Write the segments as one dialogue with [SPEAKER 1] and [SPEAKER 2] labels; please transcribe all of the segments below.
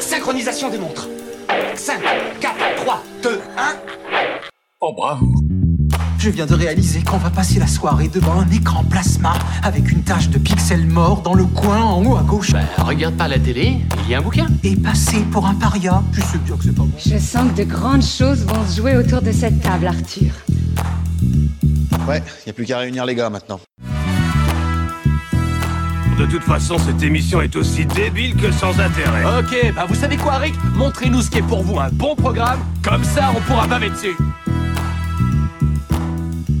[SPEAKER 1] Synchronisation des montres. 5, 4, 3, 2, 1.
[SPEAKER 2] Oh bravo
[SPEAKER 3] Je viens de réaliser qu'on va passer la soirée devant un écran plasma avec une tache de pixels morts dans le coin en haut à gauche.
[SPEAKER 4] Regarde par la télé, il y a un bouquin.
[SPEAKER 3] Et passer pour un paria. Je sais bien que c'est pas bon.
[SPEAKER 5] Je sens que de grandes choses vont se jouer autour de cette table, Arthur.
[SPEAKER 6] Ouais, y a plus qu'à réunir les gars maintenant.
[SPEAKER 7] De toute façon, cette émission est aussi débile que sans intérêt.
[SPEAKER 8] Ah,
[SPEAKER 4] Ok, bah vous savez quoi, Rick Montrez-nous ce qui est pour vous un bon programme, comme ça on pourra baver dessus.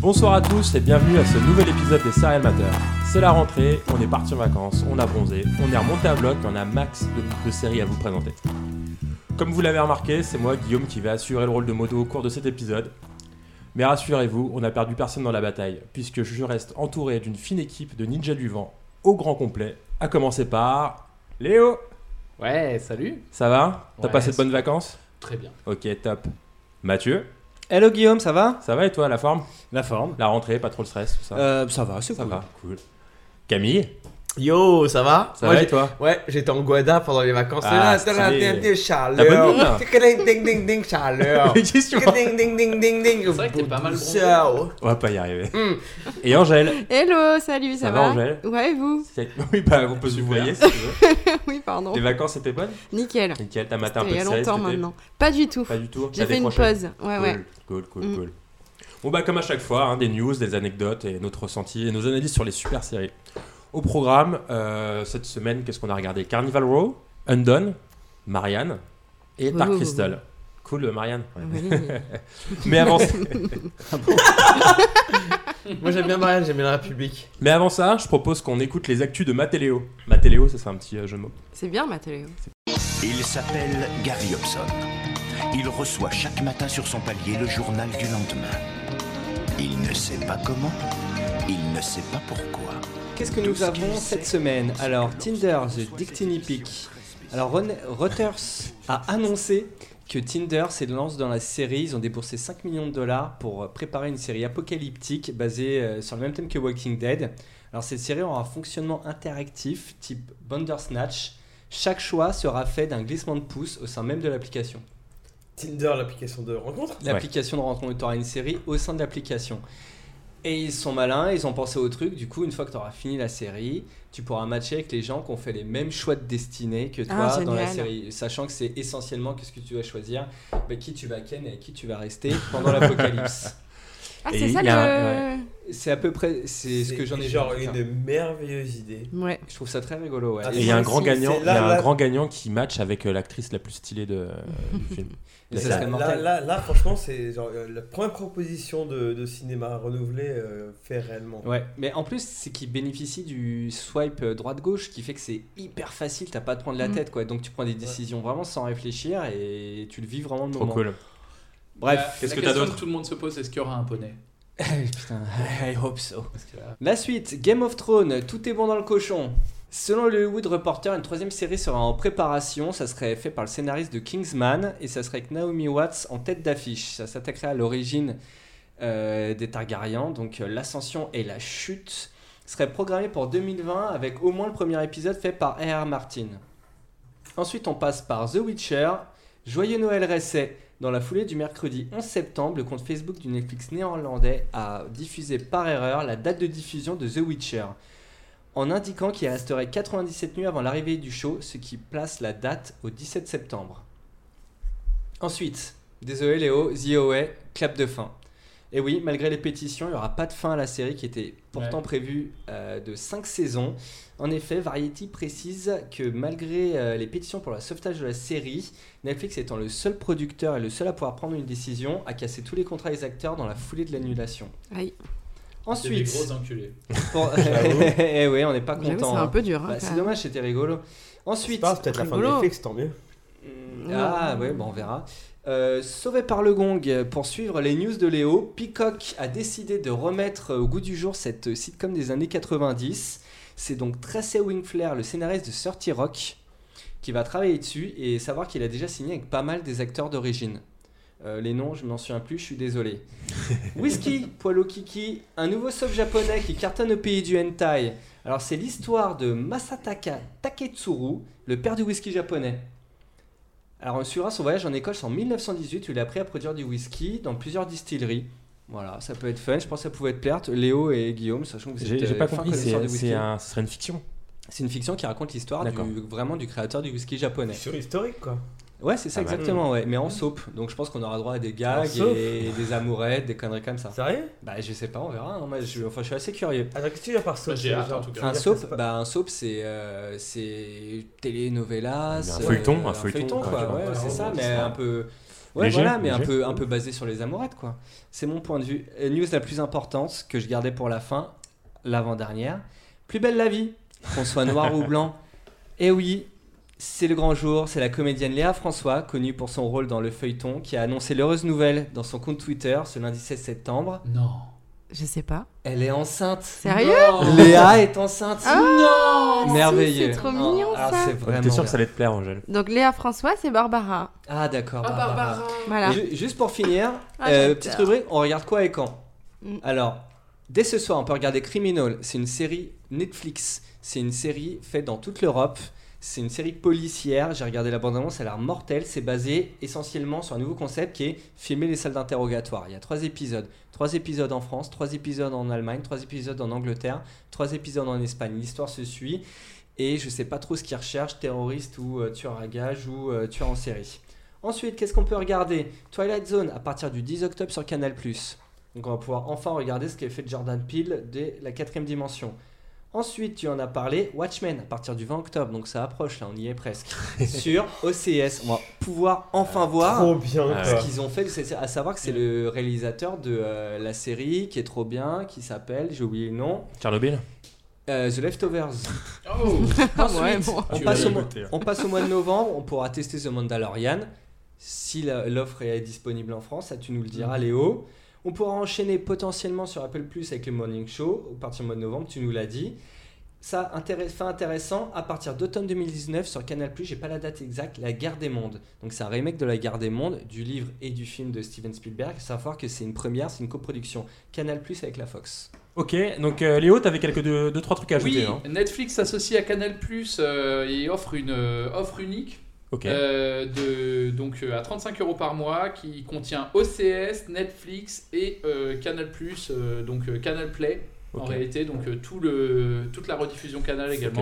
[SPEAKER 9] Bonsoir à tous et bienvenue à ce nouvel épisode des Sarres Amateurs. C'est la rentrée, on est parti en vacances, on a bronzé, on est remonté à bloc, et on a max de, de séries à vous présenter. Comme vous l'avez remarqué, c'est moi, Guillaume, qui vais assurer le rôle de moto au cours de cet épisode. Mais rassurez-vous, on n'a perdu personne dans la bataille, puisque je reste entouré d'une fine équipe de ninjas du vent au grand complet, à commencer par Léo.
[SPEAKER 4] Ouais, salut.
[SPEAKER 9] Ça va T'as
[SPEAKER 4] Ouais,
[SPEAKER 9] passé de
[SPEAKER 4] c'est-
[SPEAKER 9] bonnes vacances
[SPEAKER 4] Très bien.
[SPEAKER 9] Ok, top. Mathieu,
[SPEAKER 8] Hello Guillaume, ça va
[SPEAKER 9] ça va et toi, la forme
[SPEAKER 8] La forme
[SPEAKER 9] La rentrée, pas trop le stress, tout ça
[SPEAKER 8] euh, Ça va, c'est
[SPEAKER 9] Ça
[SPEAKER 8] cool.
[SPEAKER 9] va, cool. Camille,
[SPEAKER 10] Yo, ça va
[SPEAKER 9] ça
[SPEAKER 10] Moi,
[SPEAKER 9] va et
[SPEAKER 10] j'ai-
[SPEAKER 9] toi
[SPEAKER 10] Ouais, j'étais en Guada pendant les vacances.
[SPEAKER 9] Ah,
[SPEAKER 10] Là, là,
[SPEAKER 9] stylé.
[SPEAKER 10] ding, ding,
[SPEAKER 9] La bonne
[SPEAKER 10] Chaleur.
[SPEAKER 9] boule
[SPEAKER 10] Ding, ding, ding, ding, chaleur.
[SPEAKER 9] Mais qu'est-ce que tu vois
[SPEAKER 10] Ding, ding, ding, ding, ding.
[SPEAKER 4] vrai que t'es pas mal bronzé.
[SPEAKER 10] Ciao.
[SPEAKER 9] On va pas y arriver. Et Angèle
[SPEAKER 11] Hello, salut, ça,
[SPEAKER 9] Ça va, Angèle
[SPEAKER 11] Ouais, et vous
[SPEAKER 9] c'est- Oui, bah, on peut se voyer si tu veux.
[SPEAKER 11] Oui, pardon.
[SPEAKER 9] Les vacances, c'était bonnes
[SPEAKER 11] Nickel.
[SPEAKER 9] Nickel, t'as maté un
[SPEAKER 11] C'était
[SPEAKER 9] peu
[SPEAKER 11] il y
[SPEAKER 9] de
[SPEAKER 11] a
[SPEAKER 9] séries,
[SPEAKER 11] longtemps
[SPEAKER 9] c'était-
[SPEAKER 11] maintenant. Pas du tout.
[SPEAKER 9] Pas du tout
[SPEAKER 11] J'ai
[SPEAKER 9] T'as
[SPEAKER 11] fait une
[SPEAKER 9] décroché
[SPEAKER 11] pause. Ouais, Ah ouais.
[SPEAKER 9] Cool, cool, cool,
[SPEAKER 11] Mm.
[SPEAKER 9] cool. Bon, bah, comme à chaque fois, hein, des news, des anecdotes et notre ressenti et nos analyses sur les super séries. Au programme, euh, cette semaine, qu'est-ce qu'on a regardé Carnival Row, Undone, Marianne et Dark
[SPEAKER 11] Ouh.
[SPEAKER 9] Crystal. Cool, euh, Marianne.
[SPEAKER 11] Ah Oui.
[SPEAKER 9] Mais avant,
[SPEAKER 10] Moi, j'aime bien Marianne, j'aime bien la République.
[SPEAKER 9] mais avant ça, je propose qu'on écoute les actus de Matéléo. Matéléo, ça c'est un petit euh, jeu de mots.
[SPEAKER 11] C'est bien, ma télé.
[SPEAKER 7] Il s'appelle Gary Hobson. Il reçoit chaque matin sur son palier le journal du lendemain. Il ne sait pas comment, il ne sait pas pourquoi.
[SPEAKER 8] Qu'est-ce que
[SPEAKER 7] Tout
[SPEAKER 8] nous
[SPEAKER 7] ce qu'il
[SPEAKER 8] avons cette
[SPEAKER 7] sait,
[SPEAKER 8] semaine
[SPEAKER 7] c'est
[SPEAKER 8] Alors,
[SPEAKER 7] que
[SPEAKER 8] Tinder,
[SPEAKER 7] l'autre
[SPEAKER 8] The
[SPEAKER 7] doit
[SPEAKER 8] Dictiny
[SPEAKER 7] être
[SPEAKER 8] Peak. Alors, Ron- Reuters a annoncé que Tinder se lance dans la série. Ils ont déboursé 5 millions de dollars pour euh, préparer une série apocalyptique basée euh, sur le même thème que Walking Dead. Alors, cette série aura un fonctionnement interactif type Bandersnatch. Chaque choix sera fait d'un glissement de pouce au sein même de l'application.
[SPEAKER 10] Tinder, l'application de rencontre
[SPEAKER 8] L'application de rencontre, tu auras une série au sein de l'application. Et ils sont malins, ils ont pensé au truc. Du coup, une fois que tu auras fini la série, tu pourras matcher avec les gens qui ont fait les mêmes choix de destinée que toi
[SPEAKER 11] Ah,
[SPEAKER 8] dans la
[SPEAKER 11] génial.
[SPEAKER 8] série. Sachant que c'est essentiellement qu'est-ce que tu dois choisir, bah, qui tu vas ken et avec qui tu vas rester pendant l'apocalypse.
[SPEAKER 11] Ah,
[SPEAKER 9] Et
[SPEAKER 11] c'est ça
[SPEAKER 9] il y
[SPEAKER 11] le.
[SPEAKER 9] a-
[SPEAKER 8] C'est à peu près c'est ce que j'en ai
[SPEAKER 10] Genre,
[SPEAKER 8] vu.
[SPEAKER 10] une merveilleuse idée.
[SPEAKER 11] Ouais.
[SPEAKER 8] Je trouve ça très rigolo. ouais.
[SPEAKER 10] Ah,
[SPEAKER 9] Et il y a un
[SPEAKER 10] Si,
[SPEAKER 9] grand
[SPEAKER 10] si,
[SPEAKER 9] gagnant,
[SPEAKER 10] c'est
[SPEAKER 9] il y
[SPEAKER 10] là,
[SPEAKER 9] a un
[SPEAKER 10] là.
[SPEAKER 9] grand gagnant qui match avec euh, l'actrice la plus stylée de, euh, du film.
[SPEAKER 8] Et ça
[SPEAKER 9] Là,
[SPEAKER 8] serait
[SPEAKER 10] Là,
[SPEAKER 8] mortel.
[SPEAKER 10] là, là, franchement, c'est genre euh, la première proposition de, de cinéma renouvelé euh, fait réellement.
[SPEAKER 8] Ouais, mais en plus, c'est qu'il bénéficie du swipe euh, droite-gauche qui fait que c'est hyper facile, t'as pas à te prendre la
[SPEAKER 10] Mm.
[SPEAKER 11] Mhm.
[SPEAKER 8] tête quoi. Donc tu prends des décisions vraiment sans réfléchir et tu le vis vraiment le
[SPEAKER 9] Trop
[SPEAKER 8] moment.
[SPEAKER 9] cool.
[SPEAKER 8] Bref,
[SPEAKER 9] qu'est-ce que t'as d'autre
[SPEAKER 4] tout le monde se pose, est-ce qu'il y aura un poney
[SPEAKER 8] putain, I hope so. La suite, Game of Thrones, tout est bon dans le cochon. Selon le Hollywood Reporter, une troisième série sera en préparation. Ça serait fait par le scénariste de Kingsman et ça serait avec Naomi Watts en tête d'affiche. Ça s'attaquerait à l'origine euh, des Targaryens, donc euh, l'ascension et la chute. Serait programmé pour 2020 avec au moins le premier épisode fait par R.R. Martin. Ensuite, on passe par The Witcher. Joyeux Noël Resset. Dans la foulée du mercredi 11 septembre, le compte Facebook du Netflix néerlandais a diffusé par erreur la date de diffusion de The Witcher, en indiquant qu'il resterait 97 nuits avant l'arrivée du show, ce qui place la date au 17 septembre. Ensuite, désolé Léo, The Away, clap de fin. Et oui, malgré les pétitions, il n'y aura pas de fin à la série qui était pourtant prévue euh, de 5 saisons. En effet, Variety précise que malgré euh, les pétitions pour le sauvetage de la série, Netflix étant le seul producteur et le seul à pouvoir prendre une décision, a cassé tous les contrats des acteurs dans la foulée de l'annulation.
[SPEAKER 11] Aïe.
[SPEAKER 8] Ensuite,
[SPEAKER 4] enculés.
[SPEAKER 8] pour- eh oui, on n'est pas
[SPEAKER 11] J'avoue,
[SPEAKER 8] content.
[SPEAKER 11] c'est un
[SPEAKER 8] hein.
[SPEAKER 11] peu dur. hein,
[SPEAKER 8] Bah,
[SPEAKER 11] quand
[SPEAKER 8] c'est
[SPEAKER 11] même.
[SPEAKER 8] dommage, c'était rigolo.
[SPEAKER 10] C'est
[SPEAKER 8] Ensuite,
[SPEAKER 10] pas grave, peut-être la fin de
[SPEAKER 11] Rigolo.
[SPEAKER 10] Netflix, tant mieux.
[SPEAKER 8] Mm, Ah ouais, bon, on verra. Euh, sauvé par le gong, pour suivre les news de Léo, Peacock a décidé de remettre au goût du jour cette sitcom des années 90. C'est donc Tracy Wingflair, le scénariste de 30 Rock, qui va travailler dessus et savoir qu'il a déjà signé avec pas mal des acteurs d'origine. Euh, les noms, je m'en souviens plus, je suis désolé. Whisky, poil au kiki, un nouveau soap japonais qui cartonne au pays du hentai. Alors c'est l'histoire de Masataka Taketsuru, le père du whisky japonais. Alors, on suivra son voyage en Écosse en 1918 où il a appris à produire du whisky dans plusieurs distilleries. Voilà, ça peut être fun, je pense que ça pouvait te plaire. Léo et Guillaume, sachant que vous
[SPEAKER 9] J'ai
[SPEAKER 8] êtes
[SPEAKER 9] j'ai
[SPEAKER 8] euh,
[SPEAKER 9] pas
[SPEAKER 8] fins
[SPEAKER 9] compris,
[SPEAKER 8] connaisseurs
[SPEAKER 9] c'est
[SPEAKER 8] du whisky.
[SPEAKER 9] c'est un- ce serait une fiction.
[SPEAKER 8] C'est une fiction qui raconte l'histoire
[SPEAKER 9] D'accord.
[SPEAKER 8] du, vraiment du créateur du whisky japonais.
[SPEAKER 10] Sur historique, quoi. Ah bah
[SPEAKER 8] Ouais, c'est ça
[SPEAKER 9] Pas mal.
[SPEAKER 8] exactement, ouais. mais en soap. Donc je pense qu'on aura droit à des gags
[SPEAKER 10] soap.
[SPEAKER 8] et des amourettes, des conneries comme ça.
[SPEAKER 10] Sérieux
[SPEAKER 8] Bah je sais pas, on verra. hein. Moi, je, enfin, je suis assez curieux.
[SPEAKER 10] Attends, qu'est-ce que tu veux dire par soap
[SPEAKER 12] J'ai hâte, en tout cas.
[SPEAKER 10] tu veux dire
[SPEAKER 8] Un
[SPEAKER 10] que ça se
[SPEAKER 8] soap,
[SPEAKER 10] passe-
[SPEAKER 8] bah un soap c'est euh, c'est telenovelas,
[SPEAKER 9] Un
[SPEAKER 8] euh,
[SPEAKER 9] feuilleton, un feuilleton,
[SPEAKER 8] quoi.
[SPEAKER 9] quoi, tu vois.
[SPEAKER 8] ouais,
[SPEAKER 9] Ouais,
[SPEAKER 8] c'est ça,
[SPEAKER 9] ouais,
[SPEAKER 8] mais
[SPEAKER 9] c'est ça.
[SPEAKER 8] un peu. Ouais,
[SPEAKER 9] Léger,
[SPEAKER 8] voilà, mais un
[SPEAKER 9] léger.
[SPEAKER 8] peu, un peu basé sur les amourettes, quoi. C'est mon point de vue. Et news la plus importante que je gardais pour la fin, l'avant-dernière. Plus belle la vie, qu'on soit noir ou blanc. Et oui, c'est le grand jour, c'est la comédienne Léa François, connue pour son rôle dans le feuilleton, qui a annoncé l'heureuse nouvelle dans son compte Twitter ce lundi 16 septembre.
[SPEAKER 1] Non.
[SPEAKER 11] Je sais pas.
[SPEAKER 8] Elle est enceinte.
[SPEAKER 11] Sérieux
[SPEAKER 8] Léa est enceinte.
[SPEAKER 11] Ah, si,
[SPEAKER 8] Merveilleux.
[SPEAKER 11] C'est trop mignon
[SPEAKER 8] Ah,
[SPEAKER 11] ça.
[SPEAKER 8] c'est vraiment.
[SPEAKER 9] T'es sûr que ça allait te plaire, Angèle
[SPEAKER 11] Donc Léa François, c'est Barbara.
[SPEAKER 8] Ah d'accord. Barbara.
[SPEAKER 11] Voilà.
[SPEAKER 8] Et ju- juste pour finir,
[SPEAKER 11] Ah,
[SPEAKER 8] euh,
[SPEAKER 11] j'adore.
[SPEAKER 8] petite rubrique, on regarde quoi et quand
[SPEAKER 11] Mm.
[SPEAKER 8] Alors, dès ce soir, on peut regarder Criminal. C'est une série Netflix. C'est une série faite dans toute l'Europe. C'est une série policière. J'ai regardé la bande-annonce, elle a l'air mortelle. C'est basé essentiellement sur un nouveau concept qui est filmer les salles d'interrogatoire. Il y a trois épisodes. Trois épisodes en France, trois épisodes en Allemagne, trois épisodes en Angleterre, trois épisodes en Espagne. L'histoire se suit. Et je sais pas trop ce qu'ils recherchent, terroriste ou euh, tueur à gage ou euh, tueur en série. Ensuite, qu'est-ce qu'on peut regarder Twilight Zone à partir du 10 octobre sur Canal+. Donc on va pouvoir enfin regarder ce qu'avait fait Jordan Peele dès la quatrième dimension. Ensuite, tu en as parlé, Watchmen à partir du 20 octobre, donc ça approche là, on y est presque. sur OCS, on va pouvoir enfin voir
[SPEAKER 10] Trop bien,
[SPEAKER 9] Ah,
[SPEAKER 10] quoi.
[SPEAKER 8] ce qu'ils ont fait. c'est- c'est- à savoir que c'est le réalisateur de euh, la série qui est trop bien, qui s'appelle, j'ai oublié le nom,
[SPEAKER 9] Tchernobyl
[SPEAKER 8] euh, The Leftovers.
[SPEAKER 12] Oh
[SPEAKER 8] Ensuite,
[SPEAKER 11] Ah, ouais, bon.
[SPEAKER 8] on,
[SPEAKER 9] Tu
[SPEAKER 8] passe
[SPEAKER 9] vas
[SPEAKER 8] au,
[SPEAKER 9] le
[SPEAKER 8] mois-
[SPEAKER 9] goûter, hein.
[SPEAKER 8] on passe au mois de novembre, on pourra tester The Mandalorian. Si la- l'offre est disponible en France, ça tu nous le
[SPEAKER 11] Mm.
[SPEAKER 8] diras Léo. On pourra enchaîner potentiellement sur Apple Plus avec le Morning Show à partir du mois de novembre, tu nous l'as dit. Ça, intéress- fin intéressant, à partir d'automne 2019 sur Canal+, j'ai pas la date exacte, La Guerre des Mondes. Donc c'est un remake de La Guerre des Mondes, du livre et du film de Steven Spielberg, savoir que c'est une première, c'est une coproduction Canal+, avec la Fox.
[SPEAKER 9] Ok, donc euh, Léo, t'avais quelques deux, deux, trois trucs à
[SPEAKER 12] Oui,
[SPEAKER 9] ajouter. hein.
[SPEAKER 12] Netflix s'associe à Canal euh, et offre une euh, offre unique
[SPEAKER 9] Ok.
[SPEAKER 12] euh, de, donc, euh, à 35 euros par mois qui contient OCS, Netflix et euh, Canal euh, donc euh, Canal Play en
[SPEAKER 9] Ok.
[SPEAKER 12] réalité, donc euh, tout le, toute la rediffusion Canal également.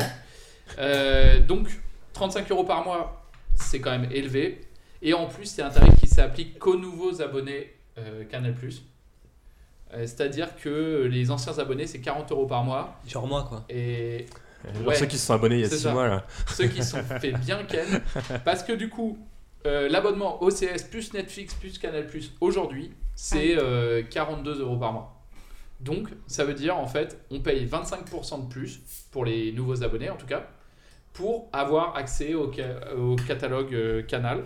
[SPEAKER 12] Euh, donc 35 euros par mois, c'est quand même élevé. Et en plus, c'est un tarif qui s'applique qu'aux nouveaux abonnés euh, Canal Euh, C'est-à-dire que les anciens abonnés, c'est 40 euros par mois.
[SPEAKER 8] Genre moi quoi.
[SPEAKER 12] Et
[SPEAKER 9] Euh, Genre
[SPEAKER 12] ouais.
[SPEAKER 9] ceux qui se sont abonnés il y a
[SPEAKER 12] C'est
[SPEAKER 9] 6
[SPEAKER 12] ça.
[SPEAKER 9] mois là.
[SPEAKER 12] ceux qui se sont fait bien ken. Parce que du coup, euh, l'abonnement OCS plus Netflix plus Canal Plus aujourd'hui, c'est euh, 42 euros par mois. Donc, ça veut dire en fait, on paye 25% de plus pour les nouveaux abonnés en tout cas, pour avoir accès au, ca- au catalogue euh, Canal.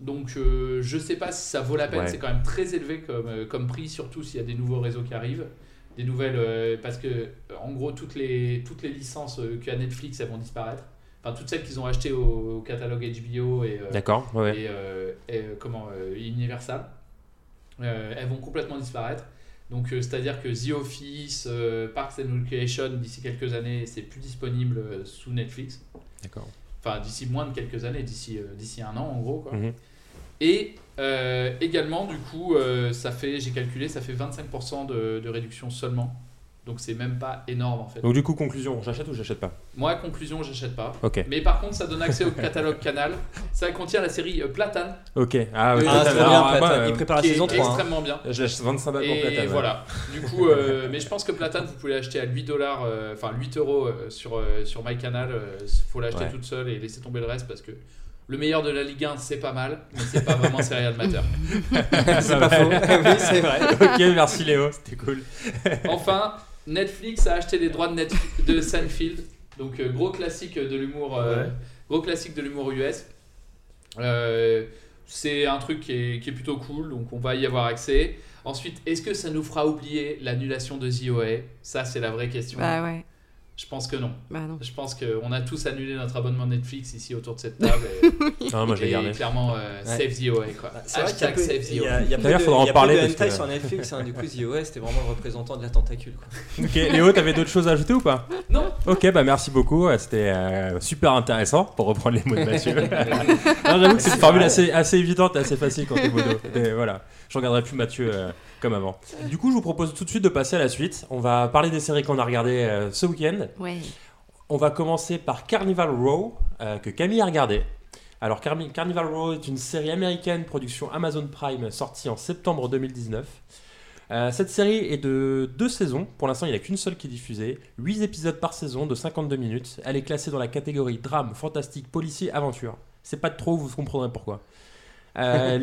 [SPEAKER 12] Donc, euh, je sais pas si ça vaut la peine.
[SPEAKER 9] Ouais.
[SPEAKER 12] C'est quand même très élevé comme, euh, comme prix, surtout s'il y a des nouveaux réseaux qui arrivent des nouvelles euh, parce que euh, en gros toutes les toutes les licences euh, qu'a Netflix elles vont disparaître enfin toutes celles qu'ils ont achetées au, au catalogue HBO et, euh,
[SPEAKER 9] D'accord, ouais. ouais.
[SPEAKER 12] et, euh, et, euh, comment euh, Universal Euh, elles vont complètement disparaître donc c'est à dire que The Office euh, Parks and Recreation d'ici quelques années c'est plus disponible euh, sous Netflix
[SPEAKER 9] D'accord.
[SPEAKER 12] enfin d'ici moins de quelques années d'ici euh, d'ici un an en gros quoi
[SPEAKER 9] Mhm.
[SPEAKER 12] et euh, également, du coup, euh, ça fait, j'ai calculé, ça fait 25% de, de réduction seulement. Donc c'est même pas énorme en fait.
[SPEAKER 9] Donc du coup, conclusion, j'achète ou j'achète pas
[SPEAKER 12] Moi, conclusion, j'achète pas.
[SPEAKER 9] Ok.
[SPEAKER 12] Mais par contre, ça donne accès au catalogue Canal. Ça contient la série euh, Platane,
[SPEAKER 9] Ok. Ah, ouais,
[SPEAKER 12] Ah,
[SPEAKER 9] Platane.
[SPEAKER 12] c'est bien,
[SPEAKER 9] Alors, moi, euh,
[SPEAKER 8] il prépare la
[SPEAKER 12] qui est
[SPEAKER 8] saison 3.
[SPEAKER 12] extrêmement bien.
[SPEAKER 9] Je lâche 25 balles pour
[SPEAKER 12] Et
[SPEAKER 9] Platane. ouais.
[SPEAKER 12] voilà. Du coup, euh, mais je pense que Platane, vous pouvez l'acheter à 8 dollars, enfin 8 euros euh, sur, euh, sur MyCanal. Il faut l'acheter
[SPEAKER 9] Ouais.
[SPEAKER 12] toute seule et laisser tomber le reste parce que le meilleur de la Ligue 1, c'est pas mal, mais c'est pas vraiment Serial Matter.
[SPEAKER 8] C'est pas faux, oui c'est vrai.
[SPEAKER 9] ok, merci Léo, c'était cool.
[SPEAKER 12] Enfin, Netflix a acheté les droits de, Netf- de Seinfeld, donc euh, gros classique de l'humour, euh,
[SPEAKER 10] Ouais.
[SPEAKER 12] gros classique de l'humour US. Euh, c'est un truc qui est, qui est plutôt cool, donc on va y avoir accès. Ensuite, est-ce que ça nous fera oublier l'annulation de ZOA Ça, c'est la vraie question.
[SPEAKER 11] Bah ouais.
[SPEAKER 12] Je pense que non.
[SPEAKER 11] Bah non.
[SPEAKER 12] Je pense qu'on a tous annulé notre abonnement Netflix ici autour de cette table. Et,
[SPEAKER 9] Ah, moi, je l'ai
[SPEAKER 12] et
[SPEAKER 9] gardé.
[SPEAKER 12] clairement, euh,
[SPEAKER 9] Ouais.
[SPEAKER 12] save the OA quoi.
[SPEAKER 8] Ah, Bah, C'est vrai qu'il y a
[SPEAKER 12] Hashtag
[SPEAKER 8] peu-
[SPEAKER 12] save the
[SPEAKER 8] il y a,
[SPEAKER 12] OA.
[SPEAKER 8] il y a peu
[SPEAKER 9] D'ailleurs,
[SPEAKER 8] de-
[SPEAKER 9] faudra en
[SPEAKER 8] il y a peu
[SPEAKER 9] parler
[SPEAKER 8] de
[SPEAKER 9] parce
[SPEAKER 8] hentai
[SPEAKER 9] que-
[SPEAKER 8] sur Netflix, hein, du coup, The OS, c'était vraiment le représentant de la tentacule. quoi.
[SPEAKER 9] Ok, Léo, t'avais d'autres choses à ajouter ou pas
[SPEAKER 12] Non.
[SPEAKER 9] Ok, bah merci beaucoup. euh, C'était euh, super intéressant pour reprendre les mots de Mathieu. Non, J'avoue que c'est une formule assez, assez évidente, assez facile quand t'es mono. Mais voilà, je regarderai plus Mathieu euh, comme avant. Du coup, je vous propose tout de suite de passer à la suite. On va parler des séries qu'on a regardées euh, ce week-end.
[SPEAKER 11] Ouais.
[SPEAKER 9] On va commencer par Carnival Row euh, que Camille a regardé. Alors Carmi- Carnival Row est une série américaine production Amazon Prime sortie en septembre 2019. Euh, cette série est de deux saisons, pour l'instant il n'y en a qu'une seule qui est diffusée, 8 épisodes par saison de 52 minutes, elle est classée dans la catégorie drame, fantastique, policier, aventure. C'est pas de trop, vous comprendrez pourquoi. Euh,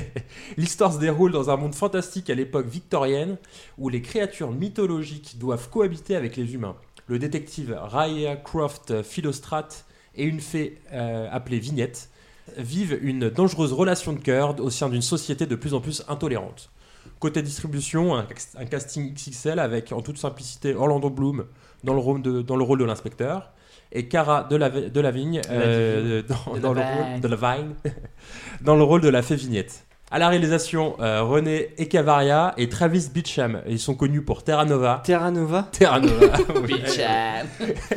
[SPEAKER 9] L'histoire se déroule dans un monde fantastique à l'époque victorienne où les créatures mythologiques doivent cohabiter avec les humains. Le détective Raya Croft Philostrat et une fée euh, appelée Vignette vivent une dangereuse relation de cœur au sein d'une société de plus en plus intolérante. Côté distribution, un, cas- un casting XXL avec en toute simplicité Orlando Bloom dans le rôle de, dans le rôle de l'inspecteur et Cara Delave- Delavigne euh, dans,
[SPEAKER 12] De
[SPEAKER 9] dans le
[SPEAKER 12] Lavigne.
[SPEAKER 9] rôle de Lavigne, dans le rôle de la fée Vignette. À la réalisation, euh, René Ecavaria et Travis Beecham. Ils sont connus pour Terra Nova.
[SPEAKER 8] Terra Nova
[SPEAKER 9] Terra Nova. oui.
[SPEAKER 12] Bitcham.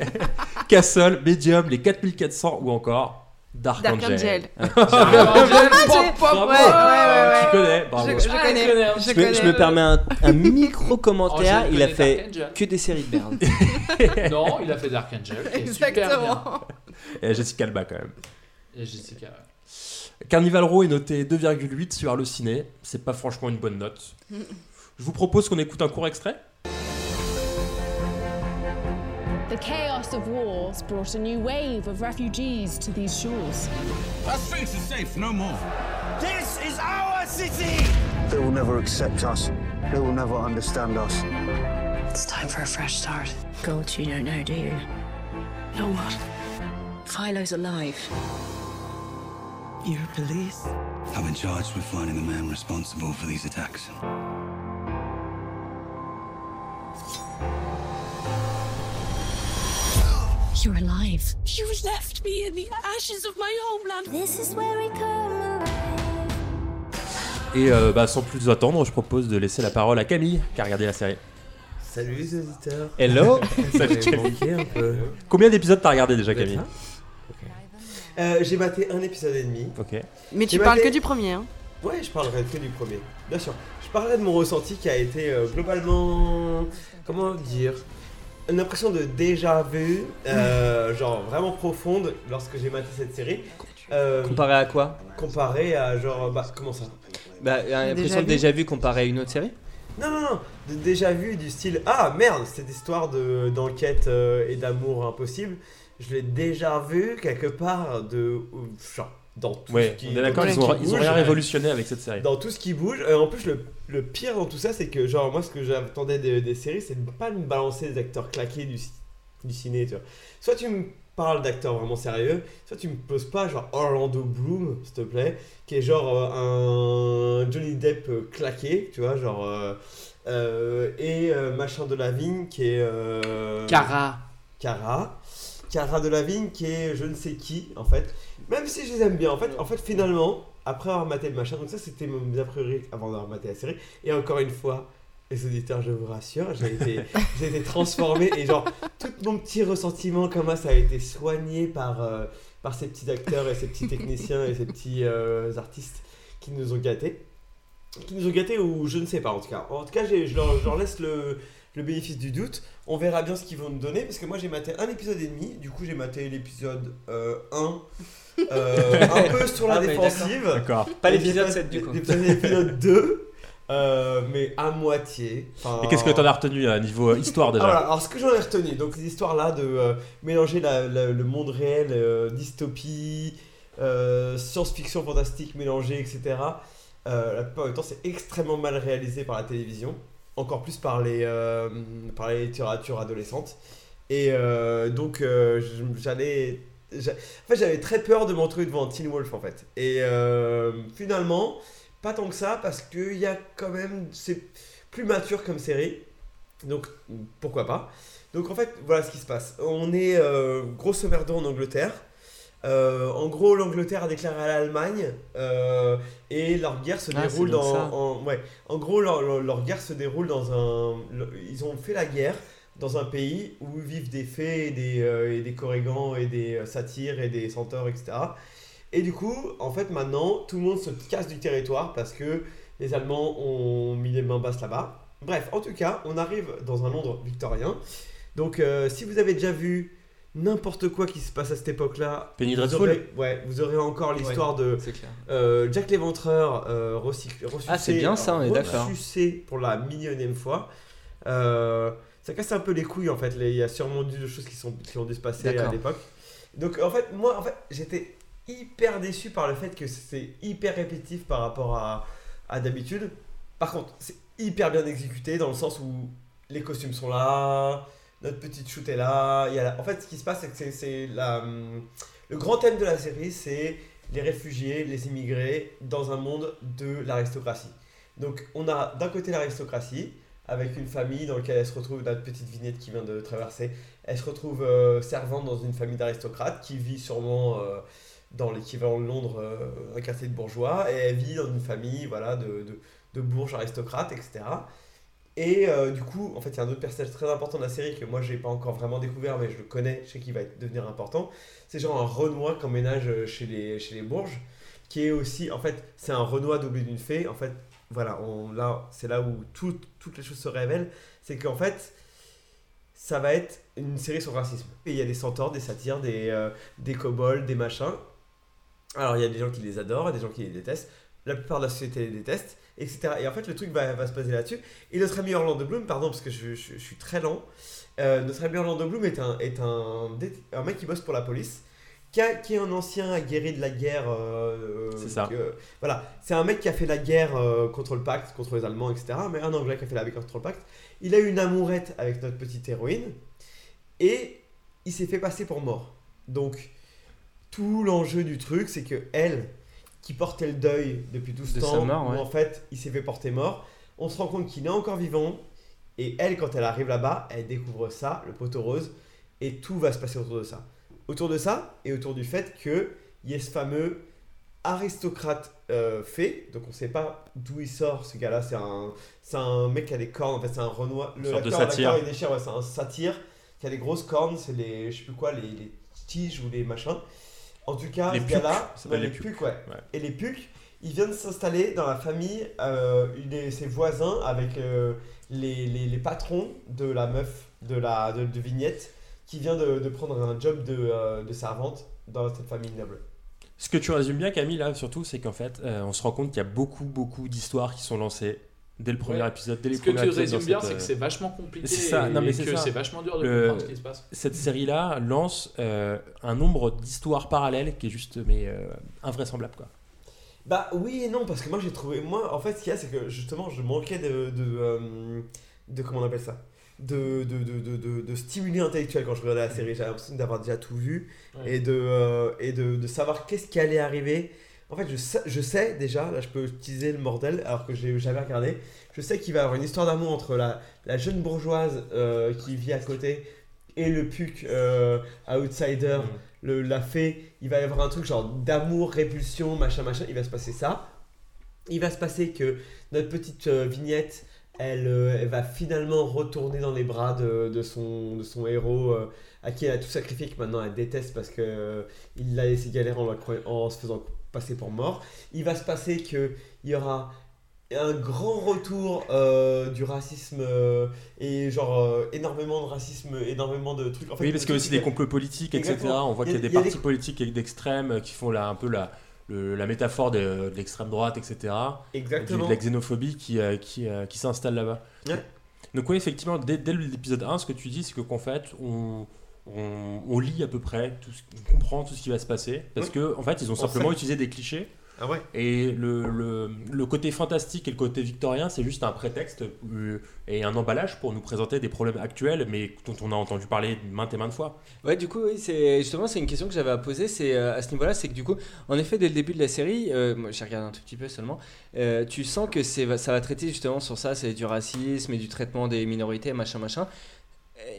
[SPEAKER 9] Castle, Medium, les 4400 ou encore Dark,
[SPEAKER 11] Dark Angel. Ah,
[SPEAKER 9] Euh, Tu connais, bravo.
[SPEAKER 11] Je, je
[SPEAKER 12] Ah,
[SPEAKER 11] connais.
[SPEAKER 12] je connais.
[SPEAKER 11] Je
[SPEAKER 8] Je, peux-
[SPEAKER 11] connais.
[SPEAKER 8] je me permets un, un micro commentaire.
[SPEAKER 12] Oh, je
[SPEAKER 8] il
[SPEAKER 12] connais
[SPEAKER 8] a
[SPEAKER 12] Dark
[SPEAKER 8] fait
[SPEAKER 12] Angel.
[SPEAKER 8] que des séries de merde.
[SPEAKER 12] Non, il a fait Dark Angel. qui est super bien.
[SPEAKER 11] Exactement.
[SPEAKER 9] Et Jessica Alba quand même.
[SPEAKER 12] Et Jessica.
[SPEAKER 9] Carnival Row est noté 2,8 sur Allociné. C'est pas franchement une bonne note. Je vous propose qu'on écoute un court extrait.
[SPEAKER 13] The chaos of wars brought a new wave of refugees to these shores.
[SPEAKER 2] Our streets are safe no more.
[SPEAKER 13] This is our city!
[SPEAKER 14] They will never accept us. They will never understand us.
[SPEAKER 13] It's time for a fresh start. God, you don't know, do you? Know what? Philo's alive. You're police?
[SPEAKER 15] I've been charged with finding the man responsible for these attacks.
[SPEAKER 13] You're alive. You left me in the ashes of my homeland. This is where we come
[SPEAKER 9] Et euh, bah, sans plus attendre, je propose de laisser la parole à Camille qui a regardé la série.
[SPEAKER 10] Salut les auditeurs.
[SPEAKER 9] Hello.
[SPEAKER 10] Vous
[SPEAKER 9] Salut,
[SPEAKER 10] m'avez
[SPEAKER 9] Camille.
[SPEAKER 10] manqué un peu.
[SPEAKER 9] Combien d'épisodes t'as regardé déjà,
[SPEAKER 10] Vous êtes
[SPEAKER 9] Camille
[SPEAKER 10] là Euh, J'ai maté un épisode et demi.
[SPEAKER 9] Ok.
[SPEAKER 11] Mais tu
[SPEAKER 10] J'ai
[SPEAKER 11] parles
[SPEAKER 10] maté-
[SPEAKER 11] que du premier. Hein.
[SPEAKER 10] Ouais, je parlerai que du premier, bien sûr. Je parlerai de mon ressenti qui a été euh, globalement. Comment dire Une impression de déjà vu, euh, genre vraiment profonde, lorsque j'ai maté cette série. Euh,
[SPEAKER 8] Comparé à quoi
[SPEAKER 10] comparé à genre. Bah, comment ça
[SPEAKER 8] Bah, euh,
[SPEAKER 10] Déjà
[SPEAKER 8] l'impression
[SPEAKER 10] vu
[SPEAKER 8] de déjà vu comparé à une autre série
[SPEAKER 10] Non, non, non, de déjà vu du style Ah merde, cette histoire de- d'enquête euh, et d'amour impossible, je l'ai déjà vu quelque part de. ou- Genre, dans tout
[SPEAKER 9] Ouais,
[SPEAKER 10] ce qui
[SPEAKER 9] on est d'accord,
[SPEAKER 10] dans
[SPEAKER 9] ils
[SPEAKER 10] tout ce
[SPEAKER 9] ont,
[SPEAKER 10] qui
[SPEAKER 9] ils ont
[SPEAKER 10] bouge.
[SPEAKER 9] rien révolutionné avec cette série.
[SPEAKER 10] Dans tout ce qui bouge, euh, en plus, le, le pire dans tout ça, c'est que, genre, moi, ce que j'attendais des, des séries, c'est de pas me balancer des acteurs claqués du, ci- du ciné, tu vois. Soit tu me parles d'acteurs vraiment sérieux, soit tu me poses pas, genre, Orlando Bloom, s'il te plaît, qui est genre euh, un Johnny Depp euh, claqué, tu vois, genre. euh, euh, et euh, Machin de la Vigne, qui est. euh,
[SPEAKER 12] Cara.
[SPEAKER 10] Cara. Cara de la Vigne, qui est je ne sais qui, en fait. Même si je les aime bien, en fait, en fait finalement, après avoir maté le machin, donc ça c'était mes a priori avant d'avoir maté la série. Et encore une fois, les auditeurs, je vous rassure, j'ai été, j'ai été transformé et genre, tout mon petit ressentiment, comme ça, ça a été soigné par, euh, par ces petits acteurs et ces petits techniciens et ces petits euh, artistes qui nous ont gâtés qui nous ont gâtés ou je ne sais pas en tout cas. En tout cas, j'ai- je leur, je leur laisse le, le bénéfice du doute. On verra bien ce qu'ils vont nous donner parce que moi j'ai maté un épisode et demi. Du coup, j'ai maté l'épisode 1. un peu sur la
[SPEAKER 8] Ah, mais
[SPEAKER 10] défensive.
[SPEAKER 8] d'accord. D'accord. Pas l'épisode
[SPEAKER 10] L'épisode-
[SPEAKER 8] 7 du coup.
[SPEAKER 10] l'épisode- L'épisode 2. euh, mais à moitié. Enfin,
[SPEAKER 9] Et qu'est-ce que t'en as retenu à niveau euh, histoire déjà
[SPEAKER 10] ah, voilà. alors ce que j'en ai retenu, donc ces histoires-là de euh, mélanger la- la- le monde réel, euh, dystopie, euh, science-fiction fantastique mélangée, etc. Euh, la plupart du temps, c'est extrêmement mal réalisé par la télévision, encore plus par les, euh, par les littératures adolescentes. Et euh, donc euh, je- j'allais... j'a- En fait, j'avais très peur de m'en trouver devant Teen Wolf en fait. Et euh, finalement, pas tant que ça, parce qu'il y a quand même... C'est plus mature comme série. Donc pourquoi pas. Donc en fait, voilà ce qui se passe. On est euh, grosso merdo en Angleterre. Euh, en gros, l'Angleterre a déclaré à l'Allemagne euh, et leur guerre se
[SPEAKER 8] Ah, c'est
[SPEAKER 10] déroule
[SPEAKER 8] donc
[SPEAKER 10] dans.
[SPEAKER 8] ça.
[SPEAKER 10] En, ouais. en gros, leur, leur- leur guerre se déroule dans un. le- Ils ont fait la guerre dans un pays où vivent des fées et des, euh, et des corrigans et des euh, satyres et des centaures, etc. Et du coup, en fait, maintenant, tout le monde se casse du territoire parce que les Allemands ont mis les mains basses là-bas. Bref, en tout cas, on arrive dans un Londres victorien. Donc, euh, si vous avez déjà vu n'importe quoi qui se passe à cette époque-là,
[SPEAKER 9] Penny
[SPEAKER 10] vous
[SPEAKER 9] Dreadful.
[SPEAKER 10] aurez- ouais, vous aurez encore l'histoire
[SPEAKER 8] Ouais,
[SPEAKER 10] de
[SPEAKER 8] c'est clair.
[SPEAKER 10] euh, Jack l'Éventreur euh, recyclé. ressuscité-
[SPEAKER 8] Ah, c'est bien ça, on est d'accord.
[SPEAKER 10] ressuscité pour la millionième fois. Euh, ça casse un peu les couilles en fait. les- Il y a sûrement dû des choses qui, sont, qui ont dû se passer à
[SPEAKER 8] D'accord.
[SPEAKER 10] l'époque. Donc en fait, moi, en fait, j'étais hyper déçu par le fait que c'est hyper répétitif par rapport à, à d'habitude. Par contre, c'est hyper bien exécuté dans le sens où les costumes sont là, notre petite shoot est là. il y a la- En fait, ce qui se passe, c'est que c'est- c'est la... hum, le grand thème de la série, c'est les réfugiés, les immigrés dans un monde de l'aristocratie. Donc, on a d'un côté l'aristocratie, avec une famille dans laquelle elle se retrouve, notre petite vignette qui vient de traverser, elle se retrouve euh, servante dans une famille d'aristocrates qui vit sûrement euh, dans l'équivalent de Londres, euh, un quartier de bourgeois, et elle vit dans une famille voilà, de, de, de bourges aristocrates, etc. Et euh, du coup, en fait, il y a un autre personnage très important de la série que moi, j'ai pas encore vraiment découvert, mais je le connais, je sais qu'il va être- devenir important. C'est genre un Renoir qu'emménage euh, chez les, chez les Bourges, qui est aussi, en fait, c'est un Renoir doublé d'une fée. En fait, voilà, on, là, c'est là où tout- toutes les choses se révèlent. C'est qu'en fait, ça va être une série sur le racisme. Et il y a des centaures, des satires, des, euh, des kobolds, des machins. Alors, il y a des gens qui les adorent, des gens qui les détestent. La plupart de la société les déteste, etc. Et en fait, le truc va, va se baser là-dessus. Et notre ami Orlando Bloom, pardon, parce que je, je- je suis très lent, euh, notre ami Orlando Bloom est, un, est un, dét- un mec qui bosse pour la police, qui, a- qui est un ancien aguerri de la guerre. euh,
[SPEAKER 9] C'est ça.
[SPEAKER 10] que- voilà, c'est un mec qui a fait la guerre euh, contre le pacte, contre les Allemands, etc. Mais un Anglais qui a fait la guerre contre le pacte. Il a eu une amourette avec notre petite héroïne et il s'est fait passer pour mort. Donc, tout l'enjeu du truc, c'est que elle, qui portait le deuil depuis 12
[SPEAKER 8] De
[SPEAKER 10] ans,
[SPEAKER 8] sa mort,
[SPEAKER 10] où
[SPEAKER 8] ouais.
[SPEAKER 10] en fait il s'est fait porter mort, on se rend compte qu'il est encore vivant, et elle, quand elle arrive là-bas, elle découvre ça, le poteau rose, et tout va se passer autour de ça. Autour de ça, et autour du fait que il y ait ce fameux aristocrate euh, fait, donc on sait pas d'où il sort ce gars-là, c'est un, c'est un mec qui a des cornes, en fait c'est un renoir, le
[SPEAKER 9] Sorte de
[SPEAKER 10] l'acteur- l'acteur,
[SPEAKER 9] satyre.
[SPEAKER 10] il déchire, ouais, c'est un satire qui a des grosses cornes, c'est les, je sais plus quoi, les, les tiges ou les machins. En tout cas,
[SPEAKER 9] Les
[SPEAKER 10] ce
[SPEAKER 9] pucs,
[SPEAKER 10] gars-là,
[SPEAKER 9] ça s'appelle
[SPEAKER 10] ouais,
[SPEAKER 9] les
[SPEAKER 10] les
[SPEAKER 9] pucs.
[SPEAKER 10] pucs, ouais.
[SPEAKER 9] Ouais.
[SPEAKER 10] Et les pucs, ils viennent s'installer dans la famille, euh, il est- ses voisins avec euh, les, les- les patrons de la meuf de la de, de vignette qui vient de, de prendre un job de, euh, de servante dans cette famille noble.
[SPEAKER 9] Ce que tu résumes bien, Camille, là, surtout, c'est qu'en fait, euh, on se rend compte qu'il y a beaucoup, beaucoup d'histoires qui sont lancées dès le premier
[SPEAKER 12] Ouais.
[SPEAKER 9] épisode, dès les
[SPEAKER 12] Ce que
[SPEAKER 9] premiers
[SPEAKER 12] tu résumes
[SPEAKER 9] épisodes dans
[SPEAKER 12] bien,
[SPEAKER 9] cette,
[SPEAKER 12] c'est que
[SPEAKER 9] euh,
[SPEAKER 12] c'est vachement compliqué
[SPEAKER 9] C'est ça, non,
[SPEAKER 12] et
[SPEAKER 9] mais c'est
[SPEAKER 12] que
[SPEAKER 9] ça.
[SPEAKER 12] c'est vachement dur de
[SPEAKER 9] Le-
[SPEAKER 12] comprendre ce qui se passe.
[SPEAKER 9] euh, Cette série-là lance euh, un nombre d'histoires parallèles qui est juste mais euh, invraisemblable, quoi.
[SPEAKER 10] Bah oui et non, parce que moi j'ai trouvé. Moi, en fait, ce qu'il y a, c'est que justement, je manquais de. de, euh, de- comment on appelle ça de, de, de, de, de, de stimuli intellectuel quand je regardais la série. J'avais l'impression d'avoir déjà tout vu
[SPEAKER 8] Ouais.
[SPEAKER 10] et, de, euh, et de, de savoir qu'est-ce qui allait arriver. En fait, je sais, je sais déjà, là je peux teaser le bordel alors que je l'ai jamais regardé. Je sais qu'il va y avoir une histoire d'amour entre la, la jeune bourgeoise euh, qui vit à côté et le puc euh, outsider, le, la fée. Il va y avoir un truc genre d'amour, répulsion, machin, machin. Il va se passer ça. Il va se passer que notre petite euh, vignette, elle, euh, elle va finalement retourner dans les bras de, de son, de son héros euh, à qui elle a tout sacrifié, que maintenant elle déteste parce que euh, il l'a laissé galérer en, la croy- en se faisant passer pour mort. Il va se passer que il y aura un grand retour euh, du racisme euh, et genre euh, énormément de racisme, énormément de trucs. En fait,
[SPEAKER 9] oui, parce qu'il y a aussi des complots politiques, etc.
[SPEAKER 10] Exactement.
[SPEAKER 9] On voit
[SPEAKER 10] Il
[SPEAKER 9] qu'il
[SPEAKER 10] y
[SPEAKER 9] y
[SPEAKER 10] a-
[SPEAKER 9] a des
[SPEAKER 10] il y a des-
[SPEAKER 9] partis politiques et d'extrême euh, qui font la, un peu la, le- la métaphore de, de l'extrême droite, etc.
[SPEAKER 10] Exactement.
[SPEAKER 9] Du- De la xénophobie qui, euh, qui, euh, qui s'installe là-bas.
[SPEAKER 10] Ouais.
[SPEAKER 9] Donc oui, effectivement, dès, dès l'épisode 1, ce que tu dis, c'est que qu'en fait, on, on, on lit à peu près, tout ce, on comprend tout ce qui va se passer, parce
[SPEAKER 10] Ouais.
[SPEAKER 9] que en fait, ils ont
[SPEAKER 10] On
[SPEAKER 9] simplement
[SPEAKER 10] sait.
[SPEAKER 9] utilisé des clichés.
[SPEAKER 10] Ah ouais.
[SPEAKER 9] Et le, le, le côté fantastique et le côté victorien, c'est juste un prétexte euh, et un emballage pour nous présenter des problèmes actuels, mais dont on a entendu parler maintes et maintes fois.
[SPEAKER 8] Ouais, du coup, oui, c'est justement c'est une question que j'avais à poser. C'est euh, à ce niveau-là, c'est que du coup, en effet, dès le début de la série, euh, moi, j'ai regardé un tout petit peu seulement. euh, tu sens que c'est ça va traiter justement sur ça, c'est du racisme et du traitement des minorités, machin, machin.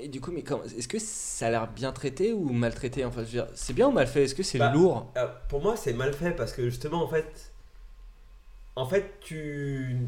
[SPEAKER 8] Et du coup, mais comment- est-ce que ça a l'air bien traité ou maltraité Enfin, je veux dire, c'est bien ou mal fait Est-ce que c'est
[SPEAKER 10] Bah,
[SPEAKER 8] lourd
[SPEAKER 10] euh, Pour moi, c'est mal fait parce que justement, en fait, en fait, tu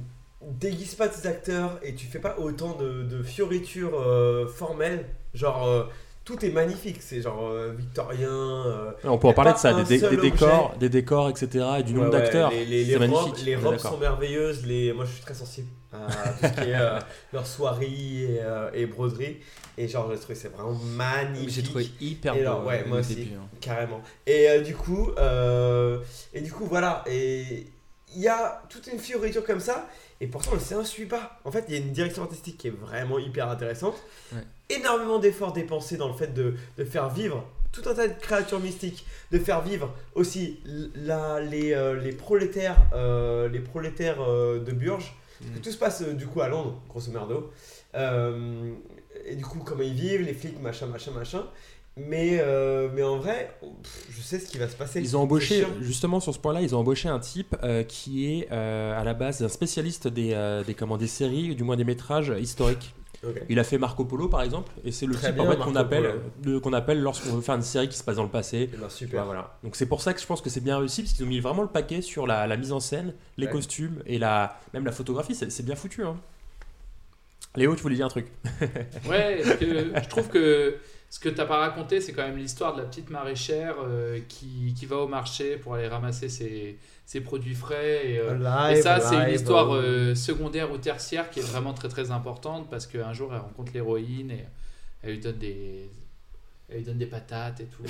[SPEAKER 10] déguises pas tes acteurs et tu fais pas autant de, de fioritures euh, formelles. Genre, euh, tout est magnifique, c'est genre euh, victorien. euh,
[SPEAKER 9] Ouais, On peut en
[SPEAKER 10] y a
[SPEAKER 9] parler
[SPEAKER 10] pas
[SPEAKER 9] de ça,
[SPEAKER 10] un
[SPEAKER 9] des, des-
[SPEAKER 10] seul
[SPEAKER 9] des décors,
[SPEAKER 10] objet.
[SPEAKER 9] des décors, etc. et du
[SPEAKER 10] Ouais,
[SPEAKER 9] nombre
[SPEAKER 10] ouais,
[SPEAKER 9] d'acteurs.
[SPEAKER 10] Les, les- les
[SPEAKER 9] C'est
[SPEAKER 10] robes-
[SPEAKER 9] magnifique.
[SPEAKER 10] les
[SPEAKER 9] on est
[SPEAKER 10] robes
[SPEAKER 9] d'accord.
[SPEAKER 10] sont merveilleuses. Les... Moi, je suis très sensible à tout ce qui est euh, leur soirée et, euh, et broderie. Et genre, j'ai trouvé c'est vraiment
[SPEAKER 9] Ah,
[SPEAKER 10] magnifique.
[SPEAKER 8] J'ai trouvé hyper
[SPEAKER 10] Et
[SPEAKER 8] beau,
[SPEAKER 10] alors, ouais,
[SPEAKER 8] euh,
[SPEAKER 10] moi
[SPEAKER 8] au
[SPEAKER 10] aussi,
[SPEAKER 8] début, hein.
[SPEAKER 10] carrément. Et euh, du coup, euh, et du coup, voilà. Et il y a toute une fioriture comme ça. Et pourtant, on ne s'en suit pas. En fait, il y a une direction artistique qui est vraiment hyper intéressante.
[SPEAKER 8] Ouais.
[SPEAKER 10] Énormément d'efforts dépensés dans le fait de, de faire vivre tout un tas de créatures mystiques, de faire vivre aussi l- la, les, euh, les prolétaires, euh, les prolétaires euh, de Burge. Parce que
[SPEAKER 8] Mm.
[SPEAKER 10] tout se passe euh, du coup à Londres, grosso merdo. Euh, et du coup, comment ils vivent, les flics, machin, machin, machin. Mais, euh, mais en vrai, pff, je sais ce qui va se passer.
[SPEAKER 9] Ils ont
[SPEAKER 10] C'est
[SPEAKER 9] embauché,
[SPEAKER 10] chiant.
[SPEAKER 9] justement sur ce point-là, ils ont embauché un type euh, qui est euh, à la base un spécialiste des, euh, des, comment, des séries, ou du moins des métrages historiques.
[SPEAKER 10] Ok.
[SPEAKER 9] Il a fait Marco Polo par exemple, et c'est le
[SPEAKER 10] Très
[SPEAKER 9] type
[SPEAKER 10] bien,
[SPEAKER 9] en fait,
[SPEAKER 10] Marco
[SPEAKER 9] qu'on appelle, euh,
[SPEAKER 10] Polo.
[SPEAKER 9] de- qu'on appelle lorsqu'on veut faire une série qui se passe dans le passé.
[SPEAKER 10] Eh ben, super.
[SPEAKER 9] Ouais, voilà. Donc c'est pour ça que je pense que c'est bien réussi, parce qu'ils ont mis vraiment le paquet sur la, la mise en scène, les
[SPEAKER 10] Ouais.
[SPEAKER 9] costumes et la, même la photographie, c'est c'est bien foutu. hein. Léo, tu voulais dire un truc
[SPEAKER 12] Ouais, parce que je trouve que ce que t'as pas raconté, c'est quand même l'histoire de la petite maraîchère euh, qui, qui va au marché pour aller ramasser ses, ses produits frais. Et, euh,
[SPEAKER 10] Alive,
[SPEAKER 12] et ça, c'est une
[SPEAKER 10] alive.
[SPEAKER 9] oh.
[SPEAKER 12] histoire euh, secondaire ou tertiaire qui est vraiment très très importante parce qu'un jour, elle rencontre l'héroïne et elle lui donne des... Elle lui donne des patates et tout.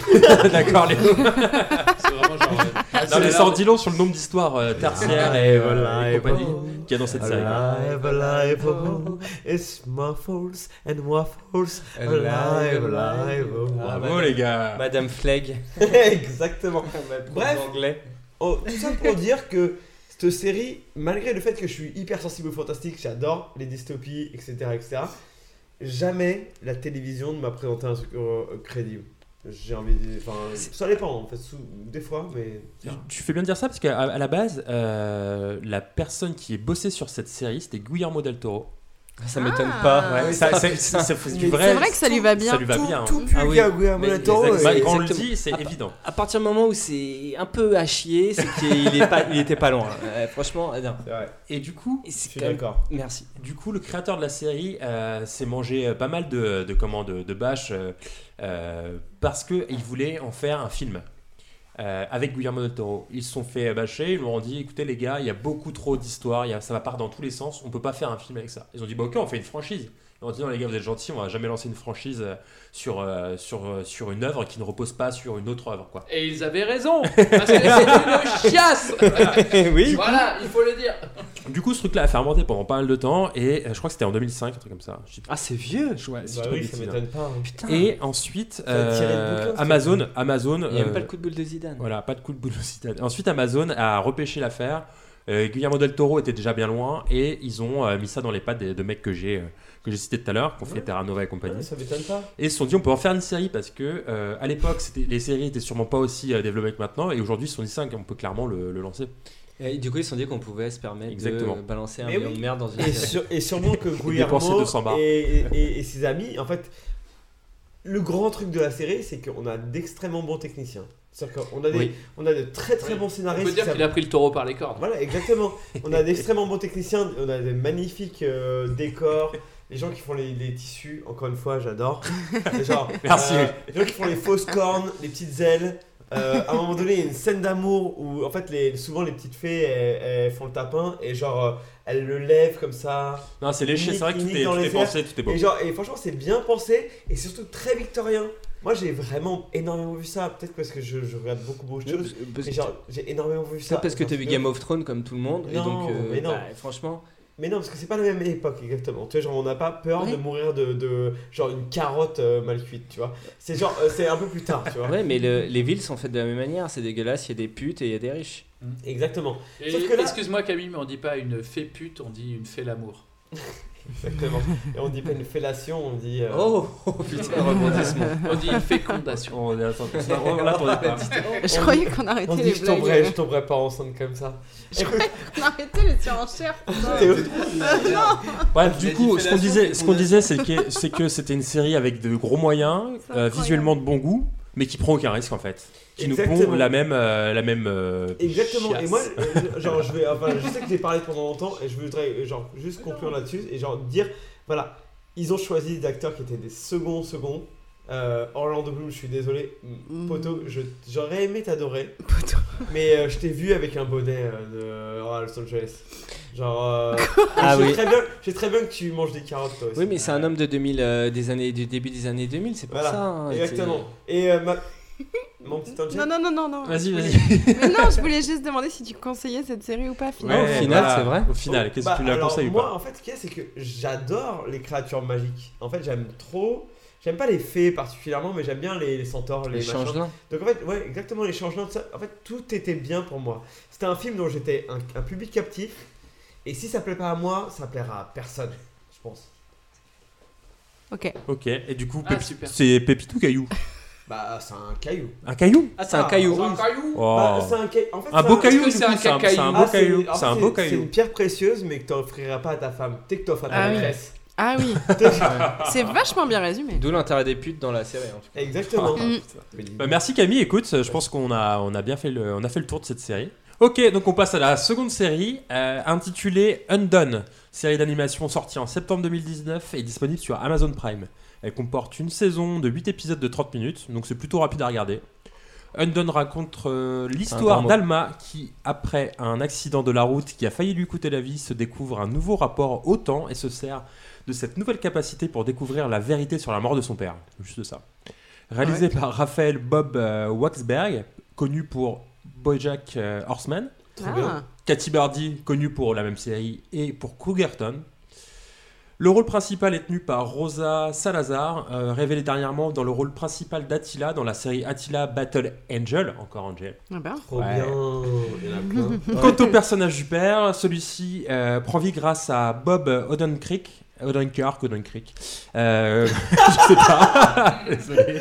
[SPEAKER 9] D'accord, les-
[SPEAKER 12] C'est vraiment genre. euh,
[SPEAKER 9] Non,
[SPEAKER 12] c'est
[SPEAKER 9] mais sans long sur le nombre d'histoires euh, tertiaires
[SPEAKER 10] Ah,
[SPEAKER 9] et, euh, et compagnie qu'il y a dans cette série.
[SPEAKER 10] Alive, alive, oh, it's muffles and waffles. Alive, alive, oh.
[SPEAKER 9] Bravo, les gars.
[SPEAKER 8] Madame Flegg.
[SPEAKER 10] Exactement.
[SPEAKER 8] Madame
[SPEAKER 10] Bref,
[SPEAKER 8] anglais.
[SPEAKER 10] oh, tout ça pour dire que cette série, malgré le fait que je suis hyper sensible au fantastique, j'adore les dystopies, etc., etc., jamais la télévision ne m'a présenté un truc euh, crédible. J'ai envie de. Enfin, ça dépend en fait, sous- des fois, mais.
[SPEAKER 9] Tu fais bien de dire ça parce qu'à à la base, euh, la personne qui est bossée sur cette série, c'était Guillermo del Toro.
[SPEAKER 8] Ça m'étonne pas.
[SPEAKER 11] Ah.
[SPEAKER 9] Ouais,
[SPEAKER 8] Oui,
[SPEAKER 9] ça-
[SPEAKER 8] Ah, ça-
[SPEAKER 9] c'est- c'est- c'est
[SPEAKER 8] Mais
[SPEAKER 9] du
[SPEAKER 8] c'est vrai que ça lui va bien.
[SPEAKER 9] Ça lui va
[SPEAKER 8] Tout-
[SPEAKER 9] bien.
[SPEAKER 8] tout pue le
[SPEAKER 9] Ah
[SPEAKER 8] gars, Guillermo
[SPEAKER 9] Mais-
[SPEAKER 8] del Toro,
[SPEAKER 9] exactement.
[SPEAKER 8] et-
[SPEAKER 9] Quand on le
[SPEAKER 8] exactement.
[SPEAKER 9] dit, c'est
[SPEAKER 8] Ah, bah.
[SPEAKER 9] évident.
[SPEAKER 8] À partir du moment où c'est un peu à chier, c'est qu'il est pas, il était pas loin. Euh, franchement, euh, non.
[SPEAKER 9] Et du coup,
[SPEAKER 8] je
[SPEAKER 10] suis d'accord.
[SPEAKER 8] Merci.
[SPEAKER 9] Du coup, le créateur de la série euh, s'est mangé euh, pas mal de, de, comment, de, de bâches euh, euh, parce qu'il voulait en faire un film euh, avec Guillermo del Toro. Ils se sont fait bâcher, ils leur ont dit écoutez les gars, il y a beaucoup trop d'histoires, il y a- ça va part dans tous les sens, on peut pas faire un film avec ça. Ils ont dit bah, ok, on fait une franchise. Ils ont dit non les gars, vous êtes gentils, on va jamais lancer une franchise euh, sur, euh, sur, euh, sur une œuvre qui ne repose pas sur une autre œuvre. Quoi.
[SPEAKER 12] Et ils avaient raison, parce que c'est une chiasse
[SPEAKER 9] Oui.
[SPEAKER 12] Voilà, il faut le dire
[SPEAKER 9] Du coup, ce truc-là a fermenté pendant pas mal de temps et euh, je crois que c'était en 2005, un truc comme ça. Ah,
[SPEAKER 8] c'est vieux.
[SPEAKER 9] Ouais, si
[SPEAKER 10] Bah
[SPEAKER 9] je dis
[SPEAKER 10] oui,
[SPEAKER 9] pas de
[SPEAKER 10] ça
[SPEAKER 9] bêtises,
[SPEAKER 10] m'étonne
[SPEAKER 9] hein.
[SPEAKER 10] pas, hein. Putain.
[SPEAKER 9] Et ensuite,
[SPEAKER 8] Ça a tiré le
[SPEAKER 9] euh,
[SPEAKER 8] bouquin, ça.
[SPEAKER 9] Amazon, Amazon.
[SPEAKER 8] Il y a même
[SPEAKER 9] euh,
[SPEAKER 8] pas le coup de boule de Zidane.
[SPEAKER 9] Voilà, pas de coup de boule de Zidane. Ensuite, Amazon a repêché l'affaire. Euh, Guillermo del Toro était déjà bien loin et ils ont euh, mis ça dans les pattes des- de mecs que j'ai euh, que j'ai cités tout à l'heure, qu'on fait Terra Nova et compagnie.
[SPEAKER 10] Ouais, ça m'étonne pas.
[SPEAKER 9] Et ils se sont dit, on peut en faire une série parce que euh, à l'époque, c'était- les séries étaient sûrement pas aussi euh, développées que maintenant et aujourd'hui, ils se sont dit 5, on peut clairement le, le lancer.
[SPEAKER 8] Et du coup, ils se sont dit qu'on pouvait se permettre
[SPEAKER 9] Exactement.
[SPEAKER 8] de balancer un
[SPEAKER 10] Mais
[SPEAKER 8] million
[SPEAKER 10] oui.
[SPEAKER 8] de merde dans une
[SPEAKER 10] et,
[SPEAKER 8] série.
[SPEAKER 10] sur- et sûrement que
[SPEAKER 9] dépenser
[SPEAKER 10] Guillermo
[SPEAKER 9] 200 bars.
[SPEAKER 10] et, et- et ses amis, en fait, le grand truc de la série, c'est qu'on a d'extrêmement bons techniciens. C'est-à-dire qu'on a, des-
[SPEAKER 12] Oui.
[SPEAKER 10] on a de très très bons
[SPEAKER 12] On
[SPEAKER 10] scénaristes.
[SPEAKER 12] peut dire
[SPEAKER 10] qui
[SPEAKER 12] qu'il a pris le taureau par les cordes.
[SPEAKER 10] Voilà, exactement. On a d'extrêmement bons techniciens, on a des magnifiques euh, décors, les gens qui font les, les tissus, encore une fois, j'adore. Les gens-
[SPEAKER 9] Merci.
[SPEAKER 10] euh, les gens qui font les fausses cornes, les petites ailes. Euh, à un moment donné, il y a une scène d'amour où en fait, les, souvent les petites fées elles, elles font le tapin et genre euh, elles le lèvent comme ça.
[SPEAKER 9] Non, c'est
[SPEAKER 10] Ils
[SPEAKER 9] léché,
[SPEAKER 10] niquent-
[SPEAKER 9] c'est vrai que
[SPEAKER 10] ils
[SPEAKER 9] tout
[SPEAKER 10] niquent
[SPEAKER 9] est-
[SPEAKER 10] dans
[SPEAKER 9] tout
[SPEAKER 10] les
[SPEAKER 9] est
[SPEAKER 10] airs.
[SPEAKER 9] pensé, tout est beau.
[SPEAKER 10] Et, genre, et franchement, c'est bien pensé et surtout très victorien. Moi, j'ai vraiment énormément vu ça. Peut-être parce que je, je regarde beaucoup, beaucoup de choses. mais genre, j'ai énormément vu ça.
[SPEAKER 8] Peut-être parce que t'as vu Game of Thrones comme tout le monde. et donc, euh,
[SPEAKER 10] mais non.
[SPEAKER 8] bah, franchement.
[SPEAKER 10] Mais non, parce que c'est pas la même époque exactement. Tu vois, genre, on n'a pas peur de mourir de, de- genre une carotte euh, mal cuite, tu vois. C'est genre, euh, c'est un peu plus tard, tu vois.
[SPEAKER 8] Ouais, mais le- les villes sont faites de la même manière. C'est dégueulasse. Il y a des putes et il y a des riches.
[SPEAKER 10] Exactement.
[SPEAKER 12] Et
[SPEAKER 10] Sauf que là-
[SPEAKER 12] excuse-moi Camille, mais on dit pas une fée pute, on dit une fée l'amour.
[SPEAKER 10] Exactement. Et on dit pas une fellation, on dit. euh,
[SPEAKER 8] Oh, oh, putain, rebondissement.
[SPEAKER 12] On dit une fécondation.
[SPEAKER 9] On est attends,
[SPEAKER 10] on
[SPEAKER 9] ça, on l'attendait pas.
[SPEAKER 11] Je croyais qu'on arrêtait
[SPEAKER 10] on dit,
[SPEAKER 11] les
[SPEAKER 10] je
[SPEAKER 11] blagues.
[SPEAKER 10] tomberai, je tomberai pas enceinte comme ça.
[SPEAKER 11] Je croyais qu'on arrêtait les surenchères. putain.
[SPEAKER 10] Théo.
[SPEAKER 11] non
[SPEAKER 9] Bref,
[SPEAKER 10] Il
[SPEAKER 9] du
[SPEAKER 10] a
[SPEAKER 9] coup,
[SPEAKER 10] dit
[SPEAKER 9] ce qu'on disait, ce qu'on
[SPEAKER 10] fellation,
[SPEAKER 9] disait, c'est que c'est que c'était une série avec de gros moyens, euh, visuellement de bon goût, mais qui prend aucun risque en fait. Qui nous
[SPEAKER 10] Exactement.
[SPEAKER 9] pond la même, euh, la même. euh,
[SPEAKER 10] Exactement. Et
[SPEAKER 9] chiasse.
[SPEAKER 10] moi, euh, genre, je vais, enfin, je sais que j'ai parlé pendant longtemps et je voudrais, euh, genre, juste conclure là-dessus et genre dire, voilà, ils ont choisi des acteurs qui étaient des seconds seconds. Euh, Orlando Bloom, je suis désolé, m- Poto, je- j'aurais aimé t'adorer, mais euh, je t'ai vu avec un bonnet euh, de à Los Angeles. Genre, euh,
[SPEAKER 8] Ah
[SPEAKER 10] je sais
[SPEAKER 8] oui.
[SPEAKER 10] très bien, je sais très bien que tu manges des carottes toi aussi.
[SPEAKER 8] Oui, mais c'est un homme de 2000, euh, des années, du début des années 2000, c'est pour
[SPEAKER 10] Voilà,
[SPEAKER 8] ça. hein,
[SPEAKER 10] exactement. Et euh, ma- mon petit Angel.
[SPEAKER 11] Non, non, non, non, non.
[SPEAKER 9] Vas-y,
[SPEAKER 11] Je
[SPEAKER 9] vas-y.
[SPEAKER 11] voulais- Mais non, je voulais juste demander si tu conseillais cette série ou pas,
[SPEAKER 9] Ouais,
[SPEAKER 11] finalement.
[SPEAKER 8] final, c'est vrai
[SPEAKER 9] Au final, qu'est-ce
[SPEAKER 10] Bah,
[SPEAKER 9] que tu nous la
[SPEAKER 10] alors,
[SPEAKER 9] conseilles ou
[SPEAKER 10] Moi,
[SPEAKER 9] pas
[SPEAKER 10] en fait, ce qu'il y a, c'est que j'adore les créatures magiques. En fait, j'aime trop. J'aime pas les fées particulièrement, mais j'aime bien les, les centaures, les,
[SPEAKER 8] Les
[SPEAKER 10] machins.
[SPEAKER 8] changelins.
[SPEAKER 10] Donc en fait, ouais, exactement, les changelins, tout ça. En fait, tout était bien pour moi. C'était un film dont j'étais un, un public captif. Et si ça plaît pas à moi, ça plaira à personne, je pense.
[SPEAKER 11] Ok.
[SPEAKER 9] Ok. Et du coup,
[SPEAKER 10] Ah,
[SPEAKER 9] Pépi-
[SPEAKER 10] super.
[SPEAKER 9] c'est Pépite ou Caillou
[SPEAKER 10] Bah, c'est un caillou.
[SPEAKER 9] Un caillou
[SPEAKER 10] Ah,
[SPEAKER 8] c'est un caillou.
[SPEAKER 10] C'est un caillou.
[SPEAKER 9] Oh.
[SPEAKER 10] Bah, c'est un caillou. En fait,
[SPEAKER 9] Un
[SPEAKER 10] c'est
[SPEAKER 9] beau caillou,
[SPEAKER 10] Est-ce que
[SPEAKER 9] du coup, c'est un- c'est un beau
[SPEAKER 10] c'est-
[SPEAKER 9] caillou.
[SPEAKER 10] en fait,
[SPEAKER 9] C'est un
[SPEAKER 10] c'est-
[SPEAKER 9] beau caillou.
[SPEAKER 10] C'est une pierre précieuse, mais que t'offriras pas à ta femme. T'es que t'offres à ta
[SPEAKER 11] Ah oui.
[SPEAKER 10] maîtresse.
[SPEAKER 11] Ah oui. c'est vachement bien résumé.
[SPEAKER 8] D'où l'intérêt des putes dans la série, en tout cas.
[SPEAKER 10] Exactement.
[SPEAKER 11] Mm.
[SPEAKER 9] Bah, merci Camille, écoute, je pense qu'on a, on a bien fait le, on a fait le tour de cette série. Ok, donc on passe à la seconde série euh, intitulée Undone, série d'animation sortie en septembre 2019 et disponible sur Amazon Prime. Elle comporte une saison de 8 épisodes de 30 minutes, donc c'est plutôt rapide à regarder. Undone raconte euh, l'histoire
[SPEAKER 8] grand mot.
[SPEAKER 9] d'Alma qui, après un accident de la route qui a failli lui coûter la vie, se découvre un nouveau rapport au temps et se sert de cette nouvelle capacité pour découvrir la vérité sur la mort de son père. Juste ça. Réalisé
[SPEAKER 8] Ah
[SPEAKER 9] par Raphaël Bob euh, Waxberg, connu pour Bojack euh, Horseman.
[SPEAKER 11] Très bien.
[SPEAKER 9] Cathy Bardi, connue pour la même série et pour Cougarton. Le rôle principal est tenu par Rosa Salazar, euh, révélée dernièrement dans le rôle principal d'Attila dans la série Attila Battle Angel, encore Angel.
[SPEAKER 11] Ah ben.
[SPEAKER 10] Trop
[SPEAKER 9] Ouais.
[SPEAKER 10] bien. Il y en a plein.
[SPEAKER 9] Quant au personnage du père, celui-ci euh, prend vie grâce à Bob Odenkirk. Odenkirk, Odenkirk. Euh, je sais pas. Désolé.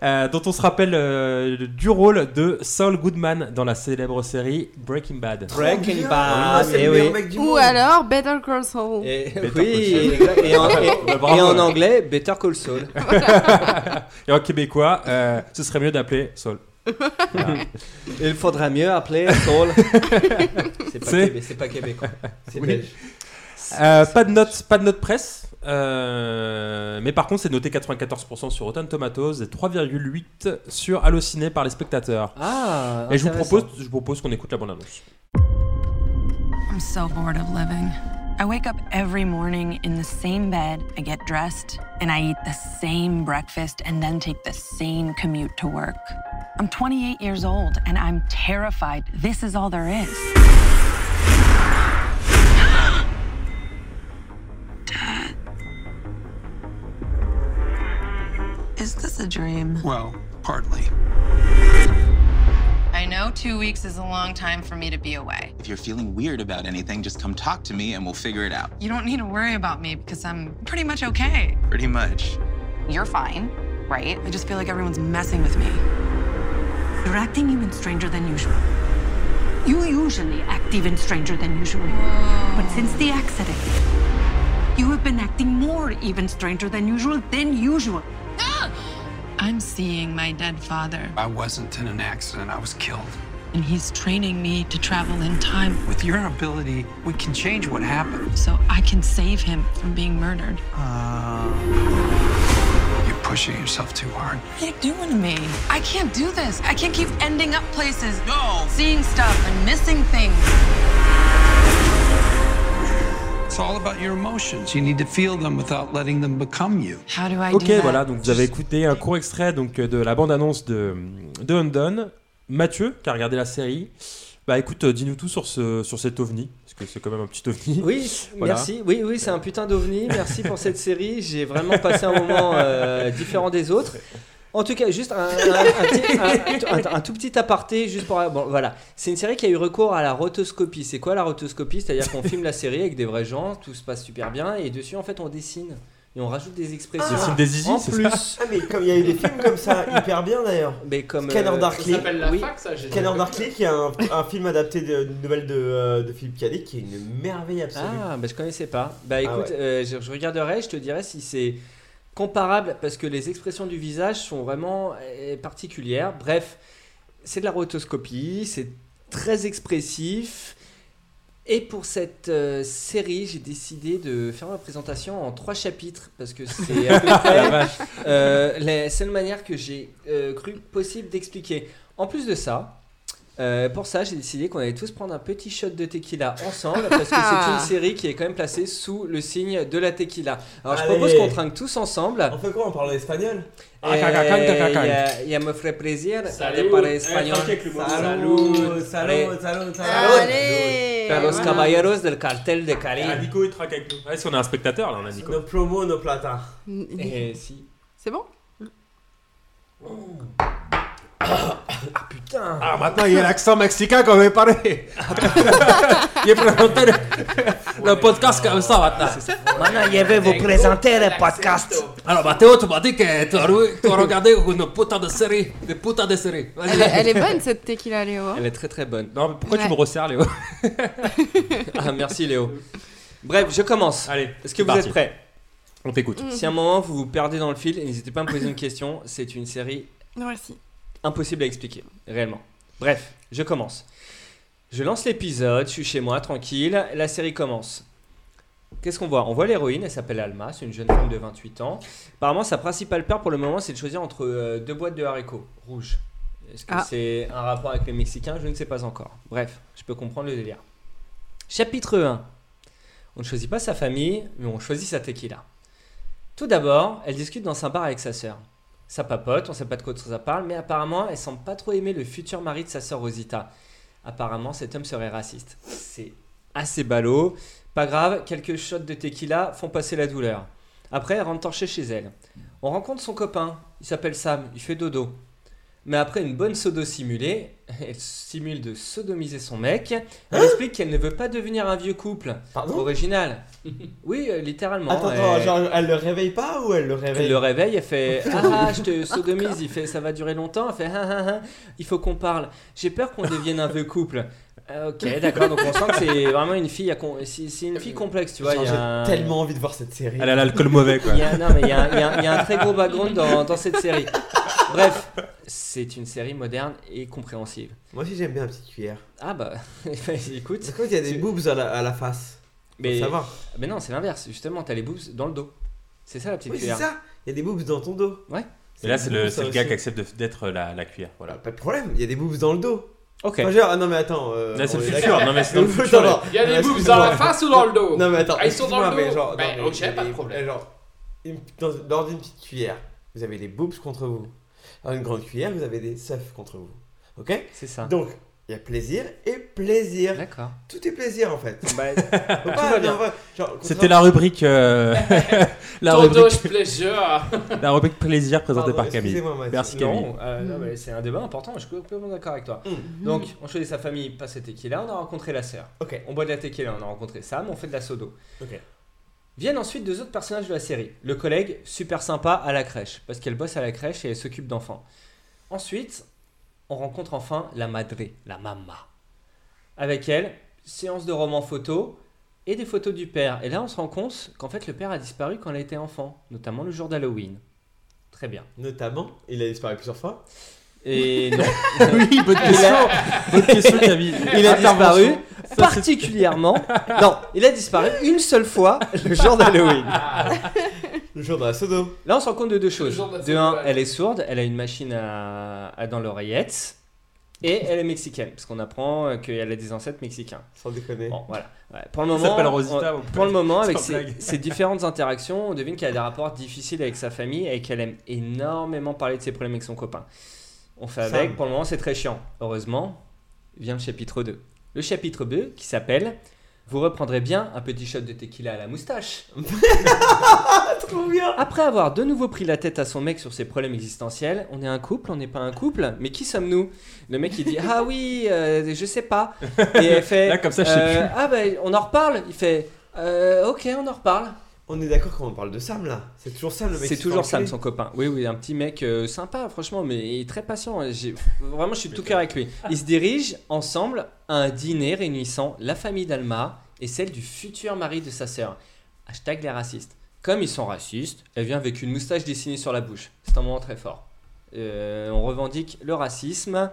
[SPEAKER 9] Euh, dont on se rappelle euh, du rôle de Saul Goodman dans la célèbre série Breaking Bad.
[SPEAKER 8] Breaking
[SPEAKER 10] Ah,
[SPEAKER 8] Bad,
[SPEAKER 10] c'est
[SPEAKER 8] eh
[SPEAKER 10] le
[SPEAKER 8] oui.
[SPEAKER 10] meilleur mec du
[SPEAKER 11] Ou
[SPEAKER 10] monde.
[SPEAKER 11] alors Better Call Saul.
[SPEAKER 8] Et,
[SPEAKER 9] Better Call
[SPEAKER 8] oui,
[SPEAKER 9] Saul.
[SPEAKER 8] et en, et-
[SPEAKER 9] Bah, bravo.
[SPEAKER 8] et en anglais, Better Call Saul.
[SPEAKER 9] Et en québécois, euh, ce serait mieux d'appeler Saul. Voilà.
[SPEAKER 8] Il faudrait mieux appeler Saul. c'est pas,
[SPEAKER 9] C'est-
[SPEAKER 8] québé- c'est pas québécois.
[SPEAKER 10] C'est
[SPEAKER 9] Oui.
[SPEAKER 10] belge.
[SPEAKER 9] Euh, pas de note, pas de note presse. euh, mais par contre, c'est noté 94% sur Rotten Tomatoes et 3,8 sur Allociné par les spectateurs.
[SPEAKER 8] Ah,
[SPEAKER 9] et je vous
[SPEAKER 8] intéressant.
[SPEAKER 9] propose, je vous propose qu'on écoute la bande annonce.
[SPEAKER 13] I'm so bored of living. I wake up every morning in the same bed, I get dressed, and I eat the same breakfast and then take the same commute to work. I'm 28 years old and I'm terrified. This is all there is. Dad. Is this a dream?
[SPEAKER 15] Well, partly.
[SPEAKER 16] I know two weeks is a long time for me to be away.
[SPEAKER 17] If you're feeling weird about anything, just come talk to me and we'll figure it out.
[SPEAKER 16] You don't need to worry about me because I'm pretty much okay.
[SPEAKER 17] Pretty much.
[SPEAKER 16] You're fine, right? I just feel like everyone's messing with me.
[SPEAKER 13] You're acting even stranger than usual. You usually act even stranger than usual. But since the accident, you have been acting more even stranger than usual than usual.
[SPEAKER 16] I'm seeing my dead father,
[SPEAKER 15] I wasn't in an accident, I was killed.
[SPEAKER 16] and he's training me to travel in time
[SPEAKER 15] With your ability, we can change what happened.
[SPEAKER 16] so I can save him from being murdered.
[SPEAKER 15] You're pushing yourself too hard.
[SPEAKER 16] What are you doing to me? I can't do this. I can't keep ending up places, no. seeing stuff, and missing things.
[SPEAKER 15] It's all about your emotions. You need to feel them without letting them become you.
[SPEAKER 16] How
[SPEAKER 8] Ah,
[SPEAKER 16] do I
[SPEAKER 9] Ok,
[SPEAKER 16] do that?
[SPEAKER 9] voilà, donc vous avez écouté un court extrait donc, euh, de la bande-annonce de, de Undone. Mathieu, qui a regardé la série, bah écoute, euh, dis-nous tout sur, ce, sur cet ovni, parce que c'est quand même un petit ovni.
[SPEAKER 8] Oui, c-
[SPEAKER 9] Voilà.
[SPEAKER 8] merci. Oui, oui, c'est un putain d'ovni. Merci pour cette série. J'ai vraiment passé un moment euh, différent des autres. En tout cas, juste un, un- un petit- un- un- un tout petit aparté, juste pour. Bon, voilà. C'est une série qui a eu recours à la rotoscopie. C'est quoi la rotoscopie C'est-à-dire qu'on filme la série avec des vrais gens, tout se passe super bien, et dessus, en fait, on dessine. Et on rajoute des expressions.
[SPEAKER 9] Dessine des zizi,
[SPEAKER 8] En
[SPEAKER 9] c'est
[SPEAKER 8] plus.
[SPEAKER 9] ça
[SPEAKER 10] Ah, mais comme il y a eu des films comme ça, hyper bien d'ailleurs.
[SPEAKER 8] Mais comme.
[SPEAKER 10] Canard
[SPEAKER 8] euh,
[SPEAKER 10] Darkly.
[SPEAKER 12] ça s'appelle La Fac, ça, j'ai
[SPEAKER 10] Canard
[SPEAKER 12] jamais
[SPEAKER 10] Darkly, qui est un, un film adapté de- d'une nouvelle de, euh, de Philippe Cadet, qui est une merveille absolue.
[SPEAKER 8] Ah, bah je connaissais pas. Bah écoute,
[SPEAKER 10] ouais.
[SPEAKER 8] euh, je, je regarderai, je te dirai si c'est comparable parce que les expressions du visage sont vraiment euh, particulières. Bref, c'est de la rotoscopie, c'est très expressif. Et pour cette euh, série, j'ai décidé de faire ma présentation en trois chapitres parce que c'est à peu
[SPEAKER 9] La
[SPEAKER 8] près
[SPEAKER 9] vache.
[SPEAKER 8] euh, la seule manière que j'ai euh, cru possible d'expliquer. En plus de ça, euh, pour ça, j'ai décidé qu'on allait tous prendre un petit shot de tequila ensemble parce que c'est une série qui est quand même placée sous le signe de la tequila. Alors je
[SPEAKER 10] Allez.
[SPEAKER 8] propose qu'on trinque tous ensemble.
[SPEAKER 10] On fait quoi On parle espagnol
[SPEAKER 8] Euh,
[SPEAKER 18] Ah,
[SPEAKER 8] Il y a- il y a me ferait plaisir de
[SPEAKER 10] Salut.
[SPEAKER 8] parler
[SPEAKER 10] Eh,
[SPEAKER 8] espagnol.
[SPEAKER 10] tranquille, Clément. Salut, salut, salut, salut.
[SPEAKER 8] Allez. Para los
[SPEAKER 18] Ah.
[SPEAKER 10] Voilà.
[SPEAKER 8] caballeros del cartel de Cali.
[SPEAKER 9] Ah, Nico, il traque avec nous. Ah, Est-ce qu'on a un spectateur là On a Nico.
[SPEAKER 10] No promo, no plata.
[SPEAKER 8] Eh, si.
[SPEAKER 11] C'est bon
[SPEAKER 8] Putain.
[SPEAKER 18] Ah, maintenant, il y a l'accent mexicain qu'on avait parlé. il est présenté le, le podcast comme ça,
[SPEAKER 8] Ah,
[SPEAKER 18] maintenant.
[SPEAKER 8] Maintenant, je vais vous présenter le podcast.
[SPEAKER 18] Alors, Mathéo, tu m'as dit que tu as, re- tu as regardé une putain de série. Des putains de séries. Vas-y.
[SPEAKER 11] elle est, elle est bonne cette tequila, Léo. hein.
[SPEAKER 8] Elle est très très bonne.
[SPEAKER 9] Non, mais pourquoi
[SPEAKER 11] Ouais.
[SPEAKER 9] tu me resserres, Léo
[SPEAKER 8] Ah, merci Léo. Bref, je commence.
[SPEAKER 9] Allez,
[SPEAKER 8] Est-ce que
[SPEAKER 9] c'est
[SPEAKER 8] vous
[SPEAKER 9] parti.
[SPEAKER 8] êtes prêts
[SPEAKER 9] On t'écoute.
[SPEAKER 8] Si à un moment vous vous perdez dans le fil, n'hésitez pas à me poser une question. C'est une série
[SPEAKER 11] Non, merci.
[SPEAKER 8] impossible à expliquer, réellement. Bref, je commence. Je lance l'épisode, je suis chez moi, tranquille, la série commence. Qu'est-ce qu'on voit On voit l'héroïne, elle s'appelle Alma, c'est une jeune femme de 28 ans. Apparemment, sa principale peur pour le moment, c'est de choisir entre euh, deux boîtes de haricots rouges. Est-ce que
[SPEAKER 11] Ah.
[SPEAKER 8] c'est un rapport avec les Mexicains Je ne sais pas encore. Bref, je peux comprendre le délire. Chapitre 1. On ne choisit pas sa famille, mais on choisit sa tequila. Tout d'abord, elle discute dans un bar avec sa sœur. Ça papote, on sait pas de quoi ça parle, mais apparemment, elle semble pas trop aimer le futur mari de sa sœur Rosita. Apparemment, cet homme serait raciste. C'est assez ballot. Pas grave, quelques shots de tequila font passer la douleur. Après, elle rentre torchée chez elle. On rencontre son copain, il s'appelle Sam, il fait dodo. Mais après une bonne sodo simulée, elle simule de sodomiser son mec.
[SPEAKER 10] Hein
[SPEAKER 8] Elle explique qu'elle ne veut pas devenir un vieux couple.
[SPEAKER 10] Pardon
[SPEAKER 8] Original. Oui, euh, littéralement.
[SPEAKER 10] Hein Attends,
[SPEAKER 8] elle-
[SPEAKER 10] attends, genre, elle le réveille pas ou elle le réveille
[SPEAKER 8] elle le réveille, elle fait Ah, ah, je te sodomise, il fait ça va durer longtemps, elle fait ah, ah, ah, il faut qu'on parle. J'ai peur qu'on devienne un vieux couple. Ah, ok, d'accord, donc on sent que c'est vraiment une fille, à con- c'est c'est une fille complexe, tu vois.
[SPEAKER 10] Genre,
[SPEAKER 8] il y a
[SPEAKER 10] J'ai
[SPEAKER 8] un-
[SPEAKER 10] tellement envie de voir cette série.
[SPEAKER 9] Elle a l'alcool mauvais, quoi.
[SPEAKER 8] il y a, non, mais il y, a un- il y a un- il y a un très gros background dans, dans cette série. Bref, c'est une série moderne et compréhensive.
[SPEAKER 10] Moi aussi j'aime bien la petite cuillère.
[SPEAKER 8] Ah bah, écoute.
[SPEAKER 10] Parce que il y a des
[SPEAKER 8] tu-
[SPEAKER 10] boobs à la, à la face.
[SPEAKER 8] Mais,
[SPEAKER 10] Faut savoir.
[SPEAKER 8] mais non, c'est l'inverse, justement, t'as les boobs dans le dos. C'est ça la petite
[SPEAKER 10] Oui, c'est
[SPEAKER 8] cuillère.
[SPEAKER 10] ça. Il y a des boobs dans ton dos.
[SPEAKER 8] Ouais.
[SPEAKER 9] Et là, c'est le,
[SPEAKER 10] beaucoup,
[SPEAKER 9] c'est
[SPEAKER 10] ça
[SPEAKER 9] le gars
[SPEAKER 10] aussi.
[SPEAKER 9] qui accepte de- d'être la, la cuillère. Voilà.
[SPEAKER 10] Pas de problème, il y a des boobs dans le dos.
[SPEAKER 8] Ok.
[SPEAKER 10] Enfin, genre, ah non mais attends. euh,
[SPEAKER 9] Là, c'est
[SPEAKER 10] on
[SPEAKER 9] le
[SPEAKER 10] est
[SPEAKER 9] futur.
[SPEAKER 10] d'accord.
[SPEAKER 9] Non, mais c'est dans le
[SPEAKER 10] Faut
[SPEAKER 9] futur,
[SPEAKER 10] savoir.
[SPEAKER 12] Il y a
[SPEAKER 10] Non,
[SPEAKER 12] des
[SPEAKER 10] mais
[SPEAKER 12] boobs
[SPEAKER 10] excuse-moi.
[SPEAKER 12] dans la face ou dans le dos
[SPEAKER 10] Non mais attends.
[SPEAKER 12] Ah, ils sont dans le
[SPEAKER 10] excuse-moi, mais
[SPEAKER 12] dos.
[SPEAKER 10] genre, non,
[SPEAKER 12] Ben,
[SPEAKER 10] mais
[SPEAKER 12] ok,
[SPEAKER 10] il y a
[SPEAKER 12] pas de
[SPEAKER 10] des- eh,
[SPEAKER 12] problème.
[SPEAKER 10] Genre, une- dans, dans une petite cuillère, vous avez des boobs contre vous. Dans une grande cuillère, vous avez des seufs contre vous. Ok
[SPEAKER 8] C'est
[SPEAKER 9] Ah.
[SPEAKER 8] ça.
[SPEAKER 10] Donc, il y a plaisir et plaisir.
[SPEAKER 8] D'accord.
[SPEAKER 10] Tout est plaisir en fait.
[SPEAKER 8] Bah,
[SPEAKER 10] Faut pas-
[SPEAKER 8] va bien.
[SPEAKER 10] non, ouais, genre,
[SPEAKER 9] C'était la rubrique. euh, la,
[SPEAKER 12] Tondos
[SPEAKER 9] rubrique
[SPEAKER 12] Pleasure
[SPEAKER 9] la rubrique plaisir présentée
[SPEAKER 10] Pardon,
[SPEAKER 9] par Camille.
[SPEAKER 10] excusez-moi, Mathieu.
[SPEAKER 9] Merci Camille.
[SPEAKER 8] Non, euh, non, mais c'est un débat important, je suis complètement d'accord avec toi.
[SPEAKER 10] Mm.
[SPEAKER 8] Donc, on choisit sa famille, pas cette tequila, on a rencontré la sœur.
[SPEAKER 10] Ok.
[SPEAKER 8] On boit de la tequila, on a rencontré Sam, on fait de la sodo.
[SPEAKER 10] Ok.
[SPEAKER 8] Viennent ensuite deux autres personnages de la série. Le collègue, super sympa, à la crèche, parce qu'elle bosse à la crèche et elle s'occupe d'enfants. Ensuite, on rencontre enfin la madré, la mama. Avec elle, séance de roman photo et des photos du père. Et là, on se rend compte qu'en fait, le père a disparu quand elle était enfant, notamment le jour d'Halloween. Très bien.
[SPEAKER 10] Notamment, il a disparu plusieurs fois.
[SPEAKER 8] Et non.
[SPEAKER 9] oui, bonne question. Bonne question, Camille.
[SPEAKER 8] Il a
[SPEAKER 9] Intervention.
[SPEAKER 8] disparu particulièrement. Non, il a disparu une seule fois le jour d'Halloween.
[SPEAKER 10] Le jour de la sodo.
[SPEAKER 8] Là, on se rend compte de deux choses.
[SPEAKER 12] jour de la
[SPEAKER 8] De un,
[SPEAKER 12] soirée.
[SPEAKER 8] elle est sourde, elle a une machine à, à dans l'oreillette. Et elle est mexicaine, parce qu'on apprend euh, qu'elle a des ancêtres mexicains.
[SPEAKER 10] Sans déconner.
[SPEAKER 9] Oh.
[SPEAKER 8] Bon, voilà. Ouais, Pour le
[SPEAKER 9] Elle
[SPEAKER 8] moment,
[SPEAKER 9] s'appelle Rosita,
[SPEAKER 8] on-
[SPEAKER 9] on peut-
[SPEAKER 8] pour le moment avec
[SPEAKER 9] sans
[SPEAKER 8] ses,
[SPEAKER 9] blague.
[SPEAKER 8] ses différentes interactions, on devine qu'elle a des rapports difficiles avec sa famille et qu'elle aime énormément parler de ses problèmes avec son copain. On fait
[SPEAKER 10] Sam.
[SPEAKER 8] avec, pour le moment, c'est très chiant. Heureusement, vient le chapitre 2. Le chapitre 2 qui s'appelle Vous reprendrez bien un petit shot de tequila à la moustache.
[SPEAKER 10] Trop bien
[SPEAKER 8] Après avoir de nouveau pris la tête à son mec sur ses problèmes existentiels, on est un couple, on n'est pas un couple, mais qui sommes-nous Le mec il dit Ah oui, euh, je sais pas. Et elle fait
[SPEAKER 10] Là, comme ça, je sais
[SPEAKER 8] euh,
[SPEAKER 10] plus.
[SPEAKER 8] Ah ben on en reparle Il fait Euh, Ok, on en reparle.
[SPEAKER 10] On est d'accord quand on parle de Sam là C'est toujours Sam le mec
[SPEAKER 8] C'est
[SPEAKER 10] qui
[SPEAKER 8] toujours
[SPEAKER 10] se fait
[SPEAKER 8] Sam,
[SPEAKER 10] enculer.
[SPEAKER 8] son copain. Oui, oui, un petit mec euh, sympa, franchement, mais très patient. hein. J'ai- Vraiment, je suis de tout cœur avec lui. Ils se dirigent ensemble à un dîner réunissant la famille d'Alma et celle du futur mari de sa sœur. Hashtag les racistes. Comme ils sont racistes, elle vient avec une moustache dessinée sur la bouche. C'est un moment très fort. Euh, on revendique le racisme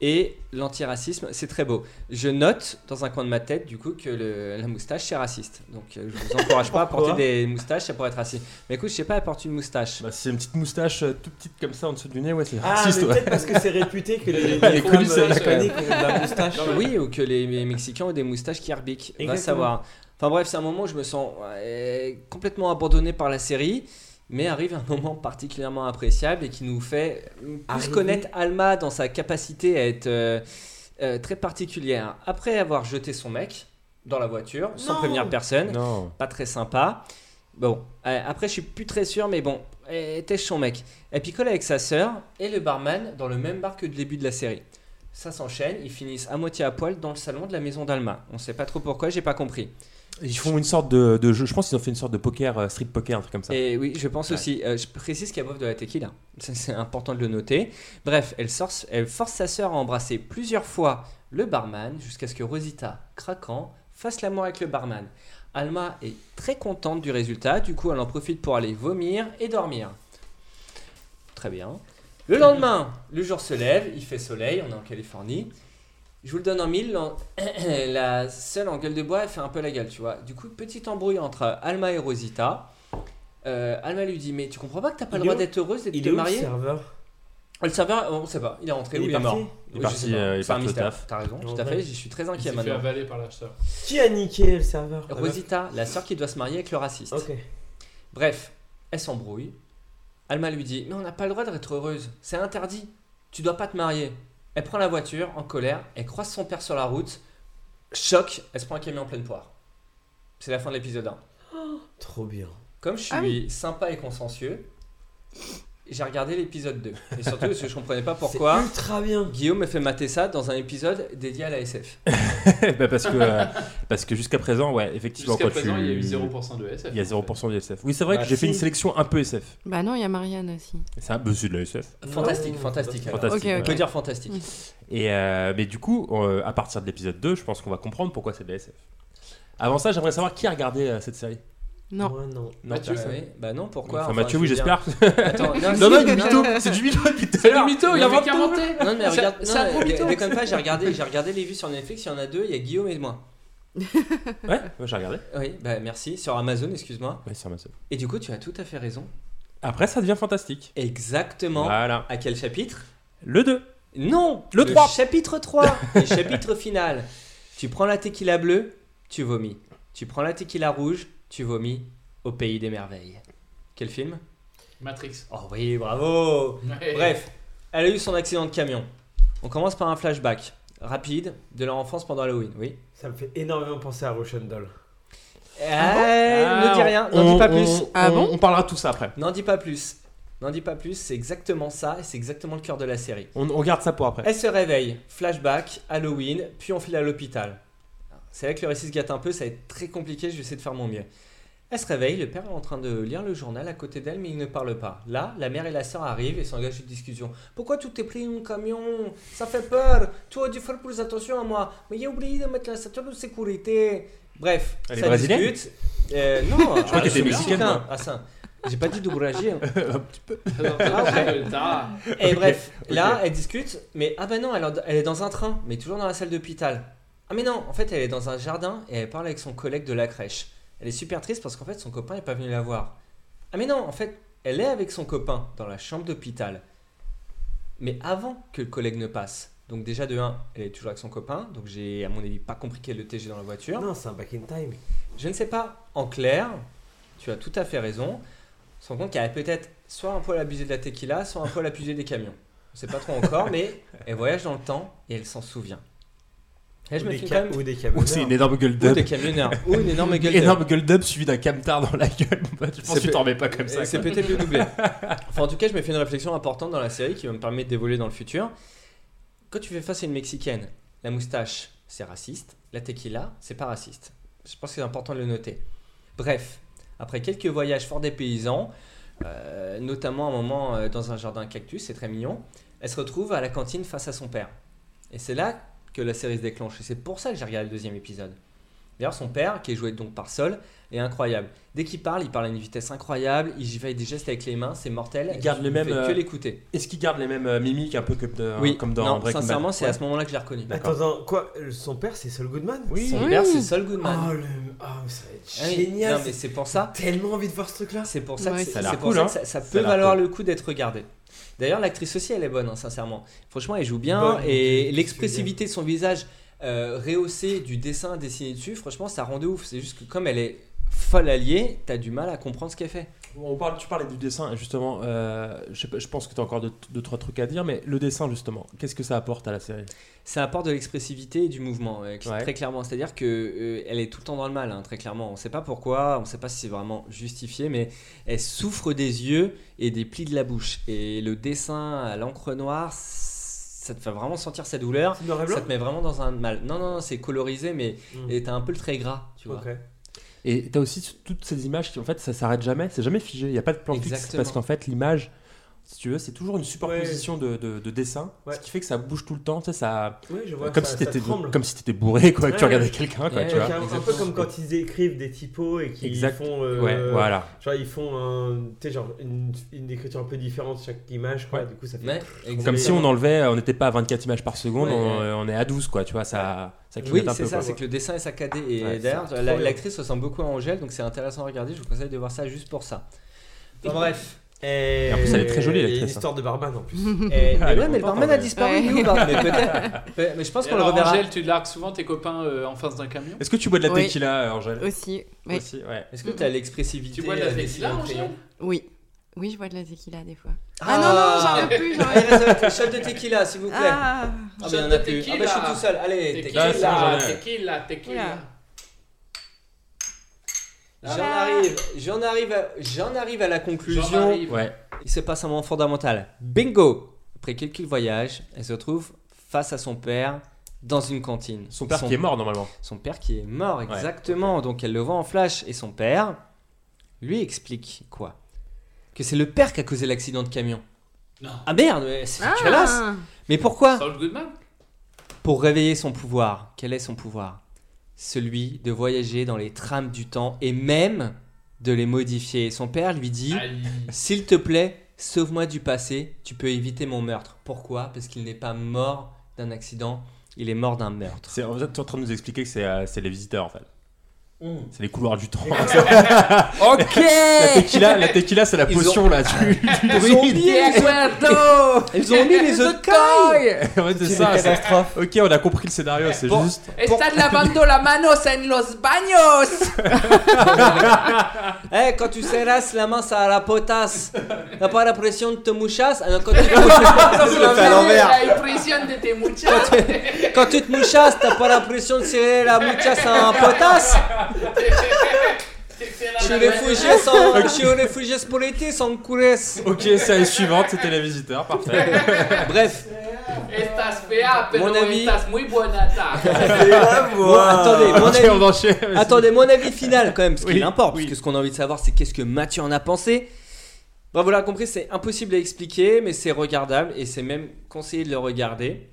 [SPEAKER 8] et l'antiracisme. C'est très beau. Je note dans un coin de ma tête, du coup, que le- la moustache, c'est raciste. Donc, euh, je vous encourage pas à porter
[SPEAKER 9] Pourquoi
[SPEAKER 8] des moustaches, ça pourrait être raciste. Mais écoute, je sais pas, elle porte une moustache.
[SPEAKER 9] Bah, c'est une petite moustache euh, tout petite comme ça en dessous du nez, ouais, c'est
[SPEAKER 10] Ah,
[SPEAKER 9] raciste.
[SPEAKER 10] mais
[SPEAKER 9] ouais.
[SPEAKER 10] peut-être parce que c'est réputé que les-
[SPEAKER 9] Elle est
[SPEAKER 10] les
[SPEAKER 9] connue,
[SPEAKER 10] femmes,
[SPEAKER 9] celle-là,
[SPEAKER 10] euh,
[SPEAKER 9] quand même.
[SPEAKER 10] hispaniques ont de la moustache.
[SPEAKER 8] Oui, ou que les, les Mexicains ont des moustaches qui herbiquent. Va
[SPEAKER 10] Exactement.
[SPEAKER 8] savoir. Enfin bref, c'est un moment où je me sens euh, complètement abandonné par la série, mais arrive un moment particulièrement appréciable et qui nous fait plus
[SPEAKER 10] Arriver.
[SPEAKER 8] connaître Alma dans sa capacité à être euh, euh, très particulière. Après avoir jeté son mec dans la voiture, sans
[SPEAKER 10] Non.
[SPEAKER 8] prévenir personne, pas très sympa. Bon, euh, après je suis plus très sûr, mais bon, elle tèche son mec. Elle picole avec sa sœur et le barman dans le même bar que le début de la série. Ça s'enchaîne, ils finissent à moitié à poil dans le salon de la maison d'Alma. On sait pas trop pourquoi, j'ai pas compris.
[SPEAKER 9] Ils font une sorte de, de jeu, je pense qu'ils ont fait une sorte de poker, euh, street poker, un truc comme ça.
[SPEAKER 8] Et oui, je pense
[SPEAKER 9] Ouais.
[SPEAKER 8] aussi. euh, je précise qu'il y a bof de la tequila. Ça, C'est important de le noter. Bref, elle, sort, elle force sa sœur à embrasser plusieurs fois le barman jusqu'à ce que Rosita, craquant, fasse l'amour avec le barman. Alma est très contente du résultat. Du coup, elle en profite pour aller vomir et dormir. Très bien. Le lendemain, le jour se lève, il fait soleil, on est en Californie. Je vous le donne en mille, l'en- la seule en gueule de bois, elle fait un peu la gueule, tu vois. Du coup, petite embrouille entre Alma et Rosita. Euh, Alma lui dit Mais tu comprends pas que t'as pas
[SPEAKER 10] Il
[SPEAKER 8] le
[SPEAKER 10] est
[SPEAKER 8] droit
[SPEAKER 10] où-
[SPEAKER 8] d'être heureuse et de
[SPEAKER 10] il
[SPEAKER 8] te
[SPEAKER 10] est où, le
[SPEAKER 8] marier
[SPEAKER 10] serveur
[SPEAKER 8] Le serveur, on sait pas, il est rentré
[SPEAKER 10] Il
[SPEAKER 8] ou
[SPEAKER 10] est
[SPEAKER 8] il est mort.
[SPEAKER 10] parti
[SPEAKER 9] Il est
[SPEAKER 8] Oui, je
[SPEAKER 9] parti,
[SPEAKER 8] sais pas.
[SPEAKER 9] euh, il est
[SPEAKER 8] C'est un
[SPEAKER 9] parti au
[SPEAKER 8] mystère.
[SPEAKER 9] taf.
[SPEAKER 8] T'as raison,
[SPEAKER 10] Ouais.
[SPEAKER 8] tout à fait, je suis très
[SPEAKER 12] Il
[SPEAKER 8] inquiet
[SPEAKER 12] s'est fait
[SPEAKER 8] maintenant.
[SPEAKER 12] avaler par la sœur.
[SPEAKER 10] Qui a niqué le serveur La meuf.
[SPEAKER 8] Rosita, la sœur qui doit se marier avec le raciste.
[SPEAKER 10] Ok.
[SPEAKER 8] Bref, elle s'embrouille. Alma lui dit Mais on n'a pas le droit d'être heureuse, c'est interdit. Tu dois pas te marier. Elle prend la voiture, en colère, elle croise son père sur la route. Choc, elle se prend un camion en pleine poire. C'est la fin de l'épisode 1.
[SPEAKER 10] Trop bien.
[SPEAKER 8] Comme je suis
[SPEAKER 10] Ah oui.
[SPEAKER 8] sympa et consciencieux, j'ai regardé l'épisode 2. Et surtout parce que je comprenais pas pourquoi.
[SPEAKER 10] ultra bien.
[SPEAKER 8] Guillaume me fait mater ça dans un épisode dédié à la SF.
[SPEAKER 9] Bah, parce que, euh, parce que jusqu'à présent, ouais, effectivement.
[SPEAKER 12] Jusqu'à
[SPEAKER 9] quand tu-
[SPEAKER 12] présent, il y a eu 0% de SF,
[SPEAKER 9] Il y a
[SPEAKER 12] en fait.
[SPEAKER 9] 0% de SF. Oui, c'est vrai
[SPEAKER 12] Bah,
[SPEAKER 9] que j'ai fait
[SPEAKER 12] si.
[SPEAKER 9] une sélection un peu SF.
[SPEAKER 11] Bah non, il y a Marianne aussi.
[SPEAKER 9] C'est un peu de la SF.
[SPEAKER 8] Fantastique, fantastique. alors.
[SPEAKER 9] Fantastique,
[SPEAKER 11] Ok,
[SPEAKER 8] On
[SPEAKER 11] ok.
[SPEAKER 8] peut dire fantastique.
[SPEAKER 9] Et euh, mais du coup, euh, à partir de l'épisode 2, je pense qu'on va comprendre pourquoi c'est de la SF. Avant ça, j'aimerais savoir qui a regardé euh, cette série.
[SPEAKER 11] Non.
[SPEAKER 10] Moi, non.
[SPEAKER 9] Non,
[SPEAKER 8] Mathieu,
[SPEAKER 9] personne.
[SPEAKER 8] oui. Bah non, pourquoi
[SPEAKER 9] Enfin,
[SPEAKER 8] Enfin,
[SPEAKER 9] Mathieu,
[SPEAKER 8] je
[SPEAKER 9] oui,
[SPEAKER 8] veux
[SPEAKER 9] j'espère.
[SPEAKER 8] dire- Attends,
[SPEAKER 9] non, non, il est
[SPEAKER 11] Ah,
[SPEAKER 9] mytho. C'est du mytho depuis tout à l'heure.
[SPEAKER 8] Non, mais-
[SPEAKER 12] inventé.
[SPEAKER 8] Non, mais
[SPEAKER 12] C'est-
[SPEAKER 8] regarde,
[SPEAKER 12] c'est un
[SPEAKER 8] non,
[SPEAKER 12] gros mytho.
[SPEAKER 8] mais comme pas, j'ai regardé, j'ai regardé les vues sur Netflix, il y en a deux, il y a Guillaume et moi.
[SPEAKER 9] Ouais, moi j'ai regardé.
[SPEAKER 8] Oui, bah merci, sur Amazon, excuse-moi.
[SPEAKER 9] Ouais, sur Amazon.
[SPEAKER 8] Et du coup, tu as tout à fait raison.
[SPEAKER 9] Après, ça devient fantastique.
[SPEAKER 8] Exactement.
[SPEAKER 9] Voilà.
[SPEAKER 8] À quel chapitre
[SPEAKER 9] Le 2.
[SPEAKER 8] Non
[SPEAKER 9] Le 3.
[SPEAKER 8] Chapitre 3 Le chapitre final. Tu prends la tequila bleue, tu vomis. Tu prends la tequila rouge, tu vomis. Au pays des merveilles. Quel film
[SPEAKER 12] Matrix.
[SPEAKER 8] Oh oui, bravo
[SPEAKER 12] Ouais.
[SPEAKER 8] Bref, elle a eu son accident de camion. On commence par un flashback rapide de leur enfance pendant Halloween, oui.
[SPEAKER 10] Ça me fait énormément penser à Russian Doll.
[SPEAKER 8] Eh, ne dis rien, n'en
[SPEAKER 9] Ah, on-
[SPEAKER 8] dis pas
[SPEAKER 9] on-
[SPEAKER 8] plus.
[SPEAKER 9] on- Ah bon on parlera de tout ça après.
[SPEAKER 8] N'en dis pas plus. N'en dis pas plus, c'est exactement ça et c'est exactement le cœur de la série.
[SPEAKER 9] On, on garde ça pour après.
[SPEAKER 8] Elle se réveille, flashback, Halloween, puis on file à l'hôpital. C'est là que le récit se gâte un peu, ça va être très compliqué, je vais essayer de faire mon mieux. Elle se réveille, le père est en train de lire le journal à côté d'elle, mais il ne parle pas. Là, la mère et la sœur arrivent et s'engagent une discussion. Pourquoi tu t'es pris un camion Ça fait peur Toi, tu dû faire plus attention à moi Mais j'ai oublié de mettre la ceinture de sécurité Bref,
[SPEAKER 9] Elle est
[SPEAKER 8] ça
[SPEAKER 9] brésilienne
[SPEAKER 8] discute. Euh, non,
[SPEAKER 9] Je crois qu'elle était
[SPEAKER 8] c'est
[SPEAKER 9] mexicaine,
[SPEAKER 8] mexicain.
[SPEAKER 9] moi.
[SPEAKER 8] Ah, ça. J'ai pas dit d'oubrager. hein.
[SPEAKER 9] Un petit peu.
[SPEAKER 8] Ah, ouais.
[SPEAKER 12] Ah.
[SPEAKER 8] Et
[SPEAKER 12] Ok,
[SPEAKER 8] Eh, bref,
[SPEAKER 12] ok.
[SPEAKER 8] là, elle discute, mais ah bah non, elle, en- elle est dans un train, mais toujours dans la salle d'hôpital. Ah mais non, en fait, elle est dans un jardin et elle parle avec son collègue de la crèche. Elle est super triste parce qu'en fait, son copain n'est pas venu la voir. Ah mais non, en fait, elle est avec son copain dans la chambre d'hôpital. Mais avant que le collègue ne passe. Donc déjà de 1, elle est toujours avec son copain, donc j'ai à mon avis pas compris qu'elle le TG dans la voiture.
[SPEAKER 10] Non, c'est un back in time.
[SPEAKER 8] Je ne sais pas. En clair, tu as tout à fait raison. On se rend compte qu'elle a peut-être soit un poil abusé de la tequila, soit un poil abusé des camions. On ne sait pas trop encore, mais elle voyage dans le temps et elle s'en souvient. Eh, je
[SPEAKER 10] Ou
[SPEAKER 8] me
[SPEAKER 10] des
[SPEAKER 8] filme
[SPEAKER 10] ca-
[SPEAKER 8] quand même.
[SPEAKER 10] ou des
[SPEAKER 9] Ou Oh, c'est une énorme gueule d'up.
[SPEAKER 8] Ou des camionneurs. Ou une énorme gueule d'up.
[SPEAKER 9] énorme gueule d'up suivie d'un camtar dans la gueule. mon pote. Je pense que tu t'en remets pas comme ça.
[SPEAKER 8] C'est
[SPEAKER 9] quoi.
[SPEAKER 8] peut-être le doublé. Enfin, en tout cas, je me fais une réflexion importante dans la série qui va me permettre d'évoluer dans le futur. Quand tu fais face à une Mexicaine, la moustache, c'est raciste. La tequila, c'est pas raciste. Je pense que c'est important de le noter. Bref, après quelques voyages fort des paysans, notamment un moment euh, dans un jardin cactus, c'est très mignon, elle se retrouve à la cantine face à son père. Et c'est là que la série se déclenche. Et c'est pour ça que j'ai regardé le deuxième épisode. D'ailleurs, son père, qui est joué donc par Sol, est incroyable. Dès qu'il parle, il parle à une vitesse incroyable, il fait des gestes avec les mains, c'est mortel.
[SPEAKER 9] Il garde
[SPEAKER 8] Je
[SPEAKER 9] les
[SPEAKER 8] ne
[SPEAKER 9] mêmes.
[SPEAKER 8] fais
[SPEAKER 9] euh,
[SPEAKER 8] que l'écouter.
[SPEAKER 9] Est-ce qu'il garde les mêmes euh, mimiques un peu comme dans,
[SPEAKER 8] Oui,
[SPEAKER 9] comme dans
[SPEAKER 8] non,
[SPEAKER 9] Breaking Bad
[SPEAKER 8] sincèrement, c'est
[SPEAKER 9] Ouais.
[SPEAKER 8] à ce moment-là que je l'ai reconnu.
[SPEAKER 10] Attends, attends, quoi euh, Son père, c'est Saul Goodman
[SPEAKER 8] Son père, c'est Sol Goodman.
[SPEAKER 10] Oh, le... ah, mais ça va être
[SPEAKER 8] Ah oui.
[SPEAKER 10] génial.
[SPEAKER 8] Non, mais c'est pour ça.
[SPEAKER 10] Tellement envie de voir ce truc-là.
[SPEAKER 8] C'est pour ça
[SPEAKER 10] Ouais,
[SPEAKER 8] que,
[SPEAKER 10] ça a
[SPEAKER 8] c'est-
[SPEAKER 10] l'air
[SPEAKER 8] c'est pour
[SPEAKER 10] cool,
[SPEAKER 8] ça
[SPEAKER 10] hein.
[SPEAKER 8] que ça,
[SPEAKER 10] Ça
[SPEAKER 8] ça peut
[SPEAKER 10] a l'air
[SPEAKER 8] valoir le coup d'être regardé. D'ailleurs, l'actrice aussi, elle est bonne, hein, sincèrement. Franchement, elle joue bien
[SPEAKER 10] Bonne,
[SPEAKER 8] et l'expressivité de son visage euh, rehaussée du dessin dessiné dessus, franchement, ça rend de ouf. C'est juste que comme elle est folle alliée, t'as du mal à comprendre ce qu'elle fait.
[SPEAKER 9] On parle, tu parlais du dessin, justement. euh, je, sais pas, je pense que tu as encore deux, deux, trois trucs à dire, mais le dessin, justement, qu'est-ce que ça apporte à la série
[SPEAKER 8] Ça apporte de l'expressivité et du mouvement, euh, cl-
[SPEAKER 9] Ouais.
[SPEAKER 8] très clairement. C'est-à-dire que euh, elle est tout le temps dans le mal, hein, très clairement. On ne sait pas pourquoi, on ne sait pas si c'est vraiment justifié, mais elle souffre des yeux et des plis de la bouche. Et le dessin à l'encre noire, c- ça te fait vraiment sentir sa douleur.
[SPEAKER 10] C'est noir et blanc
[SPEAKER 8] Ça te met vraiment dans un mal. Non, non, non, c'est colorisé, mais
[SPEAKER 10] Mm.
[SPEAKER 8] et t'as un peu le trait gras, tu vois.
[SPEAKER 10] Ok.
[SPEAKER 9] Et tu as aussi toutes ces images qui, en fait, ça s'arrête jamais, c'est jamais figé, il n'y a pas de plan fixe,
[SPEAKER 8] Exactement.
[SPEAKER 9] parce qu'en fait, l'image, si tu veux, c'est toujours une superposition de, de, de dessins,
[SPEAKER 10] Ouais.
[SPEAKER 9] ce qui fait que ça bouge tout le temps, tu sais, ça.
[SPEAKER 10] Oui, je vois,
[SPEAKER 9] comme,
[SPEAKER 10] ça-
[SPEAKER 9] si
[SPEAKER 10] ça
[SPEAKER 9] t'étais-
[SPEAKER 10] tremble.
[SPEAKER 9] comme si t'étais bourré, quoi, que tu
[SPEAKER 10] Ouais,
[SPEAKER 9] regardais
[SPEAKER 10] ouais.
[SPEAKER 9] quelqu'un, quoi,
[SPEAKER 10] Ouais,
[SPEAKER 9] Eh, tu vois.
[SPEAKER 10] c'est un- un peu comme quand ils écrivent des typos et qu'ils
[SPEAKER 9] Exact.
[SPEAKER 10] font. euh,
[SPEAKER 9] Ouais, voilà.
[SPEAKER 10] Genre, ils font un- tu sais, genre, une, une écriture un peu différente chaque image, quoi. Du coup, ça fait.
[SPEAKER 8] Ouais,
[SPEAKER 9] Comme si on
[SPEAKER 10] en
[SPEAKER 9] enlevait, euh, on n'était pas à 24 images par seconde,
[SPEAKER 10] Ouais.
[SPEAKER 9] on, euh, on est à 12, quoi, tu vois, ça, ça
[SPEAKER 8] Oui,
[SPEAKER 9] clignote un peu.
[SPEAKER 8] c'est ça,
[SPEAKER 9] quoi.
[SPEAKER 8] c'est que le dessin est saccadé. Et
[SPEAKER 9] Ouais,
[SPEAKER 8] d'ailleurs,
[SPEAKER 9] c'est
[SPEAKER 8] la-
[SPEAKER 9] trop bien.
[SPEAKER 8] l'actrice ressemble beaucoup à Angèle, donc c'est intéressant à regarder. Je vous conseille de voir ça juste pour ça. Enfin, bref.
[SPEAKER 10] Et...
[SPEAKER 9] Et en plus, elle est très jolie,
[SPEAKER 10] Il y a
[SPEAKER 9] l'actrice,
[SPEAKER 10] une
[SPEAKER 9] hein.
[SPEAKER 10] histoire de barman en plus.
[SPEAKER 8] Et- mais
[SPEAKER 9] Ah, elle est
[SPEAKER 8] ouais, mais le
[SPEAKER 9] contente,
[SPEAKER 8] barman
[SPEAKER 9] hein.
[SPEAKER 8] a disparu,
[SPEAKER 12] Ouais.
[SPEAKER 8] nous, bah, mais peut-être. Peut- Mais je pense
[SPEAKER 12] Et
[SPEAKER 8] qu'on le
[SPEAKER 12] alors,
[SPEAKER 8] reverra.
[SPEAKER 12] Angèle, tu largues souvent tes copains euh, en face d'un camion
[SPEAKER 9] Est-ce que tu bois de la
[SPEAKER 12] Oui.
[SPEAKER 9] tequila, euh, Angèle
[SPEAKER 11] Aussi, oui.
[SPEAKER 9] Aussi, ouais.
[SPEAKER 8] Est-ce que t'as l'expressivité
[SPEAKER 12] Tu bois de la
[SPEAKER 8] euh, dessinée
[SPEAKER 12] tequila,
[SPEAKER 8] au
[SPEAKER 12] Angèle
[SPEAKER 8] crayon
[SPEAKER 11] Oui. Oui, je bois de la tequila des fois. Ah, non, non, j'en veux plus, j'en
[SPEAKER 8] Ah, Il
[SPEAKER 11] veux
[SPEAKER 8] reste un shot de tequila, s'il vous plaît.
[SPEAKER 11] Ah.
[SPEAKER 8] Ah, mais il y en a plus. Ah, bah, je suis tout seul. Allez,
[SPEAKER 12] tequila,
[SPEAKER 8] tequila.
[SPEAKER 12] euh, tequila, tequila, tequila.
[SPEAKER 8] J'en arrive, j'en arrive, à- j'en arrive à la
[SPEAKER 12] J'en
[SPEAKER 8] conclusion.
[SPEAKER 12] arrive. Ouais.
[SPEAKER 8] Il se passe un moment fondamental. Bingo. Après quelques voyages, elle se retrouve face à son père dans une cantine.
[SPEAKER 9] Son père qui est mort, normalement.
[SPEAKER 8] Son père qui est mort, exactement. Donc elle le voit en flash et son père lui explique quoi Que c'est le père qui a causé l'accident de camion.
[SPEAKER 12] Non.
[SPEAKER 8] Ah merde, mais c'est
[SPEAKER 12] Ah.
[SPEAKER 8] dégueulasse. Mais pourquoi
[SPEAKER 12] Saul Goodman
[SPEAKER 8] Pour réveiller son pouvoir. Quel est son pouvoir Celui de voyager dans les trames du temps et même de les modifier. Et son père lui
[SPEAKER 12] Ah.
[SPEAKER 8] dit S'il te plaît, sauve-moi du passé, tu peux éviter mon meurtre. Pourquoi Parce qu'il n'est pas mort d'un accident, il est mort d'un meurtre.
[SPEAKER 9] C'est- en fait, tu es en train de nous expliquer que c'est euh, c'est les visiteurs, en fait. C'est les couloirs du temps.
[SPEAKER 8] Mmh. Ok.
[SPEAKER 9] La tequila, la tequila c'est la
[SPEAKER 8] Ils
[SPEAKER 9] potion
[SPEAKER 8] ont-
[SPEAKER 9] là. Du, du
[SPEAKER 8] Ils ont
[SPEAKER 9] druide.
[SPEAKER 8] mis les Ils ont mis les ocailles
[SPEAKER 9] Ouais, c'est ça.
[SPEAKER 8] une
[SPEAKER 9] c'est- Ok, on a compris le scénario, c'est juste.
[SPEAKER 16] Estás lavando la manos en los baños.
[SPEAKER 8] Eh, quand tu serras la main, ça a la potasse. T'as pas la pression de te mouchasses Ah non, quand tu te
[SPEAKER 10] à l'envers.
[SPEAKER 12] La impression de tes muchachos.
[SPEAKER 8] Quand tu te mouchasses, t'as pas la pression de serrer la mouchasse en potasse Je suis réfugié sans. Je suis réfugié pour l'été sans couresse.
[SPEAKER 9] Ok, série suivante, c'était les visiteurs, parfait.
[SPEAKER 8] Bref,
[SPEAKER 12] Estás fea, pero
[SPEAKER 8] Mon avis-
[SPEAKER 12] estás muy buena tarde.
[SPEAKER 8] Bon, attendez, mon
[SPEAKER 9] Ok,
[SPEAKER 8] avis,
[SPEAKER 9] on va enchaîner, vas-y.
[SPEAKER 8] attendez, mon avis final quand même, ce qui
[SPEAKER 9] Oui,
[SPEAKER 8] importe, parce que ce qu'on a envie de savoir, c'est qu'est-ce que Mathieu en a pensé. Bon, vous l'avez compris, c'est impossible à expliquer, mais c'est regardable et c'est même conseillé de le regarder.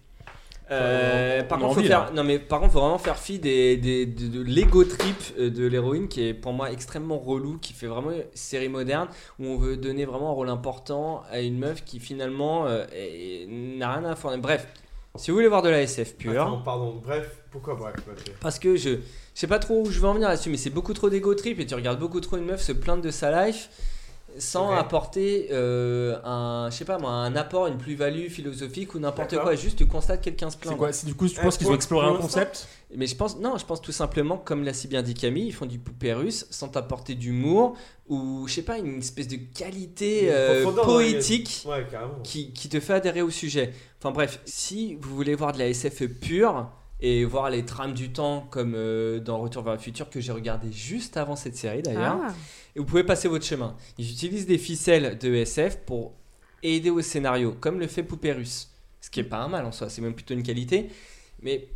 [SPEAKER 8] Euh,
[SPEAKER 9] on
[SPEAKER 8] par
[SPEAKER 9] a
[SPEAKER 8] contre, faut
[SPEAKER 9] envie,
[SPEAKER 8] faire,
[SPEAKER 9] là.
[SPEAKER 8] non mais par contre, faut vraiment faire fi des, des- de, de l'ego trip euh, de l'héroïne qui est pour moi extrêmement relou, qui fait vraiment une série moderne où on veut donner vraiment un rôle important à une meuf qui finalement euh, est- n'a rien à fournir. Bref, si vous voulez voir de la SF pure,
[SPEAKER 10] Attends, ah, pardon, bref, pourquoi bref ok.
[SPEAKER 8] parce que je, je sais pas trop où je veux en venir là-dessus, mais c'est beaucoup trop d'ego trip et tu regardes beaucoup trop une meuf se plaindre de sa life sans apporter euh, un, je sais pas moi, un apport, une plus-value philosophique ou n'importe quoi. Juste tu constates quelqu'un se plaindre.
[SPEAKER 9] C'est quoi C'est- du coup, tu Eh,
[SPEAKER 8] Euh,
[SPEAKER 9] penses qu'ils pour- ont exploré pour un l'instant- concept
[SPEAKER 8] Mais je pense, non, je pense tout simplement, comme l'a si bien dit Camille, ils font du poupée russe sans apporter d'humour ou je sais pas, une espèce de qualité
[SPEAKER 10] Une
[SPEAKER 8] euh,
[SPEAKER 10] profondeur, ouais, il y a-
[SPEAKER 8] poétique
[SPEAKER 10] Ouais, carrément.
[SPEAKER 8] qui, qui te fait adhérer au sujet. Enfin bref, si vous voulez voir de la SF pure, et voir les trames du temps comme euh, dans Retour vers le futur que j'ai regardé juste avant cette série d'ailleurs.
[SPEAKER 11] Ah.
[SPEAKER 8] Et vous pouvez passer votre chemin. Ils utilisent des ficelles de SF pour aider au scénario, comme le fait Poupérus. Ce qui est pas un mal en soi, c'est même plutôt une qualité. Mais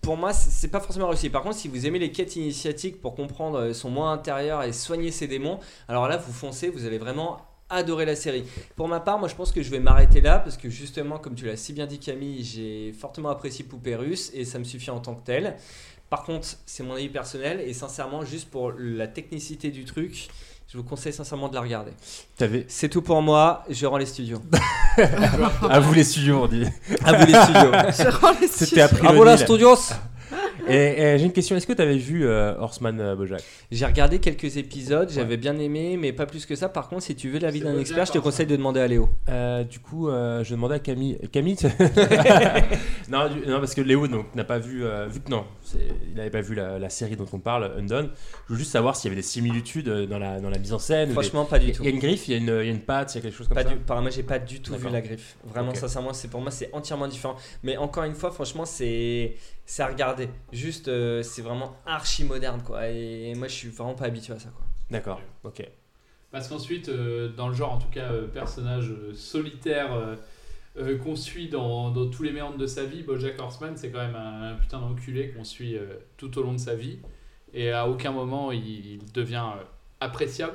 [SPEAKER 8] pour moi, c'est c'est pas forcément réussi. Par contre, si vous aimez les quêtes initiatiques pour comprendre euh, son moi intérieur et soigner ses démons, alors là, vous foncez, vous allez vraiment adorer la série. Pour ma part, moi, je pense que je vais m'arrêter là parce que justement, comme tu l'as si bien dit, Camille, j'ai fortement apprécié Poupérus et ça me suffit en tant que tel. Par contre, c'est mon avis personnel et sincèrement, juste pour la technicité du truc, je vous conseille sincèrement de la regarder. C'est tout pour moi, je rends les studios.
[SPEAKER 9] À vous les studios, on dit.
[SPEAKER 8] À vous les studios.
[SPEAKER 9] C'était après
[SPEAKER 8] À vous la studios.
[SPEAKER 9] Et, et j'ai une question, est-ce que tu avais vu euh, Horseman euh, Bojack
[SPEAKER 8] J'ai regardé quelques épisodes, j'avais bien aimé, mais pas plus que ça. Par contre, si tu veux l'avis d'un expert, je te conseille de demander à Léo.
[SPEAKER 9] du coup, euh, je demandais à Camille. Camille tu- non, du- non, parce que Léo donc, n'a pas vu. euh, vu que non, c'est- il n'avait pas vu la, la série dont on parle, Undone. Je veux juste savoir s'il y avait des similitudes euh, dans la, dans la mise en scène. ou
[SPEAKER 8] Franchement,
[SPEAKER 9] des-
[SPEAKER 8] pas du
[SPEAKER 9] il y a-
[SPEAKER 8] tout.
[SPEAKER 9] Il y a une griffe, il y a une, il y a une patte, il y a quelque chose comme
[SPEAKER 8] Pas
[SPEAKER 9] ça.
[SPEAKER 8] du- par- moi, j'ai pas du tout vu
[SPEAKER 9] D'accord.
[SPEAKER 8] la griffe. Vraiment,
[SPEAKER 9] Ok.
[SPEAKER 8] sincèrement, c'est pour moi, c'est entièrement différent. Mais encore une fois, franchement, c'est c'est à regarder. Juste, euh, c'est vraiment archi moderne, quoi. Et moi, je suis vraiment pas habitué à ça, quoi.
[SPEAKER 9] D'accord, ok.
[SPEAKER 12] Parce qu'ensuite, euh, dans le genre, en tout cas, euh, personnage euh, solitaire euh, euh, qu'on suit dans, dans tous les méandres de sa vie, Bojack Horseman, c'est quand même un, un putain d'enculé qu'on suit euh, tout au long de sa vie. Et à aucun moment, il, il devient euh, appréciable.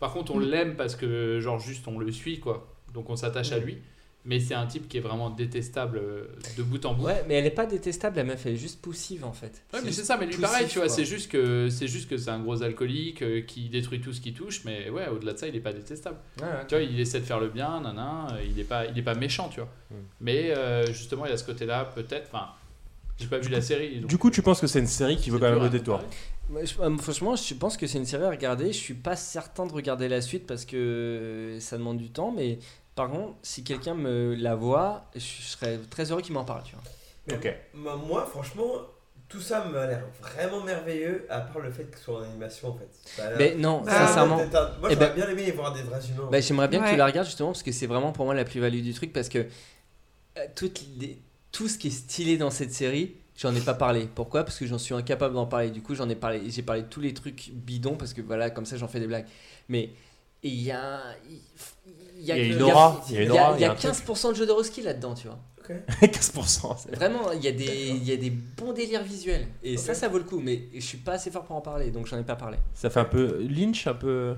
[SPEAKER 12] Par contre, on
[SPEAKER 11] Mm.
[SPEAKER 12] l'aime parce que, genre, juste, on le suit, quoi. Donc, on s'attache à lui. Mais c'est un type qui est vraiment détestable euh, de bout en bout.
[SPEAKER 8] Ouais, mais elle est pas détestable, la meuf, elle est juste poussive, en fait.
[SPEAKER 12] Ouais, mais
[SPEAKER 8] juste
[SPEAKER 12] c'est ça, mais lui
[SPEAKER 8] poussive,
[SPEAKER 12] pareil, tu vois,
[SPEAKER 8] quoi.
[SPEAKER 12] c'est juste que c'est juste que c'est un gros alcoolique euh, qui détruit tout ce qui touche, mais ouais, au-delà de ça, il est pas détestable.
[SPEAKER 8] Ouais, ouais.
[SPEAKER 12] Tu vois, il essaie de faire le bien, nanan, euh, il est pas il est pas méchant, tu vois.
[SPEAKER 9] Mm.
[SPEAKER 12] Mais euh, justement, il y a ce côté-là, peut-être. Enfin, j'ai pas vu la série. donc-
[SPEAKER 9] Du coup, tu penses que c'est une série qui vaut quand même
[SPEAKER 12] dur
[SPEAKER 9] le
[SPEAKER 12] à
[SPEAKER 9] détour
[SPEAKER 8] Moi, je- euh, franchement, je pense que c'est une série à regarder. Je suis pas certain de regarder la suite parce que euh, ça demande du temps, mais par contre, si quelqu'un me la voit, je serais très heureux qu'il m'en parle, tu vois.
[SPEAKER 10] Mais
[SPEAKER 9] Ok.
[SPEAKER 10] moi- Moi, franchement, tout ça m'a l'air vraiment merveilleux, à part le fait que ce soit en animation en fait. Ça a l'air-
[SPEAKER 8] Mais non,
[SPEAKER 12] Ah,
[SPEAKER 10] Ça a l'air
[SPEAKER 8] sincèrement.
[SPEAKER 10] d'être un- Moi,
[SPEAKER 8] Eh
[SPEAKER 10] j'aurais
[SPEAKER 8] ben-
[SPEAKER 10] bien aimé y voir des vrais humains. en
[SPEAKER 8] Bah,
[SPEAKER 9] ben,
[SPEAKER 10] fait.
[SPEAKER 8] J'aimerais bien que
[SPEAKER 10] Ouais.
[SPEAKER 8] tu la regardes justement parce que c'est vraiment pour moi la plus-value du truc parce que euh, toutes les- tout ce qui est stylé dans cette série, j'en ai pas parlé. Pourquoi Parce que j'en suis incapable d'en parler. Du coup, j'en ai parlé. J'ai parlé de tous les trucs bidons parce que voilà, comme ça, j'en fais des blagues. Mais et il y a, un- il
[SPEAKER 9] Il y a une aura, il y a une aura,
[SPEAKER 8] il y a
[SPEAKER 9] un truc.
[SPEAKER 8] 15% de jeu de Roski là-dedans, tu vois.
[SPEAKER 9] 15%. c'est-
[SPEAKER 8] Vraiment, il y, a des, il y a des bons délires visuels. Et ça, ça vaut le coup. Mais je suis pas assez fort pour en parler, donc j'en ai pas parlé.
[SPEAKER 9] Ça fait un peu Lynch, un peu.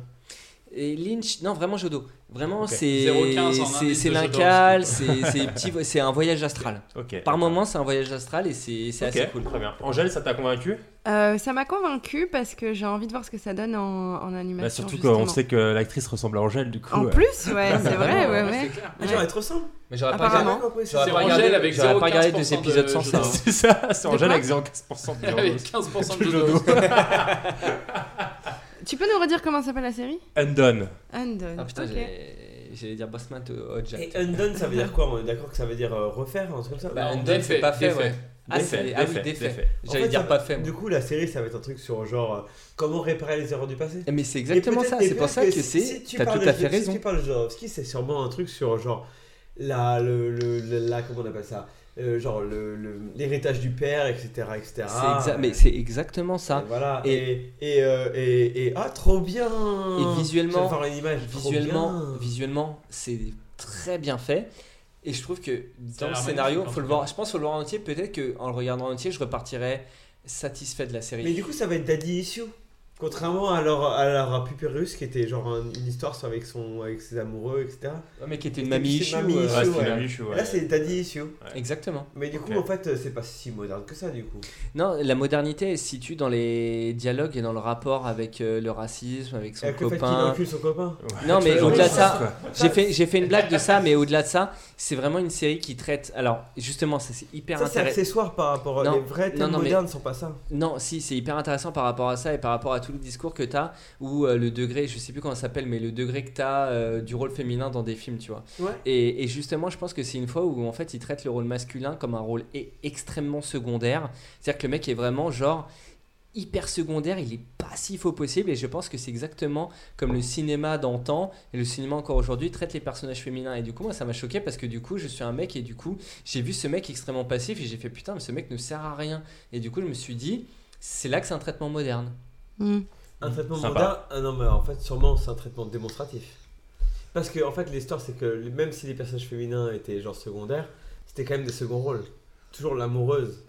[SPEAKER 8] Et Lynch, non, vraiment Jodo. Vraiment,
[SPEAKER 9] Ok.
[SPEAKER 8] c'est
[SPEAKER 12] 0,15 en
[SPEAKER 8] c'est-
[SPEAKER 12] indice
[SPEAKER 8] c'est
[SPEAKER 12] de Jodo.
[SPEAKER 8] l'incal, c'est c'est petit vo- c'est un voyage astral.
[SPEAKER 9] Ok,
[SPEAKER 8] Par moment, c'est un voyage astral et c'est c'est
[SPEAKER 9] Ok,
[SPEAKER 8] assez cool.
[SPEAKER 9] Très bien. Angèle, ça t'a convaincu
[SPEAKER 11] Euh, ça m'a convaincu parce que j'ai envie de voir ce que ça donne en, en animation.
[SPEAKER 9] Bah, Surtout
[SPEAKER 11] justement.
[SPEAKER 9] qu'on sait que l'actrice ressemble à Angèle, du coup.
[SPEAKER 11] En
[SPEAKER 9] euh,
[SPEAKER 11] plus, ouais, c'est vrai, Ah ouais,
[SPEAKER 12] Ouais, c'est
[SPEAKER 11] ouais.
[SPEAKER 12] clair.
[SPEAKER 10] Mais genre, elle te ressemble.
[SPEAKER 8] Mais j'aurais pas
[SPEAKER 11] Apparemment.
[SPEAKER 8] regardé-
[SPEAKER 10] C'est
[SPEAKER 8] j'aurais pas
[SPEAKER 12] Angèle
[SPEAKER 8] regardé-
[SPEAKER 12] avec
[SPEAKER 8] j'aurais pas regardé
[SPEAKER 12] 0,15%
[SPEAKER 8] deux
[SPEAKER 12] de
[SPEAKER 8] épisodes sans
[SPEAKER 12] Jodo.
[SPEAKER 8] ça. hein.
[SPEAKER 9] C'est ça, c'est
[SPEAKER 11] De
[SPEAKER 9] Angèle
[SPEAKER 11] quoi
[SPEAKER 9] avec 0,15% de
[SPEAKER 12] Avec
[SPEAKER 9] Jodo.
[SPEAKER 12] 15% de
[SPEAKER 9] De
[SPEAKER 12] Jodo.
[SPEAKER 9] Jodo.
[SPEAKER 11] Tu peux nous redire comment s'appelle la série
[SPEAKER 9] Undone.
[SPEAKER 11] Undone.
[SPEAKER 8] Ah putain,
[SPEAKER 11] ok.
[SPEAKER 8] j'ai- j'allais dire Bossman to Hodge.
[SPEAKER 10] Et euh, Undone, ça veut dire quoi On est d'accord que ça veut dire euh, refaire, un truc comme ça
[SPEAKER 8] Bah,
[SPEAKER 10] Non.
[SPEAKER 8] Undone, c'est pas fait,
[SPEAKER 10] Défait.
[SPEAKER 8] ouais. Ah,
[SPEAKER 10] Défait,
[SPEAKER 8] c'est- ah oui,
[SPEAKER 10] défait,
[SPEAKER 8] défait.
[SPEAKER 10] défait.
[SPEAKER 8] J'allais
[SPEAKER 10] En
[SPEAKER 8] dire
[SPEAKER 10] ça
[SPEAKER 8] pas
[SPEAKER 10] va-
[SPEAKER 8] fait, moi.
[SPEAKER 10] Du coup, la série, ça va être un truc sur genre euh, comment réparer les erreurs du passé.
[SPEAKER 8] Eh, Mais c'est
[SPEAKER 10] Et
[SPEAKER 8] exactement
[SPEAKER 10] peut-être
[SPEAKER 8] ça,
[SPEAKER 10] des
[SPEAKER 8] c'est pour
[SPEAKER 10] fois
[SPEAKER 8] ça que c'est-
[SPEAKER 10] si tu
[SPEAKER 8] t'as
[SPEAKER 10] parles
[SPEAKER 8] tout
[SPEAKER 10] de-
[SPEAKER 8] à fait raison.
[SPEAKER 10] Si tu parles de Jodorowsky, c'est sûrement un truc sur genre la, le, le- le- la comment on appelle ça Euh, Genre le- le- l'héritage du père, etc. etc.
[SPEAKER 8] C'est exa- mais c'est exactement ça.
[SPEAKER 10] Et voilà.
[SPEAKER 8] Et-
[SPEAKER 10] Et, et, euh, et- et- ah, trop bien
[SPEAKER 8] Et
[SPEAKER 10] Je vais
[SPEAKER 8] visuellement,
[SPEAKER 10] voir une image, trop bien.
[SPEAKER 8] visuellement, visuellement, c'est très bien fait. Et je trouve que
[SPEAKER 12] Ça a
[SPEAKER 8] dans le
[SPEAKER 12] l'air
[SPEAKER 8] scénario,
[SPEAKER 12] magnifique,
[SPEAKER 8] faut
[SPEAKER 12] en
[SPEAKER 8] le
[SPEAKER 12] tout
[SPEAKER 8] voir. Je pense qu'il faut le voir en entier. Peut-être que en le regardant en entier, je repartirais satisfait de la série.
[SPEAKER 10] Mais du coup, ça va être Daddy Issue. Contrairement à leur, à leur Pupérus, qui était genre un- une histoire sur- avec, son, avec ses amoureux, etc.
[SPEAKER 8] Ouais, mais qui était une
[SPEAKER 10] C'est-
[SPEAKER 8] mamie
[SPEAKER 10] c'est
[SPEAKER 8] issue,
[SPEAKER 10] mamie
[SPEAKER 8] euh,
[SPEAKER 10] issue,
[SPEAKER 8] ouais, c'était
[SPEAKER 10] ouais.
[SPEAKER 8] une mamie issue, ouais.
[SPEAKER 10] Là, c'est Daddy Issue.
[SPEAKER 8] Exactement.
[SPEAKER 10] Mais du coup,
[SPEAKER 8] Ok.
[SPEAKER 10] en fait, euh, c'est pas si moderne que ça, du coup.
[SPEAKER 8] Non, la modernité elle se situe dans les dialogues et dans le rapport avec euh, le racisme, avec son
[SPEAKER 10] Avec le fait qu'il
[SPEAKER 8] copain.
[SPEAKER 10] encule son copain.
[SPEAKER 8] Non, mais
[SPEAKER 10] Ouais,
[SPEAKER 8] au-delà de
[SPEAKER 10] c'est
[SPEAKER 8] ça,
[SPEAKER 10] quoi.
[SPEAKER 8] j'ai fait, j'ai fait une blague de ça, mais au-delà de ça, c'est vraiment une série qui traite. Alors, justement, ça c'est hyper
[SPEAKER 10] Ça, c'est
[SPEAKER 8] intéressant.
[SPEAKER 10] accessoire par rapport- les vrais thèmes modernes sont pas ça.
[SPEAKER 8] Non, si, c'est hyper intéressant par rapport à ça et par rapport à tout le discours que tu as, où euh, le degré, je sais plus comment ça s'appelle, mais le degré que tu as du rôle féminin dans des films, tu vois.
[SPEAKER 10] Ouais.
[SPEAKER 8] Et, et justement, je pense que c'est une fois où en fait, ils traitent le rôle masculin comme un rôle é- extrêmement secondaire. C'est-à-dire que le mec est vraiment genre hyper secondaire, il est pas si faut possible. Et je pense que c'est exactement comme le cinéma d'antan et le cinéma encore aujourd'hui traite les personnages féminins. Et du coup, moi, ça m'a choqué parce que du coup, je suis un mec et du coup, j'ai vu ce mec extrêmement passif et j'ai fait putain, mais ce mec ne sert à rien. Et du coup, je me suis dit, c'est là que c'est un traitement moderne.
[SPEAKER 11] Hmm.
[SPEAKER 10] Un traitement
[SPEAKER 8] Hmm, Sympa.
[SPEAKER 10] mondain, ah non, mais en fait, sûrement, c'est un traitement démonstratif. Parce que, en fait, l'histoire, c'est que les- même si les personnages féminins étaient genre secondaires, c'était quand même des seconds rôles. Toujours l'amoureuse.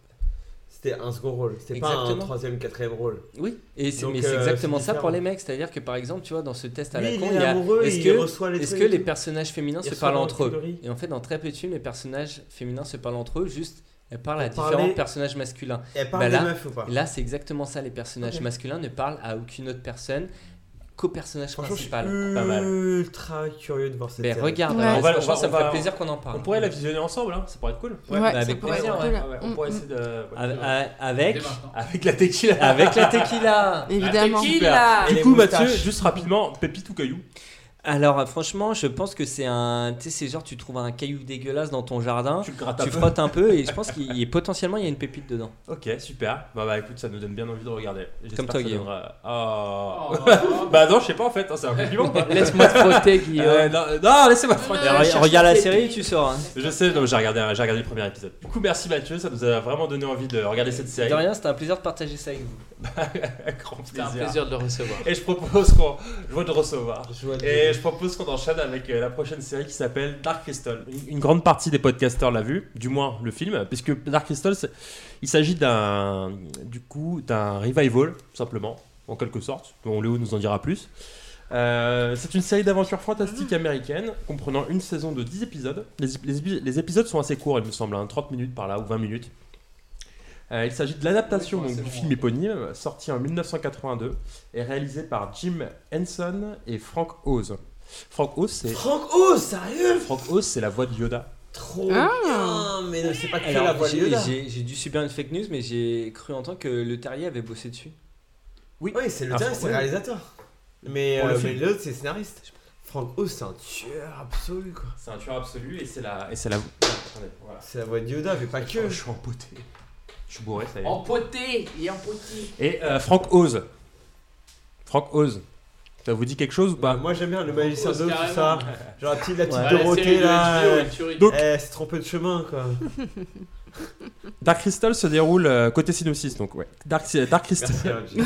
[SPEAKER 10] C'était un second rôle. C'était pas un
[SPEAKER 8] Exactement.
[SPEAKER 10] troisième, quatrième rôle.
[SPEAKER 8] Oui, et c'est,
[SPEAKER 10] Donc,
[SPEAKER 8] mais c'est
[SPEAKER 10] euh,
[SPEAKER 8] exactement
[SPEAKER 10] c'est
[SPEAKER 8] ça pour
[SPEAKER 10] différent.
[SPEAKER 8] les mecs. C'est-à-dire que par exemple, tu vois, dans ce test à
[SPEAKER 10] Lui,
[SPEAKER 8] la
[SPEAKER 10] il
[SPEAKER 8] con,
[SPEAKER 10] est
[SPEAKER 8] il y a-
[SPEAKER 10] amoureux,
[SPEAKER 8] est-ce
[SPEAKER 10] il
[SPEAKER 8] que,
[SPEAKER 10] reçoit les
[SPEAKER 8] est-ce
[SPEAKER 10] trucs
[SPEAKER 8] que
[SPEAKER 10] et
[SPEAKER 8] les
[SPEAKER 10] tout.
[SPEAKER 8] personnages féminins
[SPEAKER 10] Il
[SPEAKER 8] se
[SPEAKER 10] reçoit
[SPEAKER 8] parlent
[SPEAKER 10] dans
[SPEAKER 8] entre
[SPEAKER 10] les
[SPEAKER 8] eux
[SPEAKER 10] théories.
[SPEAKER 8] Et en fait, dans très peu de films, les personnages féminins se parlent entre eux, juste elles parlent à
[SPEAKER 10] Pour
[SPEAKER 8] différents
[SPEAKER 10] parler-
[SPEAKER 8] personnages masculins.
[SPEAKER 10] Elles parlent des
[SPEAKER 8] Bah là,
[SPEAKER 10] meufs ou pas
[SPEAKER 8] Là, c'est exactement ça. Les personnages
[SPEAKER 10] Ok.
[SPEAKER 8] masculins ne parlent à aucune autre personne qu'au personnage principal.
[SPEAKER 10] Pas mal. Ultra curieux de voir cette
[SPEAKER 8] Ben,
[SPEAKER 10] série.
[SPEAKER 8] regarde, alors, franchement, ça me fait plaisir qu'on en parle.
[SPEAKER 9] On pourrait la visionner ensemble, hein, ça pourrait être cool.
[SPEAKER 8] Ouais, Ouais, Bah, ça avec pourrait
[SPEAKER 11] plaisir, être cool. ouais.
[SPEAKER 9] On
[SPEAKER 11] Mm,
[SPEAKER 9] pourrait
[SPEAKER 11] mm.
[SPEAKER 9] essayer de.
[SPEAKER 8] Avec,
[SPEAKER 9] ouais.
[SPEAKER 8] avec,
[SPEAKER 9] Avec la tequila.
[SPEAKER 8] Avec la tequila.
[SPEAKER 11] hmm. Évidemment.
[SPEAKER 9] Super.
[SPEAKER 8] Et
[SPEAKER 9] Du
[SPEAKER 8] les
[SPEAKER 9] coup, Mathieu,
[SPEAKER 8] moustaches.
[SPEAKER 9] juste rapidement, pépite ou caillou
[SPEAKER 8] Alors euh, franchement, je pense que c'est un, tu sais, c'est genre tu trouves un caillou dégueulasse dans ton jardin, tu,
[SPEAKER 9] grattes un peu.
[SPEAKER 8] frottes un peu et je pense qu'il il- potentiellement il y a une pépite dedans.
[SPEAKER 9] Ok, super. Bah, bah écoute, ça nous donne bien envie de regarder. J'espère
[SPEAKER 8] Comme toi,
[SPEAKER 9] que ça
[SPEAKER 8] Guillaume.
[SPEAKER 9] donnera- Oh. bah non, je sais pas en fait, hein, c'est un compliment. quoi.
[SPEAKER 8] Laisse-moi te frotter, Guillaume.
[SPEAKER 9] Euh, non, non, laissez-moi te frotter.
[SPEAKER 8] Mais Ah re- regarde la série, tu hein. sauras.
[SPEAKER 9] Je sais, non, j'ai regardé, j'ai regardé le premier épisode. Du coup, merci Mathieu, ça nous a vraiment donné envie de regarder cette série.
[SPEAKER 8] De rien, c'était un plaisir de partager ça avec vous.
[SPEAKER 9] C'était
[SPEAKER 12] un plaisir de le recevoir.
[SPEAKER 9] Et je propose qu'on. Je vois de recevoir.
[SPEAKER 12] de-
[SPEAKER 9] Et je propose qu'on enchaîne avec euh, la prochaine série qui s'appelle Dark Crystal. Une grande partie des podcasteurs l'a vu, du moins le film, puisque Dark Crystal, c'est- il s'agit d'un. Du coup, d'un revival, tout simplement, en quelque sorte. Bon, Léo nous en dira plus. Euh, c'est une série d'aventures fantastiques américaines comprenant une saison de 10 épisodes. Les, les épis- les épisodes sont assez courts, il me semble, hein, 30 minutes par là ou 20 minutes. Euh, il s'agit de l'adaptation donc, du film éponyme, sorti en 1982 et réalisé par Jim Henson et Frank Oz. Frank Oz, c'est.
[SPEAKER 10] Frank Oz, sérieux
[SPEAKER 9] Frank Oz, c'est la voix de Yoda.
[SPEAKER 10] Trop
[SPEAKER 11] Ah.
[SPEAKER 10] bien, mais non, Euh, c'est pas que
[SPEAKER 8] Alors,
[SPEAKER 10] la voix de
[SPEAKER 8] j'ai-
[SPEAKER 10] Yoda.
[SPEAKER 8] j'ai j'ai dû subir une fake news, mais j'ai cru entendre que le Terrier avait bossé dessus.
[SPEAKER 10] Oui, c'est le
[SPEAKER 8] Ah,
[SPEAKER 10] dernier,
[SPEAKER 8] Frank-
[SPEAKER 10] c'est le
[SPEAKER 8] oui.
[SPEAKER 10] réalisateur. Mais,
[SPEAKER 8] Pour le
[SPEAKER 10] euh, mais
[SPEAKER 8] film.
[SPEAKER 10] l'autre, c'est le scénariste. Frank Oz, c'est un tueur absolu, quoi.
[SPEAKER 9] C'est un tueur absolu et c'est la. Et c'est la... Attendez, voilà.
[SPEAKER 10] C'est la voix de Yoda, mais pas que.
[SPEAKER 9] Oh, Je suis empoté. Je suis bourré, ça y est.
[SPEAKER 12] Empoté, il est empoté.
[SPEAKER 9] Et euh, Frank Oz. Frank Oz. Ça vous dit quelque chose ou pas
[SPEAKER 10] Moi j'aime bien le magicien
[SPEAKER 12] Oz,
[SPEAKER 10] d'eau, tout ça.
[SPEAKER 12] carrément.
[SPEAKER 10] Genre la petite, la petite
[SPEAKER 12] Ouais, la série
[SPEAKER 10] Dorothée
[SPEAKER 12] de
[SPEAKER 10] là.
[SPEAKER 12] HBO,
[SPEAKER 10] euh,
[SPEAKER 12] une tuerie.
[SPEAKER 10] Donc, eh, c'est trompé de chemin quoi.
[SPEAKER 9] Dark Crystal se déroule euh, côté synopsis, donc ouais. Dark, Dark
[SPEAKER 10] Merci,
[SPEAKER 9] Crystal.
[SPEAKER 10] Roger.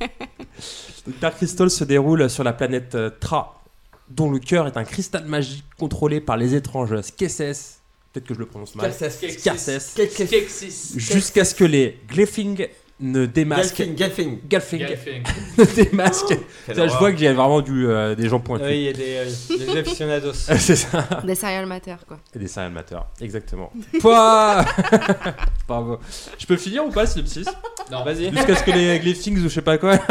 [SPEAKER 9] Donc, Dark Crystal se déroule sur la planète euh, Tra, dont le cœur est un cristal magique contrôlé par les étranges Skesses. Peut-être que je le prononce mal.
[SPEAKER 10] Skeksis.
[SPEAKER 9] Skeksis.
[SPEAKER 10] Skeksis.
[SPEAKER 9] Jusqu'à ce que les Gleffing ne démasquent.
[SPEAKER 10] Galfing, Galfing.
[SPEAKER 9] Galfing.
[SPEAKER 10] Galfing.
[SPEAKER 9] ne démasquent.
[SPEAKER 10] Quelle
[SPEAKER 9] Ça, je vois
[SPEAKER 10] horreur.
[SPEAKER 9] que j'ai vraiment du, euh, des gens pointus.
[SPEAKER 8] Oui, il y a des, euh, des aficionados.
[SPEAKER 9] C'est ça.
[SPEAKER 11] Des serial matter, quoi.
[SPEAKER 9] Et des serial amateurs, exactement. Pouah Bravo. Je peux finir ou pas, synopsis
[SPEAKER 12] Non.
[SPEAKER 8] Vas-y.
[SPEAKER 9] Jusqu'à ce que les Glyphings ou je sais pas quoi de,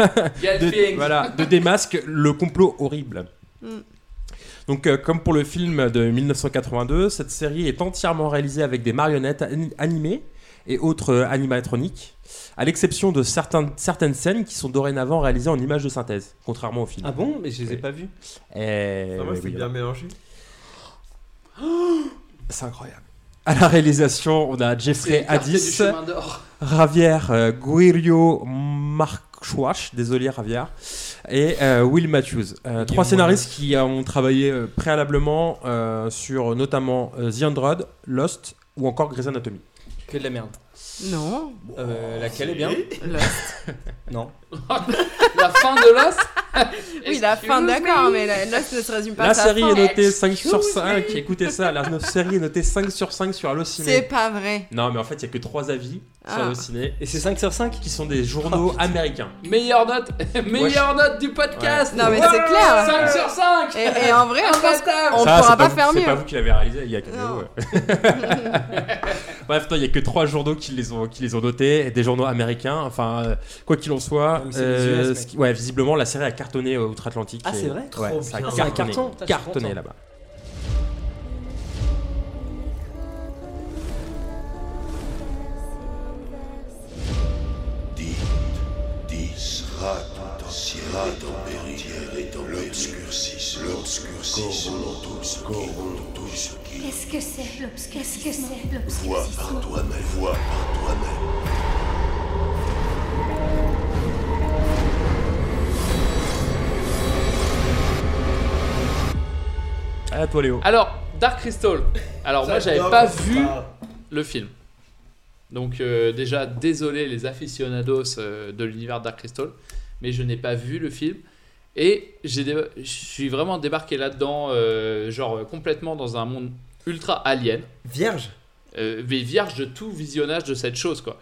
[SPEAKER 12] Galphings.
[SPEAKER 9] voilà, de démasquent le complot horrible.
[SPEAKER 12] Mm.
[SPEAKER 9] Donc, euh, comme pour le film de 1982, cette série est entièrement réalisée avec des marionnettes ani- animées et autres euh, animatroniques, à l'exception de certains- certaines scènes qui sont dorénavant réalisées en images de synthèse, contrairement au film.
[SPEAKER 8] Ah bon Mais je les ai pas vus.
[SPEAKER 9] Et...
[SPEAKER 10] Ah, moi, c'est
[SPEAKER 9] Eh oui,
[SPEAKER 10] bien mélangé.
[SPEAKER 9] C'est incroyable. À la réalisation, on a
[SPEAKER 12] C'est
[SPEAKER 9] Jeffrey
[SPEAKER 12] le quartier du
[SPEAKER 9] Addis,
[SPEAKER 12] chemin d'or.
[SPEAKER 9] Javier euh, Guirio Marquash, désolé Javier, et euh, Will Matthews. Euh, trois scénaristes qui euh, ont travaillé euh, préalablement euh, sur notamment euh, The Android, Lost ou encore Grey's Anatomy.
[SPEAKER 8] Que de la merde.
[SPEAKER 11] Non.
[SPEAKER 8] Euh, laquelle est bien Non.
[SPEAKER 12] La fin de Lost
[SPEAKER 11] Oui, la fin, d'accord, mais la- Lost ne se résume pas à
[SPEAKER 9] la
[SPEAKER 11] sa
[SPEAKER 9] série
[SPEAKER 11] fin.
[SPEAKER 9] est notée 5 sur
[SPEAKER 11] Excuse
[SPEAKER 9] 5,
[SPEAKER 11] me.
[SPEAKER 9] écoutez ça, la série est notée 5 sur 5 sur Allociné.
[SPEAKER 11] C'est pas vrai.
[SPEAKER 9] Non, mais en fait, il n'y a que 3 avis sur
[SPEAKER 11] Ah. Oh,
[SPEAKER 9] Allociné.
[SPEAKER 8] Et c'est 5 sur 5
[SPEAKER 9] Qui sont des journaux américains.
[SPEAKER 12] Meilleure note, meilleure note du podcast.
[SPEAKER 11] Non, mais c'est clair.
[SPEAKER 12] 5 sur 5.
[SPEAKER 11] Et, et en vrai, on pense qu'on ne
[SPEAKER 9] Ah, Ça,
[SPEAKER 11] pourra
[SPEAKER 9] c'est
[SPEAKER 11] pas,
[SPEAKER 9] vous-
[SPEAKER 11] faire
[SPEAKER 9] C'est pas
[SPEAKER 11] mieux.
[SPEAKER 9] vous qui l'avez réalisé, il y a que nous, ouais. Bref, non, il y a que trois journaux qui les ont, qui les ont notés, et des journaux américains. Enfin, euh, quoi qu'il en soit, euh,
[SPEAKER 8] mais c'est les US, mec.
[SPEAKER 9] ce qui- ouais, visiblement la série a cartonné euh, outre-Atlantique.
[SPEAKER 8] Ah,
[SPEAKER 9] et-
[SPEAKER 8] c'est vrai
[SPEAKER 9] ouais,
[SPEAKER 8] Trop
[SPEAKER 9] ça a
[SPEAKER 8] bien.
[SPEAKER 9] cartonné,
[SPEAKER 8] C'est un carton Putain, je suis
[SPEAKER 9] cartonné
[SPEAKER 8] content.
[SPEAKER 9] là-bas.
[SPEAKER 19] Dix rats tout entiers et dans l'obscurcis, l'obscurcis, corrompent tout ce corrompent tout ce qui
[SPEAKER 20] Qu'est-ce que c'est l'obscurcisme Qu'est-ce que c'est
[SPEAKER 19] voit par toi-même, voit par toi-même.
[SPEAKER 9] À toi, Léo.
[SPEAKER 12] Alors, Dark Crystal. Alors,
[SPEAKER 9] Ça,
[SPEAKER 12] Ah, moi, j'avais
[SPEAKER 9] j'adore
[SPEAKER 12] pas
[SPEAKER 9] ça.
[SPEAKER 12] vu le film. Donc, euh, déjà, désolé les aficionados euh, de l'univers Dark Crystal, mais je n'ai pas vu le film. Et j'ai dé- je suis vraiment débarqué là-dedans, euh, genre euh, complètement dans un monde ultra alien.
[SPEAKER 10] Vierge
[SPEAKER 12] Euh, mais vierge de tout visionnage de cette chose, quoi.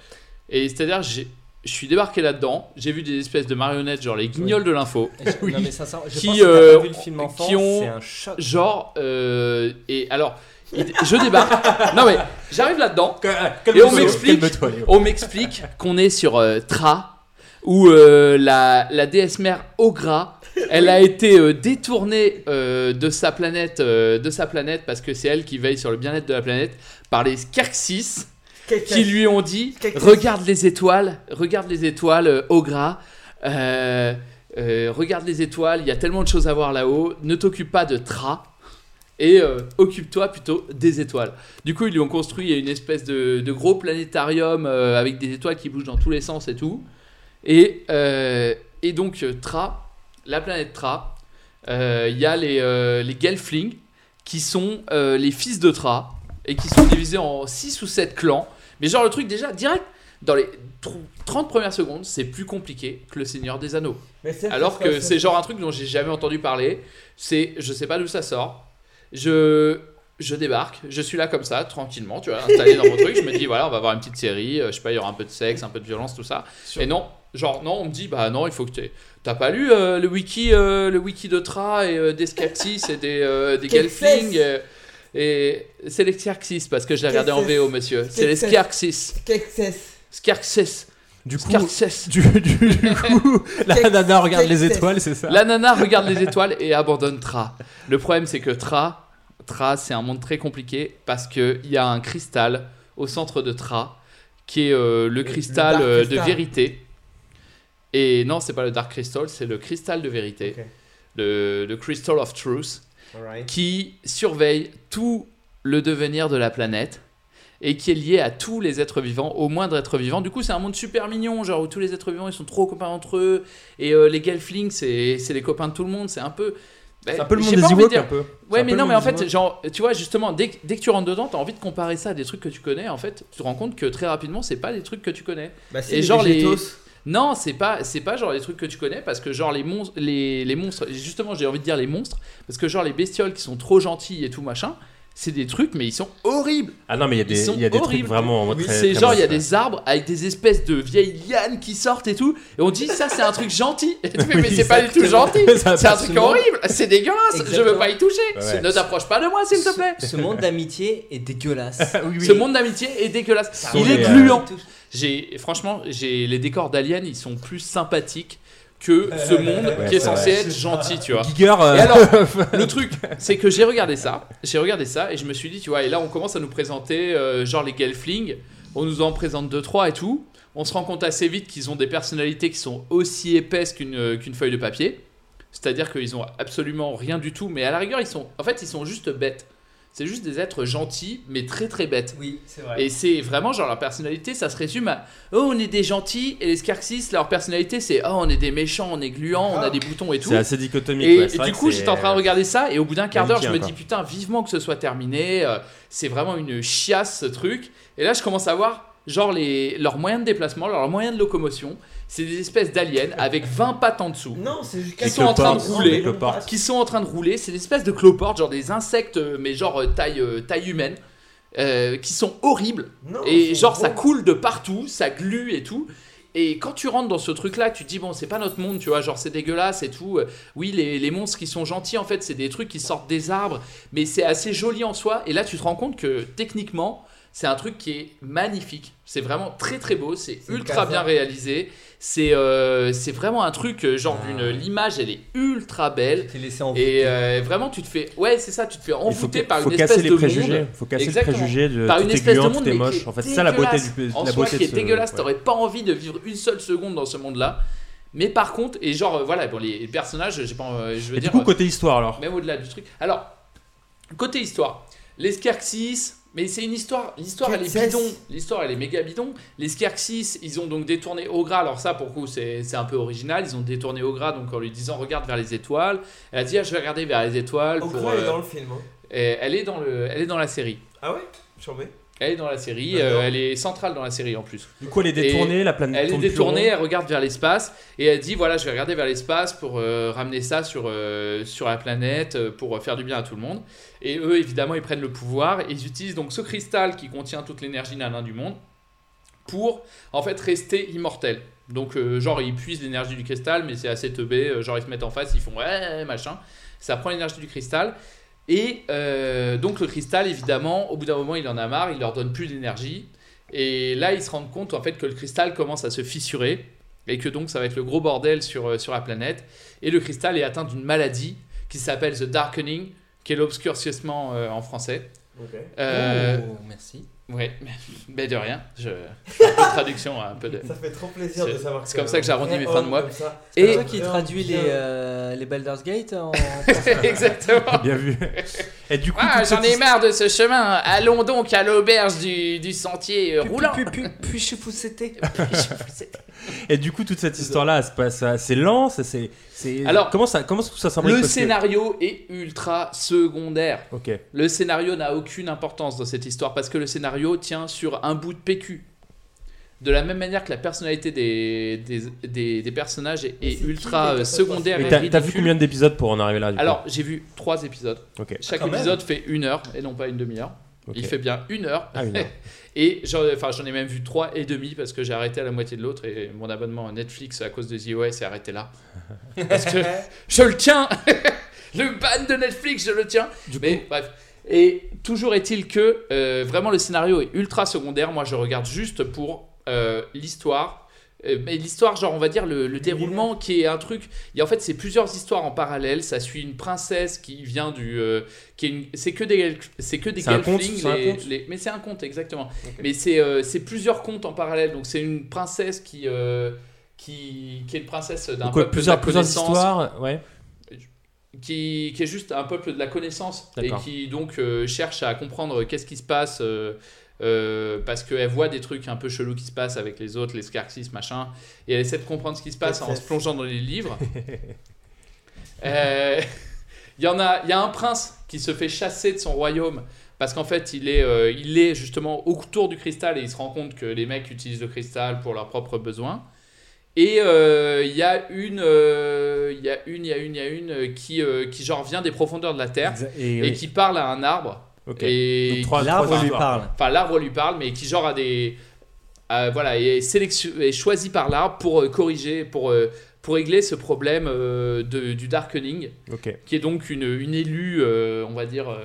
[SPEAKER 12] Et c'est-à-dire, j'ai- je suis débarqué là-dedans, j'ai vu des espèces de marionnettes, genre les guignols de l'info.
[SPEAKER 8] Oui. Non, mais sincèrement, je pense
[SPEAKER 12] qui,
[SPEAKER 8] que t'as
[SPEAKER 12] euh,
[SPEAKER 8] pas vu le film enfant,
[SPEAKER 12] qui ont,
[SPEAKER 8] c'est un choc.
[SPEAKER 12] genre, euh, et alors, il- je débarque. non mais, j'arrive là-dedans,
[SPEAKER 9] euh,
[SPEAKER 12] et on
[SPEAKER 4] calme-toi,
[SPEAKER 12] m'explique,
[SPEAKER 4] calme-toi, Léo.
[SPEAKER 12] on m'explique qu'on est sur euh, Tra, où euh, la, la déesse mère Ogra, elle a été euh, détournée euh, de sa planète, euh, de sa planète parce que c'est elle qui veille sur le bien-être de la planète par les Kerxis
[SPEAKER 10] Kerxis.
[SPEAKER 12] qui lui ont dit
[SPEAKER 10] Kerxis.
[SPEAKER 12] regarde les étoiles, regarde les étoiles, euh, Ogra. euh, euh, regarde les étoiles, il y a tellement de choses à voir là-haut. Ne t'occupe pas de Tra et euh, occupe-toi plutôt des étoiles. Du coup, ils lui ont construit une espèce de, de gros planétarium euh, avec des étoiles qui bougent dans tous les sens et tout. Et, euh, et donc, euh, Tra, la planète Tra, euh, il y a les, euh, les Gelfling qui sont euh, les fils de Tra et qui sont divisés en 6 ou 7 clans. Mais genre, le truc, déjà, direct, dans les tr- 30 premières secondes, c'est plus compliqué que le Seigneur des Anneaux.
[SPEAKER 10] Mais c'est-
[SPEAKER 12] Alors que c'est genre un truc dont j'ai jamais entendu parler. C'est, je sais pas d'où ça sort. Je, je débarque, je suis là comme ça, tranquillement, tu vois, installé dans mon truc. Je me dis, voilà, on va voir une petite série. euh, je sais pas, il y aura un peu de sexe, un peu de violence, tout ça. Et non, genre, non, on me dit, bah non, il faut que tu. T'as pas lu euh, le wiki, euh, le wiki de Tra et euh, des Skeptis et des, euh, des
[SPEAKER 4] Quelle
[SPEAKER 12] Gelfling.
[SPEAKER 4] fesse
[SPEAKER 12] euh, et c'est les Xerxis parce que je l'ai
[SPEAKER 4] Quelle
[SPEAKER 12] regardé en
[SPEAKER 4] fesse.
[SPEAKER 12] VO, monsieur. C'est les
[SPEAKER 4] Quelle
[SPEAKER 12] Xerxis. Xerxis.
[SPEAKER 18] Du coup,
[SPEAKER 12] du, du,
[SPEAKER 18] du coup, la nana regarde les étoiles, c'est ça
[SPEAKER 12] La nana regarde les étoiles et abandonne Tra. Le problème, c'est que Tra, Tra, c'est un monde très compliqué parce qu'il y a un cristal au centre de Tra qui est euh, le cristal
[SPEAKER 4] Dark
[SPEAKER 12] euh, de
[SPEAKER 4] Crystal.
[SPEAKER 12] vérité. Et non, c'est pas le Dark Crystal, c'est le cristal de vérité,
[SPEAKER 4] Ok.
[SPEAKER 12] le, le Crystal of Truth,
[SPEAKER 10] Alright.
[SPEAKER 12] qui surveille tout le devenir de la planète et qui est lié à tous les êtres vivants, au moindre être vivant. Du coup, c'est un monde super mignon, genre où tous les êtres vivants ils sont trop copains entre eux et euh, les Gelflings, c'est c'est les copains de tout le monde. C'est un peu. ben,
[SPEAKER 18] C'est un peu le
[SPEAKER 12] j'ai
[SPEAKER 18] monde
[SPEAKER 12] pas
[SPEAKER 18] des
[SPEAKER 12] envie de
[SPEAKER 18] Ewoks,
[SPEAKER 12] dire-
[SPEAKER 18] un peu. C'est
[SPEAKER 12] Ouais,
[SPEAKER 18] un
[SPEAKER 12] mais
[SPEAKER 18] peu
[SPEAKER 12] non,
[SPEAKER 18] le
[SPEAKER 12] mais en
[SPEAKER 18] monde des
[SPEAKER 12] fait, genre, tu vois, justement, dès, que- dès que tu rentres dedans, t'as envie de comparer ça à des trucs que tu connais. En fait, tu te rends compte que très rapidement, c'est pas des trucs que tu connais.
[SPEAKER 10] Bah, si,
[SPEAKER 12] et
[SPEAKER 10] les
[SPEAKER 12] genre les.
[SPEAKER 10] Végétos.
[SPEAKER 12] Non, c'est pas, c'est pas genre les trucs que tu connais parce que genre les, monstres, les, les monstres, justement j'ai envie de dire les monstres, parce que genre les bestioles qui sont trop gentilles et tout machin, c'est des trucs mais ils sont horribles.
[SPEAKER 9] Ah non, mais il y a
[SPEAKER 12] Ils
[SPEAKER 9] des-
[SPEAKER 12] sont
[SPEAKER 9] il y a des trucs
[SPEAKER 12] horribles.
[SPEAKER 9] vraiment euh, très-
[SPEAKER 12] c'est
[SPEAKER 9] très
[SPEAKER 12] genre il y a
[SPEAKER 9] moches, ouais.
[SPEAKER 12] des arbres avec des espèces de vieilles lianes qui sortent et tout, et on dit ça c'est un truc gentil. Et tu fais,
[SPEAKER 4] Oui,
[SPEAKER 12] mais c'est pas du tout
[SPEAKER 4] exactement.
[SPEAKER 12] gentil,
[SPEAKER 4] Ça
[SPEAKER 12] c'est un
[SPEAKER 4] passe
[SPEAKER 12] truc
[SPEAKER 4] souvent.
[SPEAKER 12] horrible, c'est dégueulasse, je veux pas y toucher,
[SPEAKER 4] Ouais.
[SPEAKER 12] ne t'approche pas de moi s'il te plaît.
[SPEAKER 8] Ce monde d'amitié est dégueulasse.
[SPEAKER 12] Ce monde d'amitié est dégueulasse.
[SPEAKER 8] Ça
[SPEAKER 12] Il
[SPEAKER 8] en
[SPEAKER 12] est
[SPEAKER 8] est,
[SPEAKER 12] gluant. J'ai franchement, j'ai les décors d'Alien, ils sont plus sympathiques que ce monde
[SPEAKER 4] Euh, Ouais,
[SPEAKER 12] qui est
[SPEAKER 4] c'est
[SPEAKER 12] censé
[SPEAKER 4] vrai.
[SPEAKER 12] être gentil, tu vois.
[SPEAKER 18] Giger, euh,
[SPEAKER 12] Et alors, le truc, c'est que j'ai regardé ça, j'ai regardé ça et je me suis dit, tu vois, et là on commence à nous présenter euh, genre les Gelflings, on nous en présente deux trois et tout. On se rend compte assez vite qu'ils ont des personnalités qui sont aussi épaisses qu'une euh, qu'une feuille de papier. C'est-à-dire qu'ils ont absolument rien du tout, mais à la rigueur, ils sont, en fait, ils sont juste bêtes. C'est juste des êtres gentils, mais très très bêtes.
[SPEAKER 8] Oui, c'est
[SPEAKER 12] vrai. Et c'est vraiment genre leur personnalité, ça se résume à oh on est des gentils et les Scarxis, leur personnalité c'est oh on est des méchants, on est gluants, on a des boutons et tout.
[SPEAKER 9] C'est assez dichotomique,
[SPEAKER 12] Et,
[SPEAKER 9] ouais, c'est
[SPEAKER 12] et
[SPEAKER 9] vrai
[SPEAKER 12] du
[SPEAKER 9] que
[SPEAKER 12] coup
[SPEAKER 9] c'est-
[SPEAKER 12] j'étais en train de regarder ça et au bout d'un quart d'heure je
[SPEAKER 9] Manichéen,
[SPEAKER 12] me
[SPEAKER 9] quoi.
[SPEAKER 12] dis putain vivement que ce soit terminé, euh, c'est vraiment une chiasse ce truc. Et là je commence à voir genre les leurs moyens de déplacement, leurs moyens de locomotion, c'est des espèces d'aliens avec 20 pattes en dessous.
[SPEAKER 10] Non, c'est juste
[SPEAKER 12] qui sont en train de rouler,
[SPEAKER 10] Non, mais-
[SPEAKER 12] qui sont en train de rouler, c'est des espèces de cloportes, genre des insectes, euh, mais genre euh, taille, euh, taille humaine, euh, qui sont horribles.
[SPEAKER 10] Non,
[SPEAKER 12] et
[SPEAKER 10] ils
[SPEAKER 12] genre
[SPEAKER 10] sont
[SPEAKER 12] ça
[SPEAKER 10] gros.
[SPEAKER 12] coule de partout, ça glue et tout. Et quand tu rentres dans ce truc-là, tu te dis bon, c'est pas notre monde, tu vois, genre c'est dégueulasse et tout. Euh, Oui, les, les monstres qui sont gentils, en fait, c'est des trucs qui sortent des arbres, mais c'est assez joli en soi. Et là, tu te rends compte que techniquement, c'est un truc qui est magnifique. C'est vraiment très très beau, c'est ultra
[SPEAKER 4] casant.
[SPEAKER 12] bien réalisé. C'est euh, c'est vraiment un truc euh, genre
[SPEAKER 10] Ah.
[SPEAKER 12] d'une l'image elle est ultra belle et euh, vraiment tu te fais ouais c'est ça tu te fais envoûter par
[SPEAKER 9] faut
[SPEAKER 12] une
[SPEAKER 9] casser
[SPEAKER 12] espèce
[SPEAKER 9] les
[SPEAKER 12] de
[SPEAKER 9] préjugés,
[SPEAKER 12] monde
[SPEAKER 9] faut casser le
[SPEAKER 12] Exactement.
[SPEAKER 9] préjugé de
[SPEAKER 12] par
[SPEAKER 9] Euh, tout
[SPEAKER 12] une
[SPEAKER 9] est
[SPEAKER 12] espèce
[SPEAKER 9] gluant,
[SPEAKER 12] de monde
[SPEAKER 9] tout est
[SPEAKER 12] mais qui
[SPEAKER 9] moche. En fait, c'est ça la beauté
[SPEAKER 12] dégueulasse.
[SPEAKER 9] du-
[SPEAKER 12] en
[SPEAKER 9] la
[SPEAKER 12] soi,
[SPEAKER 9] beauté
[SPEAKER 12] qui
[SPEAKER 9] de
[SPEAKER 12] est
[SPEAKER 9] ce-
[SPEAKER 12] dégueulasse
[SPEAKER 9] ouais.
[SPEAKER 12] t'aurais pas envie de vivre une seule seconde dans ce monde là mais par contre et genre euh, voilà bon les personnages j'ai pas euh, je veux
[SPEAKER 9] Et du
[SPEAKER 12] dire
[SPEAKER 9] coup,
[SPEAKER 12] euh,
[SPEAKER 9] côté histoire alors.
[SPEAKER 12] même au-delà du truc alors côté histoire les Skerxis Mais c'est une histoire, l'histoire elle est
[SPEAKER 10] Quelle
[SPEAKER 12] bidon, l'histoire elle est méga bidon. Les Skierksis, ils ont donc détourné Ogra, alors ça pour le coup c'est c'est un peu original, ils ont détourné Ogra donc en lui disant regarde vers les étoiles. Elle a dit ah, je vais regarder vers les étoiles.
[SPEAKER 10] Ogra,
[SPEAKER 12] pour,
[SPEAKER 10] elle est
[SPEAKER 12] euh,
[SPEAKER 10] dans le film, hein.
[SPEAKER 12] et elle est dans le, elle est dans la série.
[SPEAKER 10] Ah ouais J'en mets.
[SPEAKER 12] Elle est dans la série,
[SPEAKER 10] D'accord.
[SPEAKER 12] euh, elle est centrale dans la série en plus.
[SPEAKER 9] Du coup, elle est détournée,
[SPEAKER 12] Et
[SPEAKER 9] la planète
[SPEAKER 12] Elle est
[SPEAKER 9] tourne plus
[SPEAKER 12] détournée,
[SPEAKER 9] rond.
[SPEAKER 12] elle regarde vers l'espace et elle dit voilà, je vais regarder vers l'espace pour euh, ramener ça sur, euh, sur la planète, euh, pour euh, faire du bien à tout le monde. Et eux, évidemment, ils prennent le pouvoir et ils utilisent donc ce cristal qui contient toute l'énergie nanin du monde pour en fait rester immortel. Donc, euh, genre, ils puisent l'énergie du cristal, mais c'est assez teubé. euh, genre, ils se mettent en face, ils font ouais, machin. Ça prend l'énergie du cristal. Et euh, donc, le cristal, évidemment, au bout d'un moment, il en a marre, il leur donne plus d'énergie. Et là, ils se rendent compte en fait que le cristal commence à se fissurer et que donc ça va être le gros bordel sur, euh, sur la planète. Et le cristal est atteint d'une maladie qui s'appelle The Darkening, qui est l'obscurcissement euh, en français.
[SPEAKER 10] Ok.
[SPEAKER 12] Euh,
[SPEAKER 10] Oh,
[SPEAKER 12] merci. Oui, mais de rien. Je, je fais un peu de traduction, un peu de.
[SPEAKER 10] Ça fait trop plaisir de
[SPEAKER 12] C'est-
[SPEAKER 10] savoir
[SPEAKER 12] C'est
[SPEAKER 10] que-
[SPEAKER 12] comme ça que j'arrondis mes
[SPEAKER 10] Ouais,
[SPEAKER 12] fins de
[SPEAKER 10] oh,
[SPEAKER 12] mois.
[SPEAKER 10] comme ça.
[SPEAKER 5] C'est
[SPEAKER 12] Et
[SPEAKER 5] toi qui traduit les, euh, les Baldur's Gate en.
[SPEAKER 12] Exactement.
[SPEAKER 9] Ah, Bien vu. Et du coup,
[SPEAKER 12] Ah,
[SPEAKER 9] toute
[SPEAKER 12] j'en
[SPEAKER 9] cette
[SPEAKER 12] ai marre de ce chemin. Allons donc à l'auberge du, du sentier euh, roulant.
[SPEAKER 5] Puis-je vous citer
[SPEAKER 9] Et du coup, toute cette histoire-là, elle se passe assez lent. ça, C'est, c'est...
[SPEAKER 12] Alors,
[SPEAKER 9] comment ça, comment tout ça s'imbrique
[SPEAKER 12] Le
[SPEAKER 9] parce que-
[SPEAKER 12] scénario est ultra secondaire.
[SPEAKER 9] Ok.
[SPEAKER 12] Le scénario n'a aucune importance dans cette histoire parce que le scénario tient sur un bout de PQ. De la même manière que la personnalité des, des, des- des personnages est, est ultra euh, secondaire
[SPEAKER 9] Et
[SPEAKER 12] et
[SPEAKER 9] t'as, t'as vu
[SPEAKER 12] ridicule.
[SPEAKER 9] combien d'épisodes pour en arriver là du
[SPEAKER 12] Alors,
[SPEAKER 9] coup
[SPEAKER 12] j'ai vu trois épisodes.
[SPEAKER 9] Ok.
[SPEAKER 12] Chaque
[SPEAKER 9] Ah, quand
[SPEAKER 12] épisode fait une heure et non pas une demi-heure.
[SPEAKER 9] Ok.
[SPEAKER 12] Il fait bien une heure.
[SPEAKER 9] Ah, une heure.
[SPEAKER 12] et j'en enfin, j'en ai même vu trois et demi parce que j'ai arrêté à la moitié de l'autre et mon abonnement à Netflix à cause de The OS est arrêté là. Parce que je le tiens Le ban de Netflix, je le tiens Mais bref. Et toujours est-il que euh, vraiment le scénario est ultra secondaire. Moi, je regarde juste pour euh, l'histoire. Euh, mais l'histoire, genre, on va dire le, le déroulement qui est un truc. Et en fait, c'est plusieurs histoires en parallèle. Ça suit une princesse qui vient du. euh, qui est une- C'est que des, c'est que des
[SPEAKER 9] C'est un conte,
[SPEAKER 12] gelflings,
[SPEAKER 9] c'est un
[SPEAKER 12] les-
[SPEAKER 9] conte
[SPEAKER 12] les- mais c'est un conte, exactement. Mais c'est euh, c'est plusieurs contes en parallèle. Donc, c'est une princesse qui. euh, qui, qui est une princesse d'un
[SPEAKER 9] Donc,
[SPEAKER 12] peuple
[SPEAKER 9] ouais,
[SPEAKER 12] de
[SPEAKER 9] plusieurs,
[SPEAKER 12] la
[SPEAKER 9] plusieurs
[SPEAKER 12] connaissance
[SPEAKER 9] histoires, ouais.
[SPEAKER 12] qui, qui est juste un peuple de la connaissance et
[SPEAKER 9] D'accord.
[SPEAKER 12] qui donc euh, cherche à comprendre qu'est-ce qui se passe euh, euh, parce qu'elle voit des trucs un peu chelous qui se passent avec les autres, les Scarxis, machin, et elle essaie de comprendre ce qui se passe en se plongeant dans les livres. Euh, Il y en a, il y a un prince qui se fait chasser de son royaume parce qu'en fait il est, euh, il est justement autour du cristal et il se rend compte que les mecs utilisent le cristal pour leurs propres besoins. Et euh, il y a une, euh, il y a une, il y a une, il y a une euh, qui, euh, qui genre vient des profondeurs de la terre
[SPEAKER 9] et-
[SPEAKER 12] et,
[SPEAKER 9] oui.
[SPEAKER 12] qui parle à un arbre.
[SPEAKER 9] Ok.
[SPEAKER 12] Et
[SPEAKER 9] Donc, trois-
[SPEAKER 12] qui-
[SPEAKER 9] L'arbre
[SPEAKER 12] enfin,
[SPEAKER 9] lui parle.
[SPEAKER 12] Enfin l'arbre lui parle, mais qui genre a des, euh, voilà, et est, sélection- est choisi par l'arbre pour euh, corriger, pour euh, pour régler ce problème euh, de- du darkening
[SPEAKER 9] Ok.
[SPEAKER 12] qui est donc une, une élue, euh, on va dire. euh,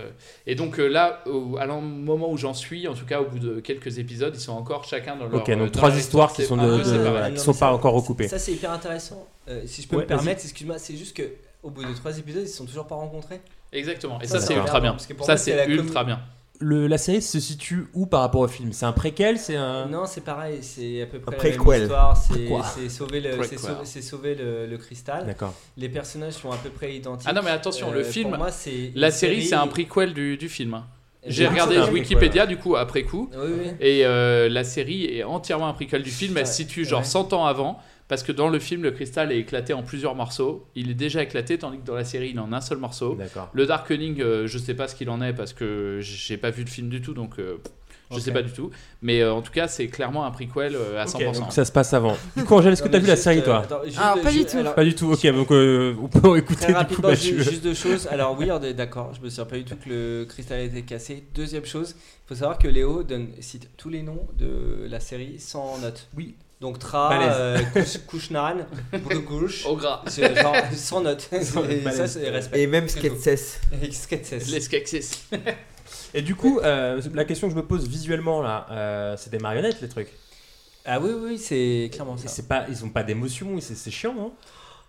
[SPEAKER 12] et donc euh, là, au, à l'en- moment où j'en suis, en tout cas au bout de quelques épisodes, ils sont encore chacun dans leur.
[SPEAKER 9] Ok,
[SPEAKER 12] euh, dans
[SPEAKER 9] donc trois
[SPEAKER 12] leur
[SPEAKER 9] histoires qui
[SPEAKER 12] c'est
[SPEAKER 9] sont,
[SPEAKER 12] un
[SPEAKER 9] de,
[SPEAKER 12] peu
[SPEAKER 9] de-
[SPEAKER 12] séparé.
[SPEAKER 9] voilà, qui
[SPEAKER 5] Non,
[SPEAKER 9] sont
[SPEAKER 5] mais
[SPEAKER 9] pas
[SPEAKER 5] ça-
[SPEAKER 9] encore recoupées.
[SPEAKER 5] Ça, c'est hyper intéressant. Euh, si je peux
[SPEAKER 9] Ouais,
[SPEAKER 5] me
[SPEAKER 9] vas-y.
[SPEAKER 5] permettre, excuse-moi, c'est juste que au bout de trois épisodes, ils se sont toujours pas rencontrés.
[SPEAKER 12] Exactement, et ça,
[SPEAKER 9] c'est
[SPEAKER 12] c'est ultra bien. Ça, c'est ultra bien.
[SPEAKER 9] Le, la série se situe où par rapport au film C'est un préquel C'est
[SPEAKER 12] Hein.
[SPEAKER 9] un.
[SPEAKER 5] Non, c'est pareil, c'est à peu près
[SPEAKER 9] Après
[SPEAKER 5] la même
[SPEAKER 9] quoi, elle
[SPEAKER 5] histoire. c'est-
[SPEAKER 9] Quoi
[SPEAKER 5] C'est sauver le,
[SPEAKER 9] Après
[SPEAKER 5] c'est
[SPEAKER 9] quoi
[SPEAKER 5] sauver, c'est sauver le, le cristal.
[SPEAKER 9] D'accord.
[SPEAKER 5] Les personnages sont à peu près identiques.
[SPEAKER 12] Ah non, mais attention,
[SPEAKER 5] Euh,
[SPEAKER 12] le
[SPEAKER 5] pour
[SPEAKER 12] film,
[SPEAKER 5] moi, c'est
[SPEAKER 12] la
[SPEAKER 5] une
[SPEAKER 12] série, c'est un prequel du, du film. hein.
[SPEAKER 5] Et
[SPEAKER 12] J'ai
[SPEAKER 5] oui,
[SPEAKER 12] regardé
[SPEAKER 5] c'est un prequel,
[SPEAKER 12] Wikipédia du coup après coup,
[SPEAKER 5] Oui, oui.
[SPEAKER 12] et euh, la série est entièrement un prequel du film. Elle se situe genre
[SPEAKER 5] ouais.
[SPEAKER 12] 100 ans avant, parce que dans le film, le cristal est éclaté en plusieurs morceaux. Il est déjà éclaté, tandis que dans la série, il est en un seul
[SPEAKER 9] Oh.
[SPEAKER 12] morceau. Le Darkening, euh, je sais pas ce qu'il en est parce que j'ai pas vu le film du tout, donc euh, pff, je sais
[SPEAKER 9] Ok.
[SPEAKER 12] pas du tout. Mais euh, en tout cas, c'est clairement un prequel euh, à 100%.
[SPEAKER 9] donc ça se passe avant. Du coup, Angèle, est-ce que
[SPEAKER 5] Non,
[SPEAKER 9] t'as
[SPEAKER 5] mais
[SPEAKER 9] vu la
[SPEAKER 5] juste,
[SPEAKER 9] série,
[SPEAKER 5] euh,
[SPEAKER 9] toi
[SPEAKER 5] attends, juste- Alors, pas du je- tout. alors-
[SPEAKER 9] Pas du tout. Ok, donc euh, on peut écouter
[SPEAKER 5] Très
[SPEAKER 9] du coup.
[SPEAKER 5] rapidement,
[SPEAKER 9] bah,
[SPEAKER 5] ju-
[SPEAKER 9] je-
[SPEAKER 5] juste deux choses. Alors oui, on est d'accord, je me souviens pas du tout que le cristal a été cassé. Deuxième chose, il faut savoir que Léo donne, cite tous les noms de la série sans note.
[SPEAKER 9] Oui.
[SPEAKER 5] Donc Tra,
[SPEAKER 9] Balèze.
[SPEAKER 5] euh, Kush- Kushnaran, Brugouche,
[SPEAKER 10] Oh.
[SPEAKER 12] Ogra.
[SPEAKER 5] C'est genre sans note. Et ça,
[SPEAKER 9] balèze.
[SPEAKER 5] c'est respect.
[SPEAKER 9] Et même
[SPEAKER 5] C'est tout.
[SPEAKER 9] Sketches.
[SPEAKER 5] Et Sketches.
[SPEAKER 12] Les Skeksis.
[SPEAKER 9] Et du coup, euh, la question que je me pose visuellement là, euh, c'est des marionnettes les trucs.
[SPEAKER 5] Ah oui, oui, c'est clairement ça.
[SPEAKER 9] C'est pas, ils ont pas d'émotion, et c'est c'est chiant, non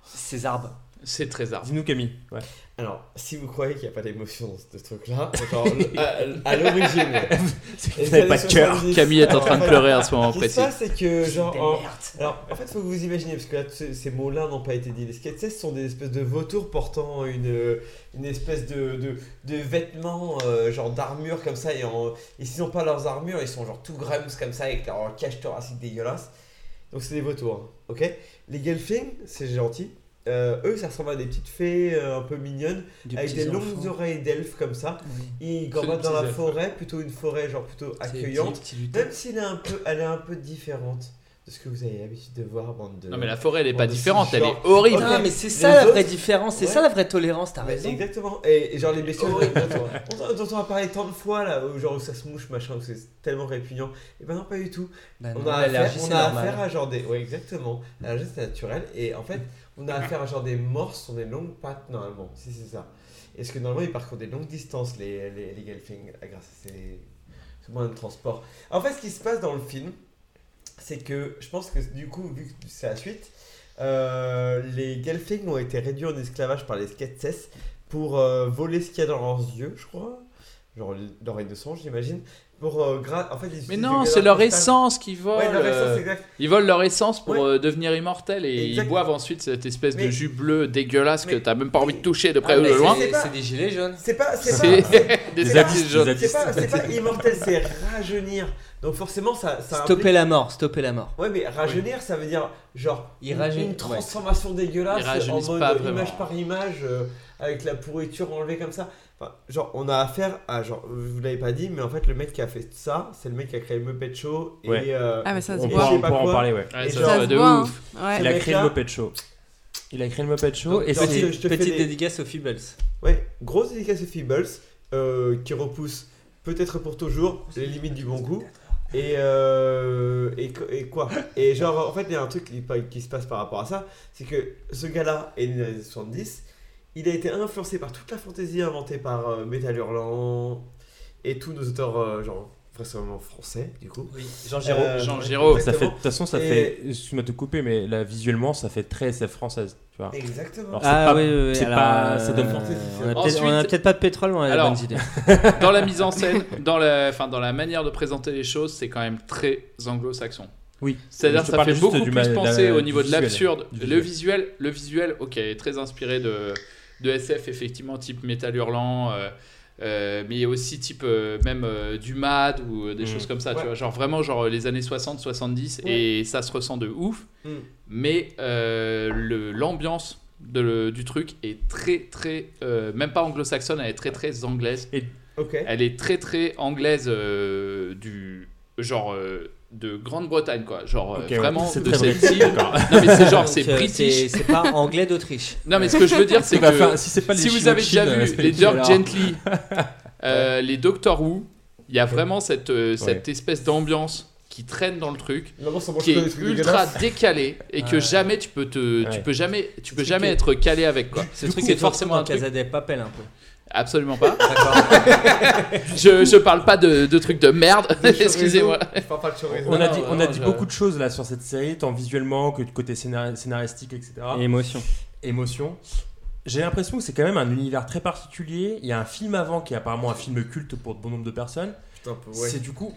[SPEAKER 5] Ces arbres.
[SPEAKER 12] C'est très arbre.
[SPEAKER 9] Dis-nous, Camille. Ouais.
[SPEAKER 10] Alors, si vous croyez qu'il n'y a pas d'émotion dans ce truc-là, genre, le- à, à l'origine.
[SPEAKER 18] vous n'avez pas de cœur.
[SPEAKER 12] Camille est en train de pleurer à ce moment
[SPEAKER 10] Ce qui
[SPEAKER 12] précis.
[SPEAKER 10] se passe, c'est que, genre.
[SPEAKER 12] Des
[SPEAKER 10] en-
[SPEAKER 12] merdes.
[SPEAKER 10] Alors, en fait, faut que vous imaginiez, parce que là, tous ces ces mots-là n'ont pas été dits. Les skates sont des espèces de vautours portant une, euh, une espèce de, de, de vêtements, euh, genre d'armure comme ça. Et, en... et s'ils n'ont pas leurs armures, ils sont genre tout grums comme ça, avec leur cage thoracique dégueulasse. Donc, c'est des vautours, hein, ok Les gelflings, c'est gentil. Euh, eux, ça ressemble à des petites fées euh, un peu mignonnes,
[SPEAKER 8] Des
[SPEAKER 10] avec
[SPEAKER 8] petits
[SPEAKER 10] des longues
[SPEAKER 8] enfants.
[SPEAKER 10] oreilles d'elfes comme ça. Ils
[SPEAKER 8] C'est des
[SPEAKER 10] gambadent dans
[SPEAKER 8] petits
[SPEAKER 10] la
[SPEAKER 8] elfes,
[SPEAKER 10] forêt, plutôt une forêt genre plutôt
[SPEAKER 8] C'est des
[SPEAKER 10] accueillante.
[SPEAKER 8] petits- petits lutins.
[SPEAKER 10] Même s'il est un peu, elle est un peu différente de ce que vous avez l'habitude de voir, bande de.
[SPEAKER 12] Non, mais la forêt, elle est
[SPEAKER 10] bande
[SPEAKER 12] pas
[SPEAKER 10] de
[SPEAKER 12] différente, elle est
[SPEAKER 10] six-genres.
[SPEAKER 12] horrible.
[SPEAKER 10] Ok,
[SPEAKER 12] Non,
[SPEAKER 5] mais c'est
[SPEAKER 10] les
[SPEAKER 5] ça la vraie
[SPEAKER 10] autres-
[SPEAKER 5] différence, c'est
[SPEAKER 10] Ouais. Bah,
[SPEAKER 5] ça la vraie tolérance, t'as
[SPEAKER 10] Ah, Mais
[SPEAKER 5] raison.
[SPEAKER 10] Exactement. Et, et genre les bestioles dont, dont on a parlé tant de fois là, où genre où ça se mouche machin, où c'est tellement répugnant. Et ben non, pas du tout.
[SPEAKER 5] Bah
[SPEAKER 10] on
[SPEAKER 5] non,
[SPEAKER 10] a,
[SPEAKER 5] l'allergie,
[SPEAKER 10] affaire, on
[SPEAKER 5] c'est
[SPEAKER 10] a
[SPEAKER 5] normal.
[SPEAKER 10] affaire à genre des. Ouais, exactement. L'allergie c'est naturel. Et en fait, on a affaire à genre des morses, sont des longues pattes normalement. Si c'est ça. Est-ce que normalement ils parcourent des longues distances les les, les Gelfling, grâce à ces, ce moyen de transport. En fait, ce qui se passe dans le film, c'est que je pense que du coup, vu que c'est la suite, euh, les Gelfling ont été réduits en esclavage par les Sketses pour euh, voler ce qu'il y a dans leurs yeux, je crois. Genre l'oreille de songe, j'imagine. Pour, euh, gra- en fait, ils
[SPEAKER 12] Mais
[SPEAKER 10] utilisent
[SPEAKER 12] non,
[SPEAKER 10] le
[SPEAKER 12] c'est leur
[SPEAKER 10] cristal.
[SPEAKER 12] essence qu'ils volent.
[SPEAKER 10] Ouais, leur
[SPEAKER 12] euh,
[SPEAKER 10] essence, exact.
[SPEAKER 12] Ils volent leur essence pour
[SPEAKER 10] Ouais.
[SPEAKER 12] euh, devenir immortels et ils
[SPEAKER 10] Exact.
[SPEAKER 12] boivent ensuite cette espèce de
[SPEAKER 10] Mais-
[SPEAKER 12] jus bleu dégueulasse que t'as même pas envie de toucher de près
[SPEAKER 5] Ah,
[SPEAKER 12] ou
[SPEAKER 5] mais
[SPEAKER 12] de
[SPEAKER 5] c'est-
[SPEAKER 12] loin.
[SPEAKER 5] c'est pas- c'est des gilets jaunes.
[SPEAKER 10] C'est pas, c'est
[SPEAKER 12] C'est-
[SPEAKER 10] pas, c'est-
[SPEAKER 12] des
[SPEAKER 10] c'est pas-
[SPEAKER 12] zadistes jaunes.
[SPEAKER 10] C'est pas, c'est pas immortel, c'est rajeunir. Donc forcément, ça, ça
[SPEAKER 5] Stopper
[SPEAKER 10] implique-
[SPEAKER 5] la mort, stopper la mort.
[SPEAKER 10] Ouais, mais rajeunir, ça veut dire genre
[SPEAKER 5] Ils
[SPEAKER 10] une,
[SPEAKER 5] rajeun-
[SPEAKER 10] une transformation dégueulasse
[SPEAKER 12] Ils
[SPEAKER 10] en
[SPEAKER 12] rajeunissent
[SPEAKER 10] mode
[SPEAKER 12] pas
[SPEAKER 10] euh,
[SPEAKER 12] vraiment.
[SPEAKER 10] image par image euh, avec la pourriture enlevée comme ça. Enfin, genre, on a affaire à genre, je vous l'avais pas dit, mais en fait, le mec qui a fait ça, c'est le mec qui a créé Muppet Show et
[SPEAKER 9] Ouais.
[SPEAKER 10] euh,
[SPEAKER 11] Ah, mais ça se
[SPEAKER 10] et
[SPEAKER 11] voit.
[SPEAKER 10] je sais
[SPEAKER 9] On
[SPEAKER 10] pas
[SPEAKER 9] pourra en
[SPEAKER 10] quoi.
[SPEAKER 9] parler, ouais.
[SPEAKER 12] Ouais,
[SPEAKER 10] Et
[SPEAKER 12] ça
[SPEAKER 10] genre,
[SPEAKER 12] se voit.
[SPEAKER 11] Ça se
[SPEAKER 12] de
[SPEAKER 11] voit,
[SPEAKER 12] ouf.
[SPEAKER 11] hein. Ouais.
[SPEAKER 9] Il a
[SPEAKER 10] mec
[SPEAKER 9] créé
[SPEAKER 10] là-
[SPEAKER 9] le Muppet Show. Il a créé le Muppet Show
[SPEAKER 10] Donc,
[SPEAKER 9] et
[SPEAKER 10] genre,
[SPEAKER 9] c'est-
[SPEAKER 10] je- je te fais
[SPEAKER 5] Petite
[SPEAKER 10] des-
[SPEAKER 5] dédicace aux Feebles.
[SPEAKER 10] Ouais, grosse dédicace aux Feebles euh, qui repousse peut-être pour toujours les limites du bon goût. Et, euh, et, co- et quoi Et genre, en fait, il y a un truc qui, qui se passe par rapport à ça c'est que ce gars-là est né dans les années 70. Il a été influencé par toute la fantaisie inventée par euh, Metal Hurlant et tous nos auteurs, euh, genre, vraisemblablement français, du coup.
[SPEAKER 5] Oui, Jean
[SPEAKER 12] Giraud.
[SPEAKER 10] Euh,
[SPEAKER 12] Jean Giraud.
[SPEAKER 9] Ça fait, de
[SPEAKER 10] exactement.
[SPEAKER 9] toute façon, ça
[SPEAKER 10] Et-
[SPEAKER 9] fait. Excuse-moi de te couper, mais là, visuellement, ça fait très SF française. Tu vois.
[SPEAKER 10] Exactement.
[SPEAKER 9] Alors, c'est
[SPEAKER 5] Ah
[SPEAKER 9] pas-
[SPEAKER 5] oui, oui, oui,
[SPEAKER 9] c'est
[SPEAKER 5] alors,
[SPEAKER 9] pas-
[SPEAKER 5] euh,
[SPEAKER 9] ça donne-
[SPEAKER 5] on a peut-être-
[SPEAKER 12] Ensuite-
[SPEAKER 5] on a peut-être pas de pétrole, mais on a
[SPEAKER 12] Alors,
[SPEAKER 5] de bonnes idées.
[SPEAKER 12] dans la mise en scène, dans la, enfin, dans la manière de présenter les choses, c'est quand même très anglo-saxon.
[SPEAKER 9] Oui.
[SPEAKER 12] C'est-à-dire
[SPEAKER 9] Je
[SPEAKER 12] que
[SPEAKER 9] te
[SPEAKER 12] ça
[SPEAKER 9] parle
[SPEAKER 12] fait
[SPEAKER 9] juste
[SPEAKER 12] beaucoup
[SPEAKER 9] du
[SPEAKER 12] plus
[SPEAKER 9] ma-
[SPEAKER 12] penser
[SPEAKER 9] la-
[SPEAKER 12] au
[SPEAKER 9] du
[SPEAKER 12] niveau de
[SPEAKER 9] visuel.
[SPEAKER 12] l'absurde.
[SPEAKER 9] Du
[SPEAKER 12] Le visuel, le visuel, ok, est très inspiré de, de SF, effectivement, type métal hurlant, euh, euh, mais aussi type euh, même euh, du MAD ou euh, des
[SPEAKER 9] Mm.
[SPEAKER 12] choses comme ça,
[SPEAKER 10] Ouais.
[SPEAKER 12] tu vois. Genre vraiment, genre euh, les années 60, 70,
[SPEAKER 10] Ouais.
[SPEAKER 12] et ça se ressent de ouf.
[SPEAKER 10] Mm.
[SPEAKER 12] Mais euh, le- l'ambiance de le- du truc est très, très, euh, même pas anglo-saxonne, elle est très, très anglaise.
[SPEAKER 9] Et
[SPEAKER 10] Ok.
[SPEAKER 12] Elle est très très anglaise euh, du genre euh, de Grande-Bretagne quoi, genre euh,
[SPEAKER 9] Ok, ouais.
[SPEAKER 12] vraiment
[SPEAKER 9] C'est
[SPEAKER 12] de
[SPEAKER 9] très
[SPEAKER 12] cette
[SPEAKER 9] britannique,
[SPEAKER 12] île.
[SPEAKER 9] d'accord.
[SPEAKER 12] Non mais c'est genre
[SPEAKER 5] Donc,
[SPEAKER 12] c'est
[SPEAKER 5] euh,
[SPEAKER 12] british.
[SPEAKER 5] C'est pas anglais d'Autriche.
[SPEAKER 12] Non mais ce que je veux dire c'est
[SPEAKER 9] On va
[SPEAKER 12] que
[SPEAKER 9] faire- si c'est pas les
[SPEAKER 12] vous avez
[SPEAKER 9] Chinochines,
[SPEAKER 12] déjà
[SPEAKER 9] euh,
[SPEAKER 12] vu
[SPEAKER 9] c'est
[SPEAKER 12] les
[SPEAKER 9] les
[SPEAKER 12] Dirk
[SPEAKER 9] Chinois.
[SPEAKER 12] Gently, euh, les Doctor Who, il y a vraiment cette euh, cette
[SPEAKER 9] Ouais.
[SPEAKER 12] espèce d'ambiance qui traîne dans le truc
[SPEAKER 10] Normalement, ça mange
[SPEAKER 12] qui
[SPEAKER 10] que
[SPEAKER 12] est
[SPEAKER 10] des trucs
[SPEAKER 12] ultra
[SPEAKER 10] dégueulasses.
[SPEAKER 12] décalé et que
[SPEAKER 5] Ouais.
[SPEAKER 12] jamais tu peux te tu
[SPEAKER 9] Ouais.
[SPEAKER 12] peux jamais tu peux
[SPEAKER 5] truc
[SPEAKER 12] jamais
[SPEAKER 5] est-
[SPEAKER 12] être calé avec quoi.
[SPEAKER 5] Ce
[SPEAKER 12] Du
[SPEAKER 5] truc,
[SPEAKER 12] coup,
[SPEAKER 5] c'est forcément un Casa des Papel un peu.
[SPEAKER 12] Absolument pas. je, je parle pas de, de trucs de merde.
[SPEAKER 10] Des chorizo.
[SPEAKER 12] Excusez-moi.
[SPEAKER 9] Bah,
[SPEAKER 10] Je parle pas de chorizo.
[SPEAKER 9] On a
[SPEAKER 12] Non,
[SPEAKER 9] dit, on
[SPEAKER 12] non,
[SPEAKER 9] a dit
[SPEAKER 12] je-
[SPEAKER 9] beaucoup de choses là sur cette série, tant visuellement que du côté scénar- scénaristique, etc.
[SPEAKER 5] Et émotion.
[SPEAKER 9] Émotion. J'ai l'impression que c'est quand même un univers très particulier. Il y a un film avant qui est apparemment un film culte pour bon nombre de personnes.
[SPEAKER 10] Putain, ouais.
[SPEAKER 9] C'est du coup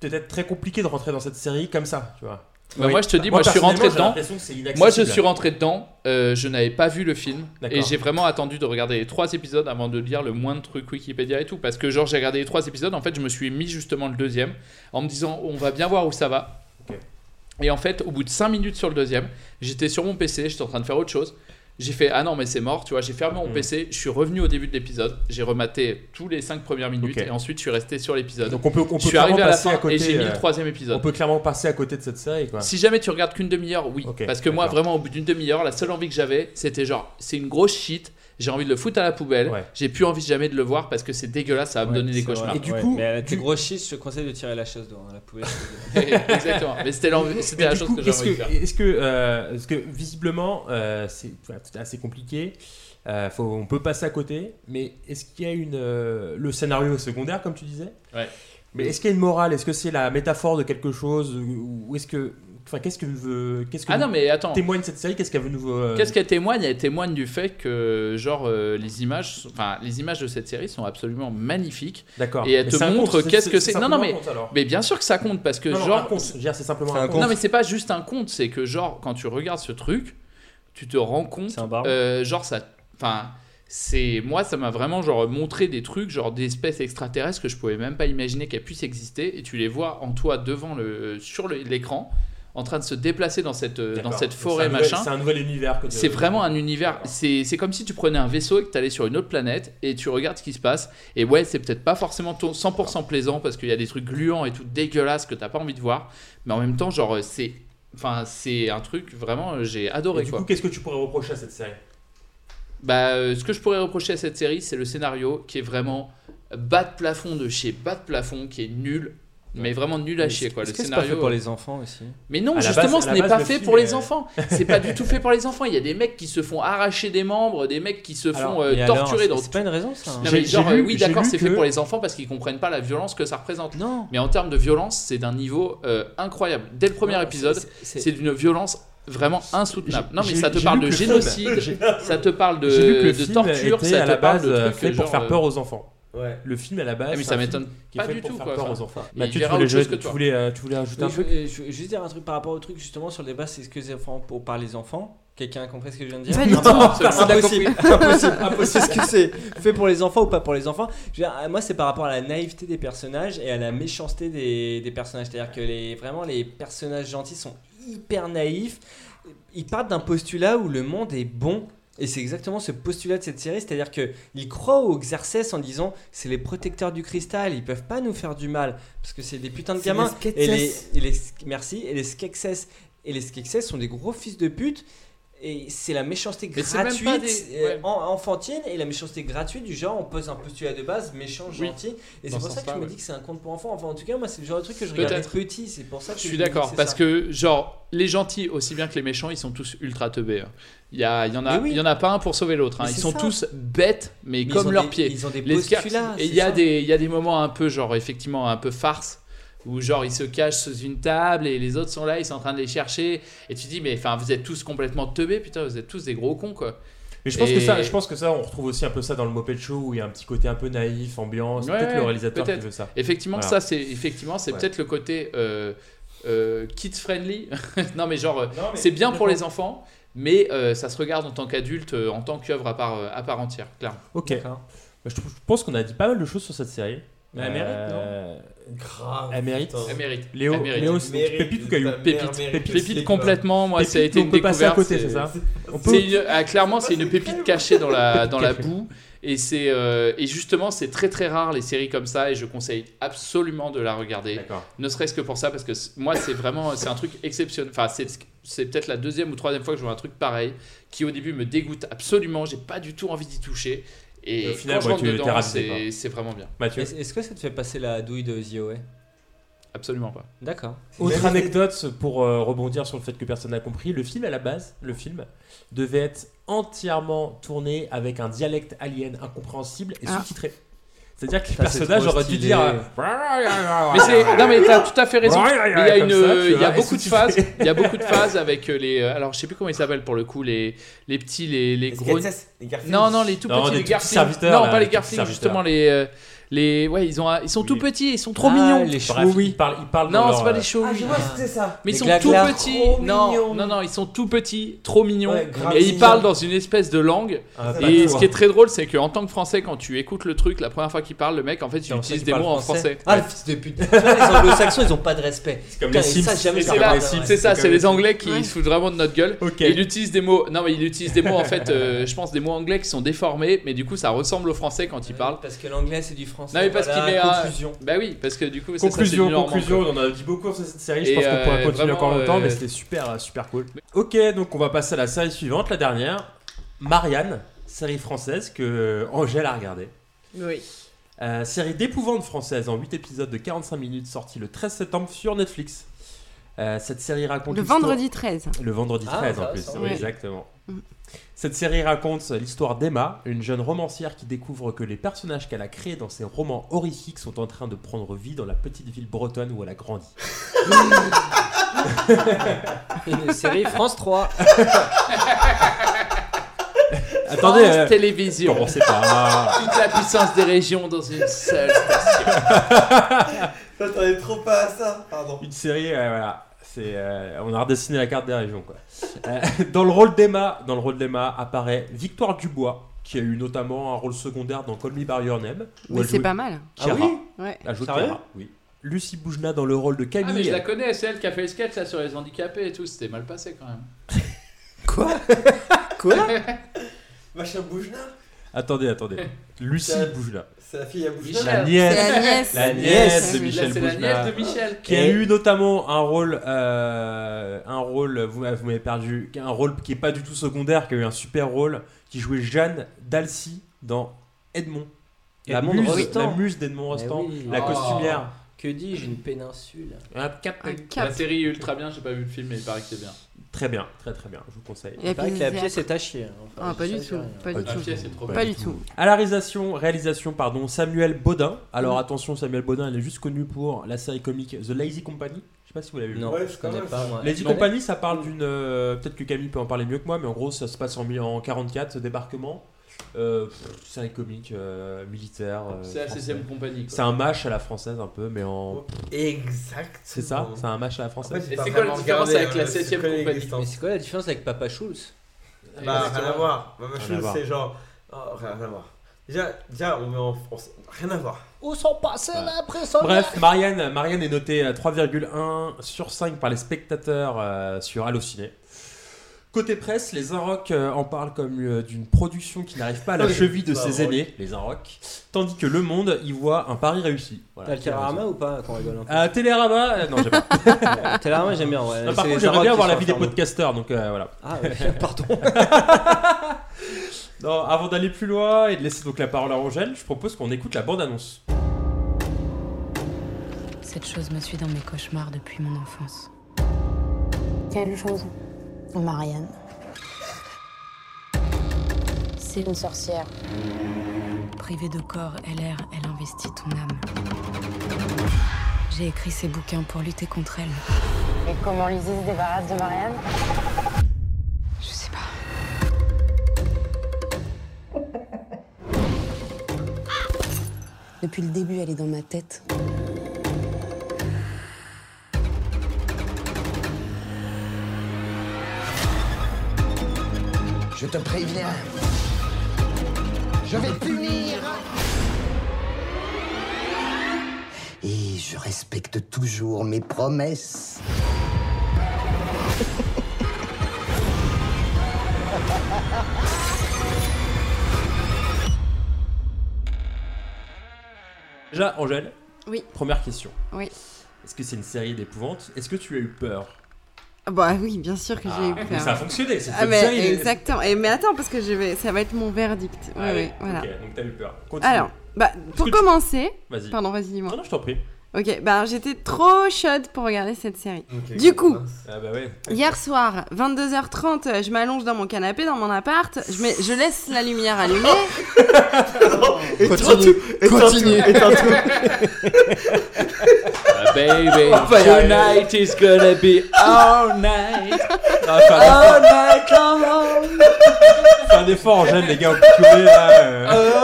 [SPEAKER 9] peut-être très compliqué de rentrer dans cette série comme ça, tu vois.
[SPEAKER 12] Bah, Moi, je te dis, moi, je suis
[SPEAKER 9] personnellement,
[SPEAKER 12] rentré
[SPEAKER 9] j'ai
[SPEAKER 12] dedans.
[SPEAKER 9] l'impression que c'est
[SPEAKER 12] Moi, je
[SPEAKER 9] inaccessible.
[SPEAKER 12] suis rentré dedans. euh, je n'avais pas vu le film
[SPEAKER 9] D'accord.
[SPEAKER 12] et j'ai vraiment attendu de regarder les trois épisodes avant de lire le moins de trucs Wikipédia et tout. Parce que genre, j'ai regardé les trois épisodes. En fait, je me suis mis justement le deuxième en me disant, on va bien voir où ça va.
[SPEAKER 9] Ok.
[SPEAKER 12] Et en fait, au bout de 5 minutes sur le deuxième, j'étais sur mon PC, j'étais en train de faire autre chose. J'ai fait ah non mais c'est mort, tu vois, j'ai fermé mon
[SPEAKER 9] Mhm.
[SPEAKER 12] PC, je suis revenu au début de l'épisode, j'ai rematé tous les 5 premières minutes
[SPEAKER 9] Ok.
[SPEAKER 12] et ensuite je suis resté sur l'épisode.
[SPEAKER 9] Donc on peut, on peut
[SPEAKER 12] je suis
[SPEAKER 9] clairement
[SPEAKER 12] arrivé à la
[SPEAKER 9] passer
[SPEAKER 12] fin
[SPEAKER 9] à côté.
[SPEAKER 12] et j'ai mis
[SPEAKER 9] euh,
[SPEAKER 12] le troisième épisode.
[SPEAKER 9] On peut clairement passer à côté de cette série, quoi.
[SPEAKER 12] Si jamais tu regardes qu'une demi-heure, oui.
[SPEAKER 9] Ok,
[SPEAKER 12] Parce que moi,
[SPEAKER 9] d'accord.
[SPEAKER 12] vraiment, au bout d'une demi-heure, la seule envie que j'avais, c'était genre, c'est une grosse shit, j'ai envie de le foutre à la poubelle,
[SPEAKER 9] Ouais.
[SPEAKER 12] j'ai plus envie jamais de le voir parce que c'est dégueulasse, ça va me donner des cauchemars.
[SPEAKER 9] Et du coup,
[SPEAKER 5] mais euh, t'es
[SPEAKER 9] du-
[SPEAKER 5] gros chiche, je te conseille de tirer la chaise devant la poubelle.
[SPEAKER 12] Exactement. Mais c'était l'envie- c'était
[SPEAKER 9] Mais
[SPEAKER 12] la
[SPEAKER 9] du
[SPEAKER 12] chose
[SPEAKER 9] coup,
[SPEAKER 12] que
[SPEAKER 9] est-ce
[SPEAKER 12] j'avais envie de faire.
[SPEAKER 9] Est-ce que, euh, est-ce que visiblement, euh, c'est voilà, c'est assez compliqué. euh, faut- on peut passer à côté, mais est-ce qu'il y a une euh, le scénario secondaire comme tu disais
[SPEAKER 12] Ouais.
[SPEAKER 9] Mais est-ce qu'il y a une morale Est-ce que c'est la métaphore de quelque chose ou ou est-ce que Enfin, qu'est-ce que veut. Qu'est-ce que
[SPEAKER 12] Ah non, mais attends.
[SPEAKER 9] témoigne cette série Qu'est-ce qu'elle veut nous. euh,
[SPEAKER 12] Qu'est-ce qu'elle témoigne Elle témoigne du fait que, genre, euh, les images, sont- enfin, les images de cette série sont absolument magnifiques.
[SPEAKER 9] D'accord.
[SPEAKER 12] Et elle
[SPEAKER 9] Mais
[SPEAKER 12] te
[SPEAKER 9] c'est un
[SPEAKER 12] montre
[SPEAKER 9] conte, c'est-
[SPEAKER 12] qu'est-ce que
[SPEAKER 9] c'est
[SPEAKER 12] c'est. Non, non,
[SPEAKER 9] simplement
[SPEAKER 12] mais,
[SPEAKER 9] un conte, alors.
[SPEAKER 12] mais bien sûr que ça compte parce que,
[SPEAKER 9] Non, non,
[SPEAKER 12] genre.
[SPEAKER 9] un conte, je veux dire, c'est simplement un
[SPEAKER 12] Non,
[SPEAKER 9] conte.
[SPEAKER 12] mais c'est pas juste un conte, c'est que, genre, quand tu regardes ce truc, tu te rends compte.
[SPEAKER 9] Ah
[SPEAKER 12] euh, genre, ça. Enfin. C'est moi, ça m'a vraiment genre montré des trucs, genre d'espèces extraterrestres que je pouvais même pas imaginer qu'elles puissent exister. Et tu les vois en toi devant le sur le- l'écran, en train de se déplacer dans cette euh, dans
[SPEAKER 9] D'accord.
[SPEAKER 12] cette
[SPEAKER 9] Donc,
[SPEAKER 12] forêt
[SPEAKER 9] c'est un nouvel-
[SPEAKER 12] machin.
[SPEAKER 9] C'est un nouvel univers que tu-
[SPEAKER 12] C'est vraiment un univers. C'est c'est comme si tu prenais un vaisseau et que tu allais sur une autre planète et tu regardes ce qui se passe. Et ouais, c'est peut-être pas forcément ton- 100% plaisant parce qu'il y a des trucs gluants et tout dégueulasses que t'as pas envie de voir. Mais en même temps, genre, euh, c'est. Enfin, c'est un truc vraiment, euh, j'ai adoré
[SPEAKER 9] Et du
[SPEAKER 12] quoi.
[SPEAKER 9] coup, qu'est-ce que tu pourrais reprocher à cette série
[SPEAKER 12] Bah, euh, ce que je pourrais reprocher à cette série, c'est le scénario qui est vraiment bas de plafond de chez bas de plafond, qui est nul, mais vraiment nul à chier quoi.
[SPEAKER 8] Est-ce
[SPEAKER 12] Le
[SPEAKER 8] que c'est
[SPEAKER 12] scénario euh,
[SPEAKER 8] pas fait pour les enfants aussi
[SPEAKER 12] Mais non,
[SPEAKER 8] À la
[SPEAKER 12] justement,
[SPEAKER 8] base- à
[SPEAKER 12] ce
[SPEAKER 8] la
[SPEAKER 12] n'est
[SPEAKER 8] base,
[SPEAKER 12] pas
[SPEAKER 8] le
[SPEAKER 12] fait
[SPEAKER 8] film
[SPEAKER 12] pour les
[SPEAKER 8] est-
[SPEAKER 12] enfants. C'est pas du tout fait pour les enfants. Il y a des mecs qui se font arracher des membres, des mecs qui se
[SPEAKER 8] Alors,
[SPEAKER 12] font euh,
[SPEAKER 8] et alors,
[SPEAKER 12] torturer
[SPEAKER 8] c'est-
[SPEAKER 12] dans.
[SPEAKER 8] c'est pas une raison, ça, hein.
[SPEAKER 12] Non, mais
[SPEAKER 8] J'ai-
[SPEAKER 12] genre,
[SPEAKER 8] j'ai lu-
[SPEAKER 12] euh, oui,
[SPEAKER 8] j'ai
[SPEAKER 12] d'accord,
[SPEAKER 8] lu
[SPEAKER 12] c'est fait
[SPEAKER 8] que-
[SPEAKER 12] pour les enfants parce qu'ils comprennent pas la violence que ça représente.
[SPEAKER 8] Non.
[SPEAKER 12] Mais en termes de violence, c'est d'un niveau euh, incroyable. Dès le premier
[SPEAKER 8] Non, c'est-
[SPEAKER 12] épisode,
[SPEAKER 8] c'est- c'est-
[SPEAKER 12] c'est d'une violence vraiment insoutenable.
[SPEAKER 8] J'ai-
[SPEAKER 12] Non, mais
[SPEAKER 8] j'ai-
[SPEAKER 12] ça te
[SPEAKER 8] j'ai
[SPEAKER 12] parle
[SPEAKER 8] lu
[SPEAKER 12] de
[SPEAKER 8] que le film-
[SPEAKER 12] génocide,
[SPEAKER 8] j'ai-
[SPEAKER 12] ça te parle de,
[SPEAKER 9] J'ai vu que le
[SPEAKER 12] de
[SPEAKER 9] film
[SPEAKER 12] torture,
[SPEAKER 9] était
[SPEAKER 12] ça
[SPEAKER 9] à
[SPEAKER 12] te
[SPEAKER 9] la
[SPEAKER 12] parle
[SPEAKER 9] base
[SPEAKER 12] de
[SPEAKER 9] euh,
[SPEAKER 12] trucs
[SPEAKER 9] fait pour
[SPEAKER 12] genre,
[SPEAKER 9] faire
[SPEAKER 12] euh,
[SPEAKER 9] peur aux enfants.
[SPEAKER 12] Ouais.
[SPEAKER 9] Le film à la base.
[SPEAKER 12] Ah, mais
[SPEAKER 9] c'est
[SPEAKER 12] ça
[SPEAKER 9] un
[SPEAKER 12] m'étonne
[SPEAKER 9] film qui est
[SPEAKER 12] pas
[SPEAKER 9] fait
[SPEAKER 12] du
[SPEAKER 9] pour
[SPEAKER 12] tout,
[SPEAKER 9] faire
[SPEAKER 12] quoi.
[SPEAKER 9] peur
[SPEAKER 12] Enfin,
[SPEAKER 9] aux enfants.
[SPEAKER 12] il
[SPEAKER 9] Mathieu, tu
[SPEAKER 12] verra
[SPEAKER 9] voulais,
[SPEAKER 12] autre chose
[SPEAKER 9] jouer-
[SPEAKER 12] que
[SPEAKER 9] tu
[SPEAKER 12] toi.
[SPEAKER 9] voulais, euh, tu voulais ajouter un
[SPEAKER 8] Oui, je,
[SPEAKER 9] truc
[SPEAKER 8] veux- je veux juste dire un truc par rapport au truc justement sur le débat, c'est ce que les enfants pour parler les enfants. Quelqu'un a compris ce que je viens de dire
[SPEAKER 9] Pas du
[SPEAKER 8] Non,
[SPEAKER 9] tout.
[SPEAKER 8] absolument.
[SPEAKER 9] Personne n'a
[SPEAKER 8] impossible,
[SPEAKER 9] compris.
[SPEAKER 8] impossible, impossible. Est-ce que c'est fait pour les enfants ou pas pour les enfants Je veux dire, euh, Moi, c'est par rapport à la naïveté des personnages et à la méchanceté des, des personnages. C'est-à-dire que les, vraiment, les personnages gentils sont hyper naïfs. Ils partent d'un postulat où le monde est bon. Et c'est exactement ce postulat de cette série, c'est-à-dire que ils croient au Xerxes en disant c'est les protecteurs du cristal, ils peuvent pas nous faire du mal parce que c'est des putains de
[SPEAKER 21] C'est les
[SPEAKER 8] gamins. et les,
[SPEAKER 21] Skeksis.
[SPEAKER 8] et les, merci, et les Skeksis. Et les Skeksis sont des gros fils de pute. Et c'est la méchanceté
[SPEAKER 12] Mais c'est même
[SPEAKER 8] gratuite,
[SPEAKER 12] pas des-
[SPEAKER 8] euh, en- enfantine, et la méchanceté gratuite du genre on pose un postulat de base, méchant, gentil. Et
[SPEAKER 12] Dans
[SPEAKER 8] c'est pour
[SPEAKER 12] ce
[SPEAKER 8] ça que je
[SPEAKER 12] sens-là,
[SPEAKER 8] me
[SPEAKER 12] ouais.
[SPEAKER 8] dis que c'est un conte pour enfants. Enfin, en tout cas, moi, c'est le genre de truc que je regardais
[SPEAKER 12] Peut-être.
[SPEAKER 8] petit. C'est pour ça que
[SPEAKER 12] Je
[SPEAKER 8] me
[SPEAKER 12] suis
[SPEAKER 8] dis
[SPEAKER 12] d'accord,
[SPEAKER 8] c'est
[SPEAKER 12] parce
[SPEAKER 8] ça.
[SPEAKER 12] que, genre, les gentils, aussi bien que les méchants, ils sont tous ultra teubés. hein. Il y, a, il y, en a-
[SPEAKER 8] Mais oui.
[SPEAKER 12] il y en a pas un pour sauver l'autre. hein.
[SPEAKER 8] Mais
[SPEAKER 12] Ils
[SPEAKER 8] c'est
[SPEAKER 12] sont
[SPEAKER 8] ça.
[SPEAKER 12] tous bêtes, mais,
[SPEAKER 8] Mais ils
[SPEAKER 12] comme
[SPEAKER 8] ont
[SPEAKER 12] leurs
[SPEAKER 8] des-
[SPEAKER 12] pieds.
[SPEAKER 8] ils ont des
[SPEAKER 12] Les scar-
[SPEAKER 8] postulats,
[SPEAKER 12] Et il
[SPEAKER 8] c'est
[SPEAKER 12] y, a
[SPEAKER 8] ça.
[SPEAKER 12] des- il y a des moments un peu, genre, effectivement, un peu farce, où, genre, ils se cachent sous une table et les autres sont là, ils sont en train de les chercher. Et tu te dis, mais enfin, vous êtes tous complètement teubés, putain, vous êtes tous des gros cons, quoi.
[SPEAKER 9] Mais je pense, que
[SPEAKER 12] Et-
[SPEAKER 9] ça, je pense que ça, on retrouve aussi un peu ça dans le Moped Show où il y a un petit côté un peu naïf, ambiance.
[SPEAKER 12] Ouais,
[SPEAKER 9] peut-être
[SPEAKER 12] ouais,
[SPEAKER 9] le réalisateur
[SPEAKER 12] peut-être.
[SPEAKER 9] qui veut ça.
[SPEAKER 12] Effectivement, ça
[SPEAKER 9] Voilà.
[SPEAKER 12] c'est effectivement c'est
[SPEAKER 9] Ouais.
[SPEAKER 12] peut-être le côté euh, euh, kids friendly. non mais genre euh,
[SPEAKER 9] mais
[SPEAKER 12] c'est bien pour
[SPEAKER 9] complètement.
[SPEAKER 12] les enfants, mais euh, ça se regarde en tant qu'adulte, euh, en tant qu'œuvre à part euh, à part entière, clairement.
[SPEAKER 9] Ok. Bah, je, trouve- je pense qu'on a dit pas mal de choses sur cette série.
[SPEAKER 12] Mais elle mérite, non
[SPEAKER 10] Grave,
[SPEAKER 9] Elle mérite.
[SPEAKER 10] putain. Elle mérite.
[SPEAKER 9] Léo,
[SPEAKER 10] Elle mérite.
[SPEAKER 9] Léo, c'est donc
[SPEAKER 10] Mérite,
[SPEAKER 9] pépite ou caillou
[SPEAKER 10] ta mère
[SPEAKER 12] Pépite,
[SPEAKER 10] mérite
[SPEAKER 12] pépite,
[SPEAKER 10] aussi, quoi.
[SPEAKER 12] complètement. Moi, ça a
[SPEAKER 9] Pépite,
[SPEAKER 12] été
[SPEAKER 9] euh, on
[SPEAKER 12] une
[SPEAKER 9] peut passer à
[SPEAKER 12] découverte.
[SPEAKER 9] côté, c'est ça On peut-
[SPEAKER 12] c'est une- ah, clairement, c'est une pépite cachée dans la dans la
[SPEAKER 9] Cachée.
[SPEAKER 12] boue. Et c'est euh, et justement, c'est très très rare les séries comme ça. Et je conseille absolument de la regarder. Ne serait-ce que pour ça, parce que c- moi, c'est vraiment c'est un truc exceptionnel. Enfin, c'est c'est peut-être la deuxième ou troisième fois que je vois un truc pareil qui au début me dégoûte absolument. J'ai pas du tout envie d'y toucher. Et
[SPEAKER 9] Au final,
[SPEAKER 12] quand je
[SPEAKER 9] ouais,
[SPEAKER 12] rentre
[SPEAKER 9] tu- t'es
[SPEAKER 12] dedans,
[SPEAKER 9] ravisé,
[SPEAKER 12] c'est
[SPEAKER 9] quoi.
[SPEAKER 12] c'est vraiment bien.
[SPEAKER 8] Est-ce est-ce que ça te fait passer la douille de The OA
[SPEAKER 12] Absolument pas.
[SPEAKER 8] D'accord.
[SPEAKER 9] Autre anecdote pour euh, rebondir sur le fait que personne n'a compris, le film à la base, le film devait être entièrement tourné avec un dialecte alien incompréhensible et
[SPEAKER 22] Ah.
[SPEAKER 9] sous-titré. C'est-à-dire que les
[SPEAKER 22] Ça, c'est
[SPEAKER 9] personnages
[SPEAKER 22] trop
[SPEAKER 9] auraient dû
[SPEAKER 22] stylé.
[SPEAKER 9] dire. euh,
[SPEAKER 12] Mais c'est non mais t'as tout à fait raison. Mais il y a
[SPEAKER 9] Comme
[SPEAKER 12] une,
[SPEAKER 9] ça, tu
[SPEAKER 12] il y a
[SPEAKER 9] vois,
[SPEAKER 12] beaucoup de
[SPEAKER 9] sous-titré.
[SPEAKER 12] phases, il y a beaucoup de phases avec euh, les, euh, alors je sais plus comment ils s'appellent pour le coup les, les petits, les, les gros.
[SPEAKER 10] Skeksis, les Garfield.
[SPEAKER 12] non non les tout
[SPEAKER 9] Non,
[SPEAKER 12] petits, les
[SPEAKER 9] des tout petits
[SPEAKER 12] Garfield.
[SPEAKER 9] serviteurs,
[SPEAKER 12] non
[SPEAKER 9] là,
[SPEAKER 12] pas les
[SPEAKER 9] les
[SPEAKER 12] Garfield
[SPEAKER 9] petits
[SPEAKER 12] justement les, euh, les, ouais ils ont, un- ils sont tout petits, ils sont trop
[SPEAKER 9] Ah,
[SPEAKER 12] mignons.
[SPEAKER 9] les
[SPEAKER 12] Bref,
[SPEAKER 9] chououis.
[SPEAKER 12] ils parlent,
[SPEAKER 9] ils parlent
[SPEAKER 12] Non
[SPEAKER 9] dans
[SPEAKER 12] c'est
[SPEAKER 9] leur,
[SPEAKER 12] pas
[SPEAKER 9] euh,
[SPEAKER 12] les chevaux.
[SPEAKER 10] Ah, je vois, c'était ça.
[SPEAKER 12] Mais ils
[SPEAKER 10] Les
[SPEAKER 12] sont
[SPEAKER 10] glaglas.
[SPEAKER 12] tout petits.
[SPEAKER 10] Trop
[SPEAKER 12] Non
[SPEAKER 10] mignons.
[SPEAKER 12] non non ils sont tout petits, trop mignons.
[SPEAKER 10] Ouais, grave
[SPEAKER 12] et ils
[SPEAKER 10] mignons.
[SPEAKER 12] parlent dans une espèce de langue.
[SPEAKER 9] Ah,
[SPEAKER 12] et
[SPEAKER 9] d'accord.
[SPEAKER 12] ce qui est très drôle c'est que en tant que français quand tu écoutes le truc la première fois qu'il parle le mec en fait il
[SPEAKER 8] Putain,
[SPEAKER 12] utilise
[SPEAKER 8] c'est
[SPEAKER 12] des
[SPEAKER 8] qu'il
[SPEAKER 12] mots
[SPEAKER 8] parle
[SPEAKER 12] en français.
[SPEAKER 8] Ah, le fils de pute. Tu vois, les anglo-saxons, ils ont pas de respect.
[SPEAKER 9] comme
[SPEAKER 8] Putain,
[SPEAKER 9] les Sims.
[SPEAKER 8] et ça, jamais
[SPEAKER 12] Et
[SPEAKER 8] je
[SPEAKER 12] c'est là,
[SPEAKER 8] regarderai.
[SPEAKER 5] hein.
[SPEAKER 12] c'est ça, c'est les Anglais qui se foutent vraiment de notre gueule.
[SPEAKER 9] Ok.
[SPEAKER 12] Et il utilise des mots, non mais il utilise des mots en fait, euh, je pense des mots anglais qui sont déformés, mais du coup ça ressemble au français quand il parle.
[SPEAKER 8] Parce que l'anglais, c'est du français.
[SPEAKER 12] Non mais parce
[SPEAKER 8] Voilà,
[SPEAKER 12] qu'il est un-
[SPEAKER 8] conclusion.
[SPEAKER 12] Bah oui, parce que du coup c'est ça, c'est
[SPEAKER 9] Conclusion,
[SPEAKER 12] du normand,
[SPEAKER 9] conclusion,
[SPEAKER 12] quoi.
[SPEAKER 9] on en a dit beaucoup sur cette série, je
[SPEAKER 12] Et,
[SPEAKER 9] pense qu'on pourrait
[SPEAKER 12] euh,
[SPEAKER 9] continuer
[SPEAKER 12] vraiment,
[SPEAKER 9] encore longtemps,
[SPEAKER 12] euh,
[SPEAKER 9] mais c'était super, super cool. Ok, donc on va passer à la série suivante, la dernière, Marianne, série française que euh, Angèle a regardée.
[SPEAKER 11] Oui.
[SPEAKER 9] Euh, série d'épouvante française en 8 épisodes de 45 minutes sortie le 13 septembre sur Netflix. Euh, cette série raconte.
[SPEAKER 11] Le
[SPEAKER 9] l'histoire-
[SPEAKER 11] vendredi 13.
[SPEAKER 9] Le vendredi
[SPEAKER 11] Ah,
[SPEAKER 9] 13 en plus,
[SPEAKER 11] intéressant.
[SPEAKER 9] oui,
[SPEAKER 11] Ouais.
[SPEAKER 9] exactement.
[SPEAKER 11] Mhm.
[SPEAKER 9] Cette série raconte l'histoire d'Emma, une jeune romancière qui découvre que les personnages qu'elle a créés dans ses romans horrifiques sont en train de prendre vie dans la petite ville bretonne où elle a grandi.
[SPEAKER 5] Une série France 3.
[SPEAKER 11] Oh,
[SPEAKER 9] Attendez,
[SPEAKER 12] France
[SPEAKER 9] euh,
[SPEAKER 12] Télévision.
[SPEAKER 9] on sait pas.
[SPEAKER 12] Toute la puissance des régions dans une seule station.
[SPEAKER 10] T'attendais trop pas à ça. Pardon.
[SPEAKER 9] Une série, euh, voilà. C'est, euh, on a redessiné la carte des régions. Quoi. Euh, dans le rôle d'Emma, dans le rôle d'Emma apparaît Victoire Dubois, qui a eu notamment un rôle secondaire dans Call Me By Your Name. où
[SPEAKER 11] Mais
[SPEAKER 9] elle
[SPEAKER 11] c'est
[SPEAKER 9] jouait
[SPEAKER 11] pas mal. Ah
[SPEAKER 9] Chiara.
[SPEAKER 11] oui Ouais.
[SPEAKER 9] Elle joue
[SPEAKER 11] Sérieux
[SPEAKER 9] Chiara, oui. Lucie Boujna dans le rôle de
[SPEAKER 12] Ah, mais
[SPEAKER 9] Camille.
[SPEAKER 12] je la connais, c'est elle qui a fait le sketch là, sur les handicapés et tout, c'était mal passé quand même.
[SPEAKER 10] Quoi Machin Boujna
[SPEAKER 9] Attendez, attendez. Lucie
[SPEAKER 10] C'est-
[SPEAKER 9] Boujna.
[SPEAKER 10] C'est la fille à Boujna
[SPEAKER 9] La nièce, la
[SPEAKER 11] Ah,
[SPEAKER 9] nièce de
[SPEAKER 10] Là,
[SPEAKER 9] Michel
[SPEAKER 10] c'est la
[SPEAKER 9] Boujna,
[SPEAKER 10] nièce de Michel.
[SPEAKER 9] Qui a
[SPEAKER 10] Et-
[SPEAKER 9] eu notamment un rôle, euh, un rôle, vous m'avez vous m'avez perdu, qui a un rôle qui est pas du tout secondaire, qui a eu un super rôle, qui jouait Jeanne d'Alcy dans Edmond. La
[SPEAKER 5] Edmond
[SPEAKER 9] muse,
[SPEAKER 5] Rostand.
[SPEAKER 9] la muse d'Edmond
[SPEAKER 5] Mais
[SPEAKER 9] Rostand,
[SPEAKER 5] oui.
[SPEAKER 9] la
[SPEAKER 5] Oh.
[SPEAKER 9] costumière.
[SPEAKER 5] Que dis-je, une péninsule.
[SPEAKER 9] Un cap-
[SPEAKER 11] Ah.
[SPEAKER 9] Un cap.
[SPEAKER 12] La série est ultra bien, j'ai pas vu le film, mais il paraît que c'est bien.
[SPEAKER 9] Très bien, très très bien, je vous conseille.
[SPEAKER 5] Il paraît que la pièce est à chier. hein. Enfin,
[SPEAKER 11] Ah, pas
[SPEAKER 5] je
[SPEAKER 11] du
[SPEAKER 5] sais
[SPEAKER 11] tout,
[SPEAKER 5] rien.
[SPEAKER 11] pas du
[SPEAKER 12] La
[SPEAKER 11] tout.
[SPEAKER 12] pièce est trop
[SPEAKER 11] Pas
[SPEAKER 12] belle.
[SPEAKER 11] du tout.
[SPEAKER 9] À la réalisation, réalisation pardon, Samuel Baudin. Alors attention, Samuel Baudin, il est juste connu pour la série comique The Lazy Company. Je sais pas si vous l'avez vu.
[SPEAKER 5] Non, Ouais, je je connais connais pas, pas, moi.
[SPEAKER 9] Lazy
[SPEAKER 5] Tu connais
[SPEAKER 9] Company, ça parle d'une. euh, Peut-être que Camille peut en parler mieux que moi, mais en gros, ça se passe en, mille- en 44, ce débarquement. Euh, pff, série comique euh, militaire. euh,
[SPEAKER 12] C'est la
[SPEAKER 9] française.
[SPEAKER 12] CCM Company, quoi.
[SPEAKER 9] C'est un match à la française un peu, mais en.
[SPEAKER 10] Exact.
[SPEAKER 9] C'est ça C'est un match à la française.
[SPEAKER 10] En fait, Et c'est quoi la différence avec la septième compagnie
[SPEAKER 5] Mais c'est quoi la différence avec Papa Schulz
[SPEAKER 10] Bah, rien
[SPEAKER 5] Exactement.
[SPEAKER 10] à voir. Bah,
[SPEAKER 5] Rien
[SPEAKER 10] Machin,
[SPEAKER 5] à voir.
[SPEAKER 10] c'est genre. oh, rien à voir. Déjà, déjà on met en. on s- Rien à voir.
[SPEAKER 5] Où sont passés la pression
[SPEAKER 9] Bref, Marianne, Marianne est notée à 3,1 sur 5 par les spectateurs euh, sur Allociné. Côté presse, les Inrocks euh, en parlent comme euh, d'une production qui n'arrive pas à la
[SPEAKER 5] Oui,
[SPEAKER 9] cheville de
[SPEAKER 5] pas
[SPEAKER 9] ses
[SPEAKER 5] un
[SPEAKER 9] aînés, les Inrocks, tandis que Le Monde y voit un pari réussi.
[SPEAKER 5] T'as le Télérama ou pas Qu'on rigole un peu.
[SPEAKER 9] Euh, Télérama, euh, non, j'aime
[SPEAKER 11] Ah.
[SPEAKER 9] pas.
[SPEAKER 5] Télérama, j'aime bien, ouais.
[SPEAKER 9] Non, Ah, par
[SPEAKER 5] C'est
[SPEAKER 9] contre,
[SPEAKER 5] les
[SPEAKER 9] j'aimerais
[SPEAKER 5] Inrocks
[SPEAKER 9] bien
[SPEAKER 5] qui
[SPEAKER 9] avoir la
[SPEAKER 5] sont
[SPEAKER 9] vie des
[SPEAKER 5] infernaux.
[SPEAKER 9] podcasters, donc euh, voilà.
[SPEAKER 5] Ah, ouais, pardon.
[SPEAKER 9] non, avant d'aller plus loin et de laisser donc la parole à Angèle, je propose qu'on écoute la bande-annonce.
[SPEAKER 13] Cette chose me suit dans mes cauchemars depuis mon enfance.
[SPEAKER 23] Quelle chose Marianne. C'est une sorcière.
[SPEAKER 13] Privée de corps, elle erre, elle investit ton âme. J'ai écrit ces bouquins pour lutter contre elle.
[SPEAKER 23] Et comment Lizzie se débarrasse de Marianne
[SPEAKER 13] Je sais pas. Depuis le début, elle est dans ma tête.
[SPEAKER 14] Je te préviens. Je vais punir. Et je respecte toujours mes promesses.
[SPEAKER 9] Déjà, Angèle,
[SPEAKER 11] Oui.
[SPEAKER 9] première question.
[SPEAKER 11] Oui.
[SPEAKER 9] Est-ce que c'est une série d'épouvante Est-ce que tu as eu peur
[SPEAKER 11] Ah Bah oui, bien sûr que j'ai eu
[SPEAKER 9] Ah,
[SPEAKER 11] peur.
[SPEAKER 9] ça a fonctionné, c'est
[SPEAKER 11] Ah,
[SPEAKER 9] une
[SPEAKER 11] mais
[SPEAKER 9] série.
[SPEAKER 11] exactement. Et, mais attends, parce que je vais, ça va être mon verdict. Ouais,
[SPEAKER 9] Ah oui,
[SPEAKER 11] ouais, voilà.
[SPEAKER 9] Ok, donc t'as eu peur. Continue.
[SPEAKER 11] Alors, bah,
[SPEAKER 9] Est-ce
[SPEAKER 11] pour
[SPEAKER 9] que tu-
[SPEAKER 11] commencer.
[SPEAKER 9] Vas-y.
[SPEAKER 11] Pardon, vas-y, dis-moi.
[SPEAKER 9] Non, non, je t'en prie.
[SPEAKER 11] Ok, bah j'étais trop chaude pour regarder cette série.
[SPEAKER 9] Ok,
[SPEAKER 11] du coup,
[SPEAKER 9] Ah bah ouais.
[SPEAKER 11] Hier soir, 22h30, euh, je m'allonge dans mon canapé, dans mon appart, je, mets, je laisse la lumière allumée.
[SPEAKER 12] Continue,
[SPEAKER 11] continue, éteins
[SPEAKER 12] Ah, baby,
[SPEAKER 5] Enfin,
[SPEAKER 8] euh,
[SPEAKER 12] tonight is gonna be all night.
[SPEAKER 9] All
[SPEAKER 5] night long.
[SPEAKER 9] Ah, Fais un effort, Angèle, les gars, au petit curé, là. euh,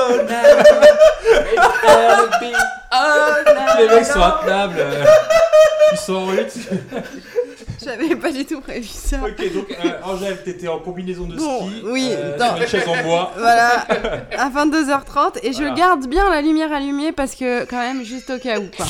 [SPEAKER 9] Les mecs sont intenables. euh, Ils sont en lutte.
[SPEAKER 11] Ah. J'avais pas du tout prévu ça.
[SPEAKER 9] Ok, donc euh, Angèle, t'étais en combinaison de
[SPEAKER 11] Bon,
[SPEAKER 9] ski.
[SPEAKER 11] oui,
[SPEAKER 9] euh,
[SPEAKER 11] dans-
[SPEAKER 9] sur une chaise en bois.
[SPEAKER 11] Voilà, à 22h30, et
[SPEAKER 9] Voilà.
[SPEAKER 11] je garde bien la lumière allumée parce que, quand même, juste au cas où, quoi.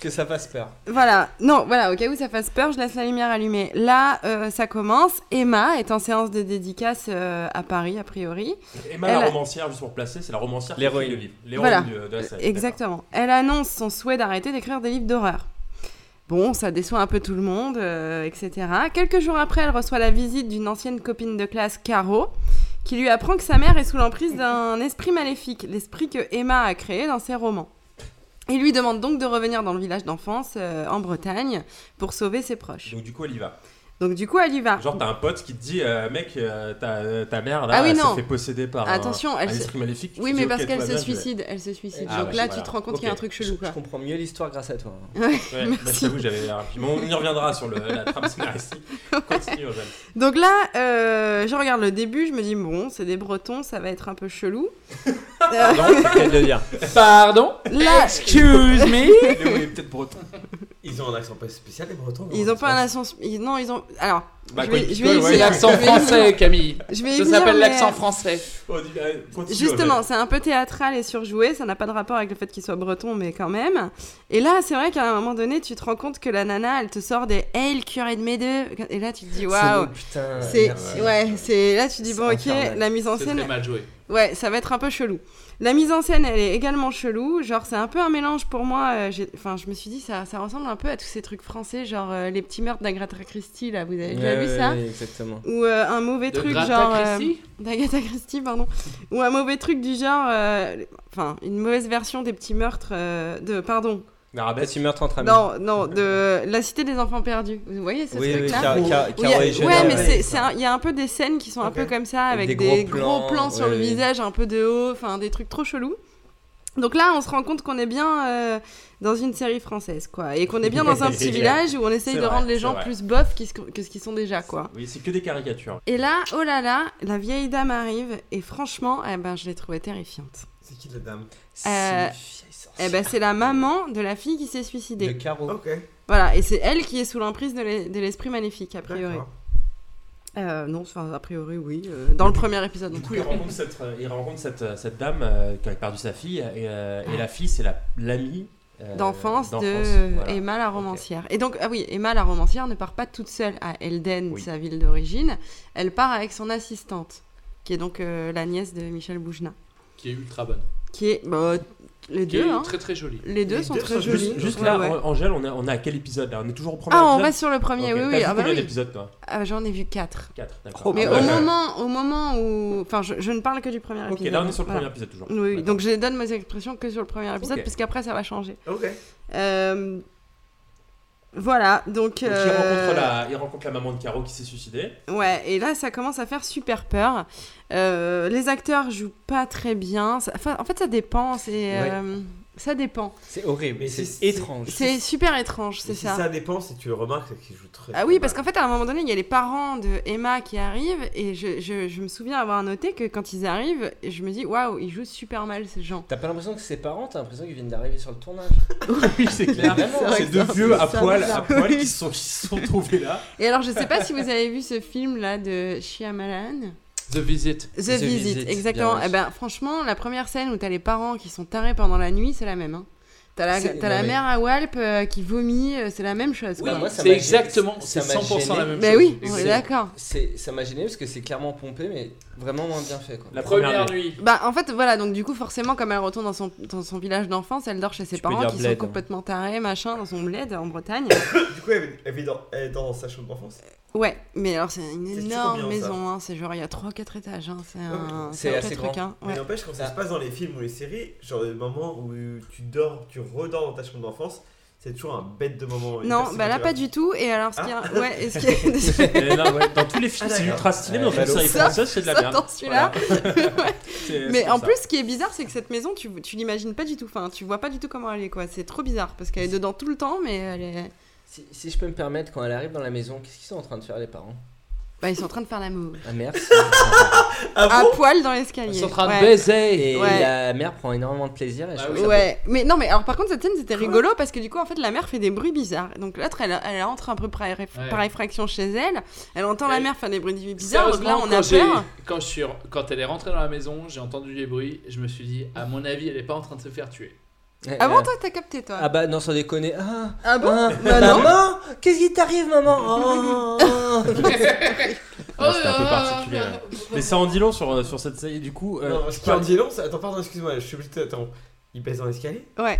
[SPEAKER 5] Que ça fasse peur.
[SPEAKER 11] Voilà, non, voilà, au cas où ça fasse peur, je laisse la lumière allumée. Là, euh, ça commence. Emma est en séance de dédicace euh, à Paris, a priori.
[SPEAKER 9] Emma,
[SPEAKER 11] Elle
[SPEAKER 9] la
[SPEAKER 11] a-
[SPEAKER 9] romancière, juste pour placer, c'est la romancière qui
[SPEAKER 5] L'héroïne.
[SPEAKER 9] écrit le livre.
[SPEAKER 11] Voilà,
[SPEAKER 9] L'héroïne de, de la série.
[SPEAKER 11] exactement. Elle annonce son souhait d'arrêter d'écrire des livres d'horreur. Bon, ça déçoit un peu tout le monde, euh, etc. Quelques jours après, elle reçoit la visite d'une ancienne copine de classe, Caro, qui lui apprend que sa mère est sous l'emprise d'un esprit maléfique, l'esprit que Emma a créé dans ses romans. Il lui demande donc de revenir dans le village d'enfance euh, en Bretagne pour sauver ses proches.
[SPEAKER 9] Donc du coup, elle y va.
[SPEAKER 11] Donc du coup, elle y va.
[SPEAKER 9] Genre, t'as un pote qui te dit, euh, mec, euh, ta, ta mère, là,
[SPEAKER 11] Ah oui,
[SPEAKER 9] elle
[SPEAKER 11] non.
[SPEAKER 9] s'est fait posséder par un-
[SPEAKER 11] Attention,
[SPEAKER 9] un,
[SPEAKER 11] elle se-
[SPEAKER 9] esprit maléfique. Tu
[SPEAKER 11] Oui,
[SPEAKER 9] te dis,
[SPEAKER 11] mais
[SPEAKER 9] ok,
[SPEAKER 11] parce
[SPEAKER 9] tout
[SPEAKER 11] qu'elle
[SPEAKER 9] va
[SPEAKER 11] se
[SPEAKER 9] bien, je vais-
[SPEAKER 11] suicide, elle se suicide.
[SPEAKER 9] Ah,
[SPEAKER 11] Donc
[SPEAKER 9] ouais,
[SPEAKER 11] là,
[SPEAKER 9] voilà.
[SPEAKER 11] tu te rends compte qu'il y a un truc chelou, quoi.
[SPEAKER 5] Je comprends mieux l'histoire grâce à toi.
[SPEAKER 11] Ouais,
[SPEAKER 9] Ouais, bah, je
[SPEAKER 11] merci.
[SPEAKER 9] t'avoue, j'avais rapidement. On y reviendra sur le, la trame scénaristique. Continue, Eugène.
[SPEAKER 11] Donc là, euh, je regarde le début, je me dis, bon, c'est des Bretons, ça va être un peu chelou. Euh,
[SPEAKER 12] Pardon
[SPEAKER 11] Là- Excuse me
[SPEAKER 10] Mais oui, peut-être breton. Ils ont un accent pas spécial, les bretons.
[SPEAKER 11] Ils ont pas un accent. sp- ils- Non, ils ont. Alors.
[SPEAKER 10] Bah,
[SPEAKER 11] je
[SPEAKER 10] quoi,
[SPEAKER 11] vais,
[SPEAKER 10] tu
[SPEAKER 11] je
[SPEAKER 10] peux,
[SPEAKER 11] vais
[SPEAKER 10] ouais.
[SPEAKER 11] essayer.
[SPEAKER 10] L'accent
[SPEAKER 11] Je vais
[SPEAKER 10] français,
[SPEAKER 11] essayer.
[SPEAKER 12] Camille.
[SPEAKER 11] Je vais
[SPEAKER 12] Ça
[SPEAKER 11] y venir,
[SPEAKER 12] s'appelle
[SPEAKER 11] mais-
[SPEAKER 12] l'accent français.
[SPEAKER 9] Oh,
[SPEAKER 11] Justement, c'est un peu théâtral et surjoué, ça n'a pas de rapport avec le fait qu'il soit breton, mais quand même. Et là, c'est vrai qu'à un moment donné, tu te rends compte que la nana, elle te sort des Hey, le curé de mes deux Et là, tu te dis, waouh
[SPEAKER 5] putain,
[SPEAKER 11] C'est
[SPEAKER 5] merci.
[SPEAKER 11] ouais, c'est là tu dis
[SPEAKER 5] C'est
[SPEAKER 11] bon ok
[SPEAKER 5] infernal.
[SPEAKER 11] la mise en
[SPEAKER 12] C'est
[SPEAKER 11] scène
[SPEAKER 12] très mal joué.
[SPEAKER 11] ouais ça va être un peu chelou la mise en scène elle est également chelou genre c'est un peu un mélange pour moi euh, j'ai- enfin je me suis dit ça ça ressemble un peu à tous ces trucs français genre euh, les petits meurtres d'Agatha Christie là vous avez déjà
[SPEAKER 5] Ouais,
[SPEAKER 11] vu
[SPEAKER 5] ouais,
[SPEAKER 11] ça
[SPEAKER 5] ouais, exactement.
[SPEAKER 11] ou euh, un mauvais
[SPEAKER 5] De
[SPEAKER 11] truc
[SPEAKER 5] Grata
[SPEAKER 11] genre euh,
[SPEAKER 5] Christie
[SPEAKER 11] d'Agatha Christie pardon ou un mauvais truc du genre euh, enfin une mauvaise version des petits meurtres euh, de pardon
[SPEAKER 5] Petit meurtre entre amis.
[SPEAKER 11] non, non, de La Cité des Enfants Perdus. Vous voyez ce
[SPEAKER 5] Oui, oui, Ca-
[SPEAKER 11] truc-là
[SPEAKER 5] Ca-
[SPEAKER 11] Où il y a-
[SPEAKER 5] Caro et
[SPEAKER 11] Ouais,
[SPEAKER 5] Jenna,
[SPEAKER 11] mais
[SPEAKER 5] ouais.
[SPEAKER 11] c'est- c'est un- il y a un peu des scènes qui sont un peu comme ça, avec des, gros, plans, sur
[SPEAKER 5] ouais,
[SPEAKER 11] le
[SPEAKER 5] ouais.
[SPEAKER 11] visage, un peu de haut, enfin des trucs trop chelous. Donc là, on se rend compte qu'on est bien euh, dans une série française, quoi. Et qu'on est bien dans un petit village où on essaye
[SPEAKER 9] C'est
[SPEAKER 11] de
[SPEAKER 9] vrai,
[SPEAKER 11] rendre les
[SPEAKER 9] c'est
[SPEAKER 11] gens
[SPEAKER 9] vrai.
[SPEAKER 11] plus bofs qu'ils se- que ce qu'ils sont déjà, quoi.
[SPEAKER 9] Oui, c'est que des caricatures.
[SPEAKER 11] Et là, oh là là, la vieille dame arrive, et franchement, eh ben, je l'ai trouvée terrifiante.
[SPEAKER 10] C'est qui la dame
[SPEAKER 11] Euh, eh ben, c'est la maman de la fille qui s'est suicidée.
[SPEAKER 10] De Caro. Ok.
[SPEAKER 11] Voilà, et c'est elle qui est sous l'emprise de l'e- de l'esprit maléfique, a priori. Euh, non, enfin, a priori, oui. euh, dans le premier épisode.
[SPEAKER 9] Du
[SPEAKER 11] en
[SPEAKER 9] coup,
[SPEAKER 11] tout
[SPEAKER 9] il
[SPEAKER 11] cas.
[SPEAKER 9] rencontre cette, euh, il rencontre cette, euh, cette dame euh, qui a perdu sa fille, et, euh, et la fille, c'est la- l'amie euh,
[SPEAKER 11] d'enfance de
[SPEAKER 9] d'enfance, voilà.
[SPEAKER 11] Emma la romancière. Et donc, ah oui, Emma la romancière ne part pas toute seule à Elden, sa ville d'origine. Elle part avec son assistante, qui est donc euh, la nièce de Michel Boujna.
[SPEAKER 12] Qui est ultra bonne.
[SPEAKER 11] Qui est. bah, les
[SPEAKER 12] Qui
[SPEAKER 11] deux.
[SPEAKER 12] est
[SPEAKER 11] hein.
[SPEAKER 12] très, très jolie.
[SPEAKER 11] Les deux
[SPEAKER 12] Les
[SPEAKER 11] sont
[SPEAKER 12] deux
[SPEAKER 11] très
[SPEAKER 12] sont
[SPEAKER 11] jolies.
[SPEAKER 12] jolies.
[SPEAKER 9] Juste
[SPEAKER 11] Ouais,
[SPEAKER 9] là,
[SPEAKER 11] ouais.
[SPEAKER 9] An- Angèle, on, est- on est à quel épisode là On est toujours au premier
[SPEAKER 11] Ah, on
[SPEAKER 9] épisode
[SPEAKER 11] va sur le premier,
[SPEAKER 9] Ok,
[SPEAKER 11] oui,
[SPEAKER 9] t'as
[SPEAKER 11] oui,
[SPEAKER 9] vu
[SPEAKER 11] ah bah
[SPEAKER 9] combien
[SPEAKER 11] oui.
[SPEAKER 9] d'épisodes, toi
[SPEAKER 11] Ah, J'en ai vu 4.
[SPEAKER 9] Quatre, d'accord.
[SPEAKER 11] Mais
[SPEAKER 9] Oh,
[SPEAKER 11] au,
[SPEAKER 9] ouais.
[SPEAKER 11] moment, au moment où. Enfin, je, je ne parle que du premier
[SPEAKER 9] Ok,
[SPEAKER 11] épisode.
[SPEAKER 9] là, on est sur le
[SPEAKER 11] voilà.
[SPEAKER 9] premier épisode, toujours.
[SPEAKER 11] Oui, Oui, donc je donne mes expressions que sur le premier épisode,
[SPEAKER 9] Ok.
[SPEAKER 11] parce qu'après, ça va changer.
[SPEAKER 10] Ok.
[SPEAKER 11] Euh, Voilà, donc.
[SPEAKER 9] Donc, il,
[SPEAKER 11] euh,
[SPEAKER 9] rencontre la, il rencontre la maman de Caro qui s'est suicidée.
[SPEAKER 11] Ouais, et là, ça commence à faire super peur. Euh, les acteurs jouent pas très bien. Ça- enfin, en fait, ça dépend. C'est.
[SPEAKER 5] Ouais.
[SPEAKER 11] euh, Ça dépend.
[SPEAKER 5] C'est horrible,
[SPEAKER 10] Mais
[SPEAKER 5] c'est
[SPEAKER 10] c'est-
[SPEAKER 5] étrange.
[SPEAKER 11] C'est super étrange, c'est
[SPEAKER 10] Si ça dépend, si tu le remarques, c'est qu'ils jouent très.
[SPEAKER 11] Ah oui, parce qu'en fait, à un moment donné, il y a les parents de Emma qui arrivent, et je, je- je me souviens avoir noté que quand ils arrivent, je me dis waouh, ils jouent super mal ces gens.
[SPEAKER 5] T'as pas l'impression que c'est ses parents, t'as l'impression qu'ils viennent d'arriver sur le tournage.
[SPEAKER 9] oui, c'est clair.
[SPEAKER 5] Vraiment,
[SPEAKER 9] C'est
[SPEAKER 5] ouais,
[SPEAKER 9] deux
[SPEAKER 5] ça-
[SPEAKER 9] vieux à
[SPEAKER 5] ça-
[SPEAKER 9] poil,
[SPEAKER 5] ça-
[SPEAKER 9] à poil qui se sont, qui se sont trouvés là.
[SPEAKER 11] Et alors, je sais pas si vous avez vu ce film là de Shyamalan.
[SPEAKER 12] The Visit.
[SPEAKER 11] The, Visit, exactement.
[SPEAKER 12] Bien
[SPEAKER 11] Eh ben, franchement, la première scène où t'as les parents qui sont tarés pendant la nuit, c'est la même. Hein. T'as la,
[SPEAKER 5] C'est-
[SPEAKER 11] t'as
[SPEAKER 5] non,
[SPEAKER 11] la
[SPEAKER 5] mais-
[SPEAKER 11] mère à Walp euh, qui vomit, euh, c'est la même chose.
[SPEAKER 5] Oui,
[SPEAKER 11] quoi.
[SPEAKER 5] moi, ça
[SPEAKER 12] c'est
[SPEAKER 5] m'a gê-
[SPEAKER 12] exactement-
[SPEAKER 5] ça
[SPEAKER 12] c'est
[SPEAKER 5] m'a
[SPEAKER 12] 100% la
[SPEAKER 5] gêné.
[SPEAKER 12] même
[SPEAKER 11] Bah chose. oui, on est
[SPEAKER 5] C'est-
[SPEAKER 11] d'accord.
[SPEAKER 5] c'est- Ça m'a gêné parce que c'est clairement pompé, mais vraiment moins bien fait. Quoi.
[SPEAKER 9] La
[SPEAKER 12] Première nuit.
[SPEAKER 11] Bah, en fait, voilà, donc du coup, forcément, comme elle retourne dans son, dans son village d'enfance, elle dort chez ses
[SPEAKER 5] Tu peux
[SPEAKER 11] parents
[SPEAKER 5] dire
[SPEAKER 11] qui
[SPEAKER 5] bled,
[SPEAKER 11] sont
[SPEAKER 5] hein.
[SPEAKER 11] complètement tarés, machin, dans son bled en Bretagne.
[SPEAKER 10] Du coup, elle elle vit dans, elle est dans sa chambre d'enfance.
[SPEAKER 11] ouais, mais alors, c'est une
[SPEAKER 10] toujours
[SPEAKER 11] énorme
[SPEAKER 10] bien, ça.
[SPEAKER 11] maison, hein, c'est genre, il y a 3-4 étages, hein, c'est un,
[SPEAKER 10] C'est
[SPEAKER 11] un
[SPEAKER 10] assez
[SPEAKER 11] vrai truc. hein,
[SPEAKER 10] Mais
[SPEAKER 11] ouais.
[SPEAKER 10] n'empêche, quand ça se passe dans les films ou les séries, genre le moment où tu dors, tu redors dans ta chambre d'enfance, c'est toujours un bête de moment.
[SPEAKER 11] Non, bah là, pas du tout. Et alors, ce qui
[SPEAKER 10] Ah.
[SPEAKER 11] est- Ouais, est-ce qu'il y a-
[SPEAKER 9] Et là, ouais, dans tous les films,
[SPEAKER 11] Ah,
[SPEAKER 9] c'est
[SPEAKER 11] d'accord.
[SPEAKER 9] ultra stylé, mais
[SPEAKER 11] Ouais,
[SPEAKER 9] dans une
[SPEAKER 11] sauf-
[SPEAKER 9] série française, c'est de la
[SPEAKER 11] sauf
[SPEAKER 9] merde.
[SPEAKER 11] dans celui-là.
[SPEAKER 9] Voilà.
[SPEAKER 11] Ouais.
[SPEAKER 9] C'est- c'est
[SPEAKER 11] Mais
[SPEAKER 9] comme
[SPEAKER 11] en
[SPEAKER 9] ça.
[SPEAKER 11] plus, ce qui est bizarre, c'est que cette maison, tu, tu l'imagines pas du tout. Enfin, tu vois pas du tout comment elle est, quoi. C'est trop bizarre parce qu'elle est dedans tout le temps, mais elle est.
[SPEAKER 5] Si, si je peux me permettre, quand elle arrive dans la maison, qu'est-ce qu'ils sont en train de faire les parents
[SPEAKER 11] Bah, ils sont en train de faire l'amour.
[SPEAKER 5] Ah merci.
[SPEAKER 12] Ah
[SPEAKER 11] à poil dans l'escalier. Ouais.
[SPEAKER 5] Et
[SPEAKER 11] Ouais.
[SPEAKER 5] la mère prend énormément de plaisir. Et je trouve ça
[SPEAKER 11] Ouais, mais non, mais alors par contre, cette scène c'était rigolo parce que du coup, en fait, la mère fait des bruits bizarres. Donc l'autre, elle, elle entre un peu par, réf-
[SPEAKER 12] Ouais.
[SPEAKER 11] par réfraction chez elle, elle entend la mère faire des bruits bizarres, donc
[SPEAKER 12] Sérieusement,
[SPEAKER 11] là on a
[SPEAKER 12] quand j'ai-
[SPEAKER 11] peur.
[SPEAKER 12] Quand, je suis- quand elle est rentrée dans la maison, j'ai entendu les bruits. Je me suis dit, à mon avis, elle est pas en train de se faire tuer.
[SPEAKER 5] beau.
[SPEAKER 11] Ah bon,
[SPEAKER 5] Euh,
[SPEAKER 11] toi t'as capté toi
[SPEAKER 5] Ah bah non, sans déconner. Ah,
[SPEAKER 11] Ah bon
[SPEAKER 12] Hein
[SPEAKER 5] ah,
[SPEAKER 11] Bah non.
[SPEAKER 5] Maman, qu'est-ce qui t'arrive, maman Oh, oh, oh.
[SPEAKER 9] Non, C'était un
[SPEAKER 11] euh,
[SPEAKER 9] peu particulier. ouais. Mais ça en dit long sur, euh, sur cette série. Du coup, euh,
[SPEAKER 10] Non, ce qui en dit long, c'est- attends, pardon, excuse-moi, je suis obligé de t'attendre. Il baisse dans l'escalier
[SPEAKER 11] Ouais.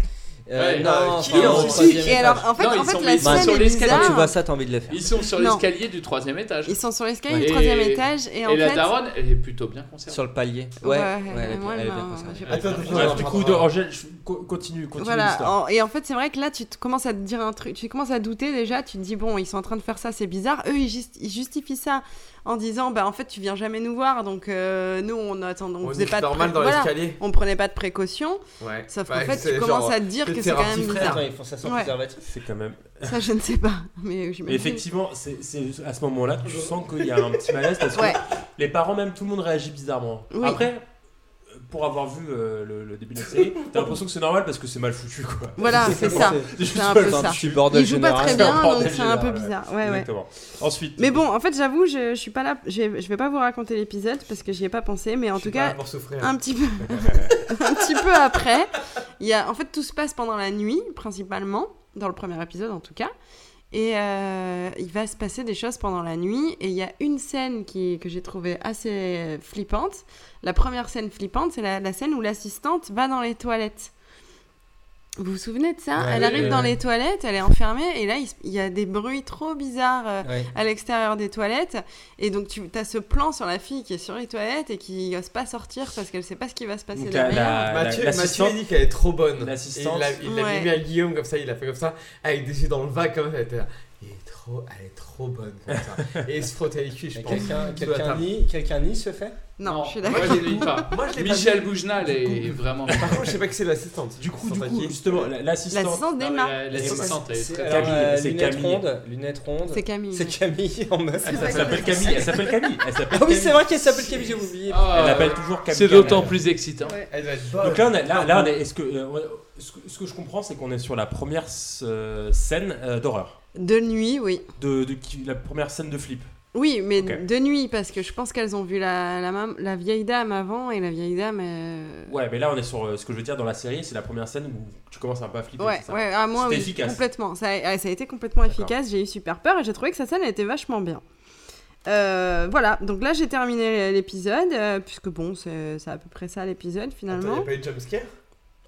[SPEAKER 5] Euh,
[SPEAKER 12] Ouais,
[SPEAKER 5] non,
[SPEAKER 12] euh,
[SPEAKER 5] enfin,
[SPEAKER 12] qui
[SPEAKER 5] non,
[SPEAKER 12] est en
[SPEAKER 5] au
[SPEAKER 12] Suisse
[SPEAKER 5] troisième
[SPEAKER 11] Et
[SPEAKER 5] étage. Bah,
[SPEAKER 11] alors, en fait,
[SPEAKER 12] Non,
[SPEAKER 11] en
[SPEAKER 12] ils
[SPEAKER 11] fait
[SPEAKER 12] sont
[SPEAKER 11] la
[SPEAKER 12] les-
[SPEAKER 11] scène
[SPEAKER 12] sur
[SPEAKER 11] est
[SPEAKER 12] l'escalier.
[SPEAKER 11] bizarre.
[SPEAKER 12] Quand tu vois
[SPEAKER 5] ça, t'as envie de le faire.
[SPEAKER 12] Ils sont sur
[SPEAKER 11] Non.
[SPEAKER 12] l'escalier du troisième étage.
[SPEAKER 11] Ils sont sur l'escalier
[SPEAKER 12] Ouais.
[SPEAKER 11] du troisième
[SPEAKER 12] Et-
[SPEAKER 11] étage et,
[SPEAKER 12] Et,
[SPEAKER 11] en
[SPEAKER 12] la
[SPEAKER 11] fait.
[SPEAKER 12] daronne, elle est plutôt bien concernée.
[SPEAKER 5] Sur le palier.
[SPEAKER 11] Ouais,
[SPEAKER 5] Ouais,
[SPEAKER 11] ouais,
[SPEAKER 5] elle est
[SPEAKER 11] moi,
[SPEAKER 5] bien- elle est
[SPEAKER 11] elle m'a-
[SPEAKER 5] bien concernée.
[SPEAKER 11] j'ai pas
[SPEAKER 9] Attends,
[SPEAKER 11] compris.
[SPEAKER 9] attends, attends, du coup, de- Angèle, je- co- continue, continue
[SPEAKER 11] Voilà,
[SPEAKER 9] l'histoire.
[SPEAKER 11] en- et en fait, c'est vrai que là, tu te commences à te dire un truc, tu commences à douter déjà, tu te dis, bon, ils sont en train de faire ça, c'est bizarre. Eux, ils, jus- ils justifient ça en disant, bah, en fait, tu viens jamais nous voir, donc euh, nous, on attend, on,
[SPEAKER 10] On
[SPEAKER 11] faisait
[SPEAKER 10] nique
[SPEAKER 11] pas de
[SPEAKER 10] normal
[SPEAKER 11] pré-
[SPEAKER 10] dans
[SPEAKER 11] voilà,
[SPEAKER 10] l'escalier.
[SPEAKER 11] on prenait pas de précautions.
[SPEAKER 10] Ouais.
[SPEAKER 11] Sauf
[SPEAKER 10] Ouais,
[SPEAKER 11] qu'en fait,
[SPEAKER 10] c'est
[SPEAKER 11] tu
[SPEAKER 10] genre,
[SPEAKER 11] commences à te dire
[SPEAKER 10] peut-être
[SPEAKER 11] que c'est
[SPEAKER 10] faire
[SPEAKER 11] quand
[SPEAKER 10] un
[SPEAKER 11] même
[SPEAKER 10] petit frère.
[SPEAKER 11] bizarre.
[SPEAKER 10] Attends,
[SPEAKER 5] ils font ça sans
[SPEAKER 11] Ouais.
[SPEAKER 5] préservatif.
[SPEAKER 9] C'est quand même.
[SPEAKER 11] Ça, je ne sais pas, mais
[SPEAKER 9] Mais
[SPEAKER 11] j'imagine.
[SPEAKER 9] effectivement, c'est c'est- à ce moment-là, tu sens qu'il y a un petit malaise parce que
[SPEAKER 11] Ouais.
[SPEAKER 9] les parents, même tout le monde réagit bizarrement.
[SPEAKER 11] Oui.
[SPEAKER 9] Après, euh, pour avoir vu euh, le, le début de la série, t'as l'impression que c'est normal parce que c'est mal foutu quoi.
[SPEAKER 11] Voilà, c'est ça.
[SPEAKER 9] juste
[SPEAKER 11] C'est un peu
[SPEAKER 9] mal
[SPEAKER 11] ça.
[SPEAKER 9] foutu.
[SPEAKER 11] Ils jouent pas très bien, donc c'est un peu bizarre. Ouais, ouais.
[SPEAKER 9] Exactement. Ensuite,
[SPEAKER 11] Mais bon, en fait, j'avoue, je, je suis pas là. Je, je vais pas vous raconter l'épisode parce que j'y ai pas pensé, mais en tout
[SPEAKER 10] suis pas
[SPEAKER 11] cas,
[SPEAKER 10] là pour souffrir.
[SPEAKER 11] un petit peu,
[SPEAKER 9] euh,
[SPEAKER 11] un petit peu après, il y a, en fait, tout se passe pendant la nuit, principalement dans le premier épisode, en tout cas. Et euh, il va se passer des choses pendant la nuit. Et il y a une scène qui, que j'ai trouvée assez flippante. La première scène flippante, c'est la, la scène où l'assistante va dans les toilettes. Vous vous souvenez de ça
[SPEAKER 3] Ouais,
[SPEAKER 11] Elle
[SPEAKER 3] oui,
[SPEAKER 11] arrive
[SPEAKER 3] oui,
[SPEAKER 11] dans
[SPEAKER 3] oui.
[SPEAKER 11] les toilettes, elle est enfermée. Et là, il, se- il y a des bruits trop bizarres euh,
[SPEAKER 3] Ouais.
[SPEAKER 11] à l'extérieur des toilettes. Et donc, tu as ce plan sur la fille qui est sur les toilettes et qui n'ose pas sortir parce qu'elle sait pas ce qui va se passer
[SPEAKER 9] Donc, la-
[SPEAKER 11] derrière.
[SPEAKER 9] la- la-
[SPEAKER 10] Mathieu, Mathieu
[SPEAKER 9] l'assistante-
[SPEAKER 10] a dit qu'elle est trop bonne.
[SPEAKER 9] L'assistante.
[SPEAKER 10] Et Il l'a il l'a
[SPEAKER 11] Ouais.
[SPEAKER 10] mis à Guillaume comme ça, il l'a fait comme ça, avec des yeux dans le vague comme ça. Elle était là. Il est trop, elle est trop bonne comme ça. Et il se frottait les cuisses, je
[SPEAKER 5] Mais
[SPEAKER 10] pense.
[SPEAKER 5] Quelqu'un
[SPEAKER 10] Sous la
[SPEAKER 5] quelqu'un
[SPEAKER 10] table.
[SPEAKER 5] nie, quelqu'un nie ce fait
[SPEAKER 11] Non, je suis
[SPEAKER 12] Moi,
[SPEAKER 11] d'accord.
[SPEAKER 12] je l'ai pas.
[SPEAKER 10] Moi, je l'ai pas
[SPEAKER 12] Michel
[SPEAKER 10] vu.
[SPEAKER 12] Bougenal est vraiment.
[SPEAKER 10] Par contre, je sais pas que c'est l'assistante.
[SPEAKER 9] Du coup, du
[SPEAKER 10] L'assistante
[SPEAKER 9] coup
[SPEAKER 10] à qui
[SPEAKER 9] justement, la- l'assistante.
[SPEAKER 11] L'assistante
[SPEAKER 12] Non, mais euh,
[SPEAKER 11] d'Emma.
[SPEAKER 12] la- L'assistante est
[SPEAKER 5] C'est
[SPEAKER 12] très
[SPEAKER 5] alors, euh,
[SPEAKER 9] c'est
[SPEAKER 5] lunettes
[SPEAKER 9] Camille.
[SPEAKER 5] rondes, lunettes rondes.
[SPEAKER 11] C'est Camille.
[SPEAKER 5] C'est Camille en meuf.
[SPEAKER 9] Elle s'appelle Camille. Elle s'appelle Camille. Elle s'appelle
[SPEAKER 5] Ah oui,
[SPEAKER 9] Camille.
[SPEAKER 5] c'est vrai qu'elle s'appelle Camille, j'ai oublié.
[SPEAKER 9] Elle appelle toujours Camille.
[SPEAKER 12] Oh, Ah, C'est d'autant plus excitant.
[SPEAKER 10] Elle doit être bonne.
[SPEAKER 9] Donc là, on est, là, là, on est- est-ce que, euh, ouais, ce que ce que je comprends, c'est qu'on est sur la première euh, scène euh, d'horreur,
[SPEAKER 11] De nuit, oui.
[SPEAKER 9] de, de qui- la première scène de flip.
[SPEAKER 11] Oui, mais
[SPEAKER 9] Ok.
[SPEAKER 11] de nuit, parce que je pense qu'elles ont vu la, la, mam- la vieille dame avant et la vieille dame. euh,
[SPEAKER 9] Ouais, mais là, on est sur euh, ce que je veux dire dans la série, c'est la première scène où tu commences un peu à flipper.
[SPEAKER 11] Ouais,
[SPEAKER 9] hein. c'est ça
[SPEAKER 11] ouais, à moi,
[SPEAKER 9] C'était
[SPEAKER 11] oui,
[SPEAKER 9] efficace.
[SPEAKER 11] complètement. Ça a, ça a été complètement efficace, j'ai eu super peur et j'ai trouvé que sa scène elle était vachement bien. Euh, voilà, donc là j'ai terminé l'épisode, euh, puisque bon, c'est c'est à peu près ça l'épisode
[SPEAKER 10] Attends,
[SPEAKER 11] finalement.
[SPEAKER 10] y a pas eu de jumpscare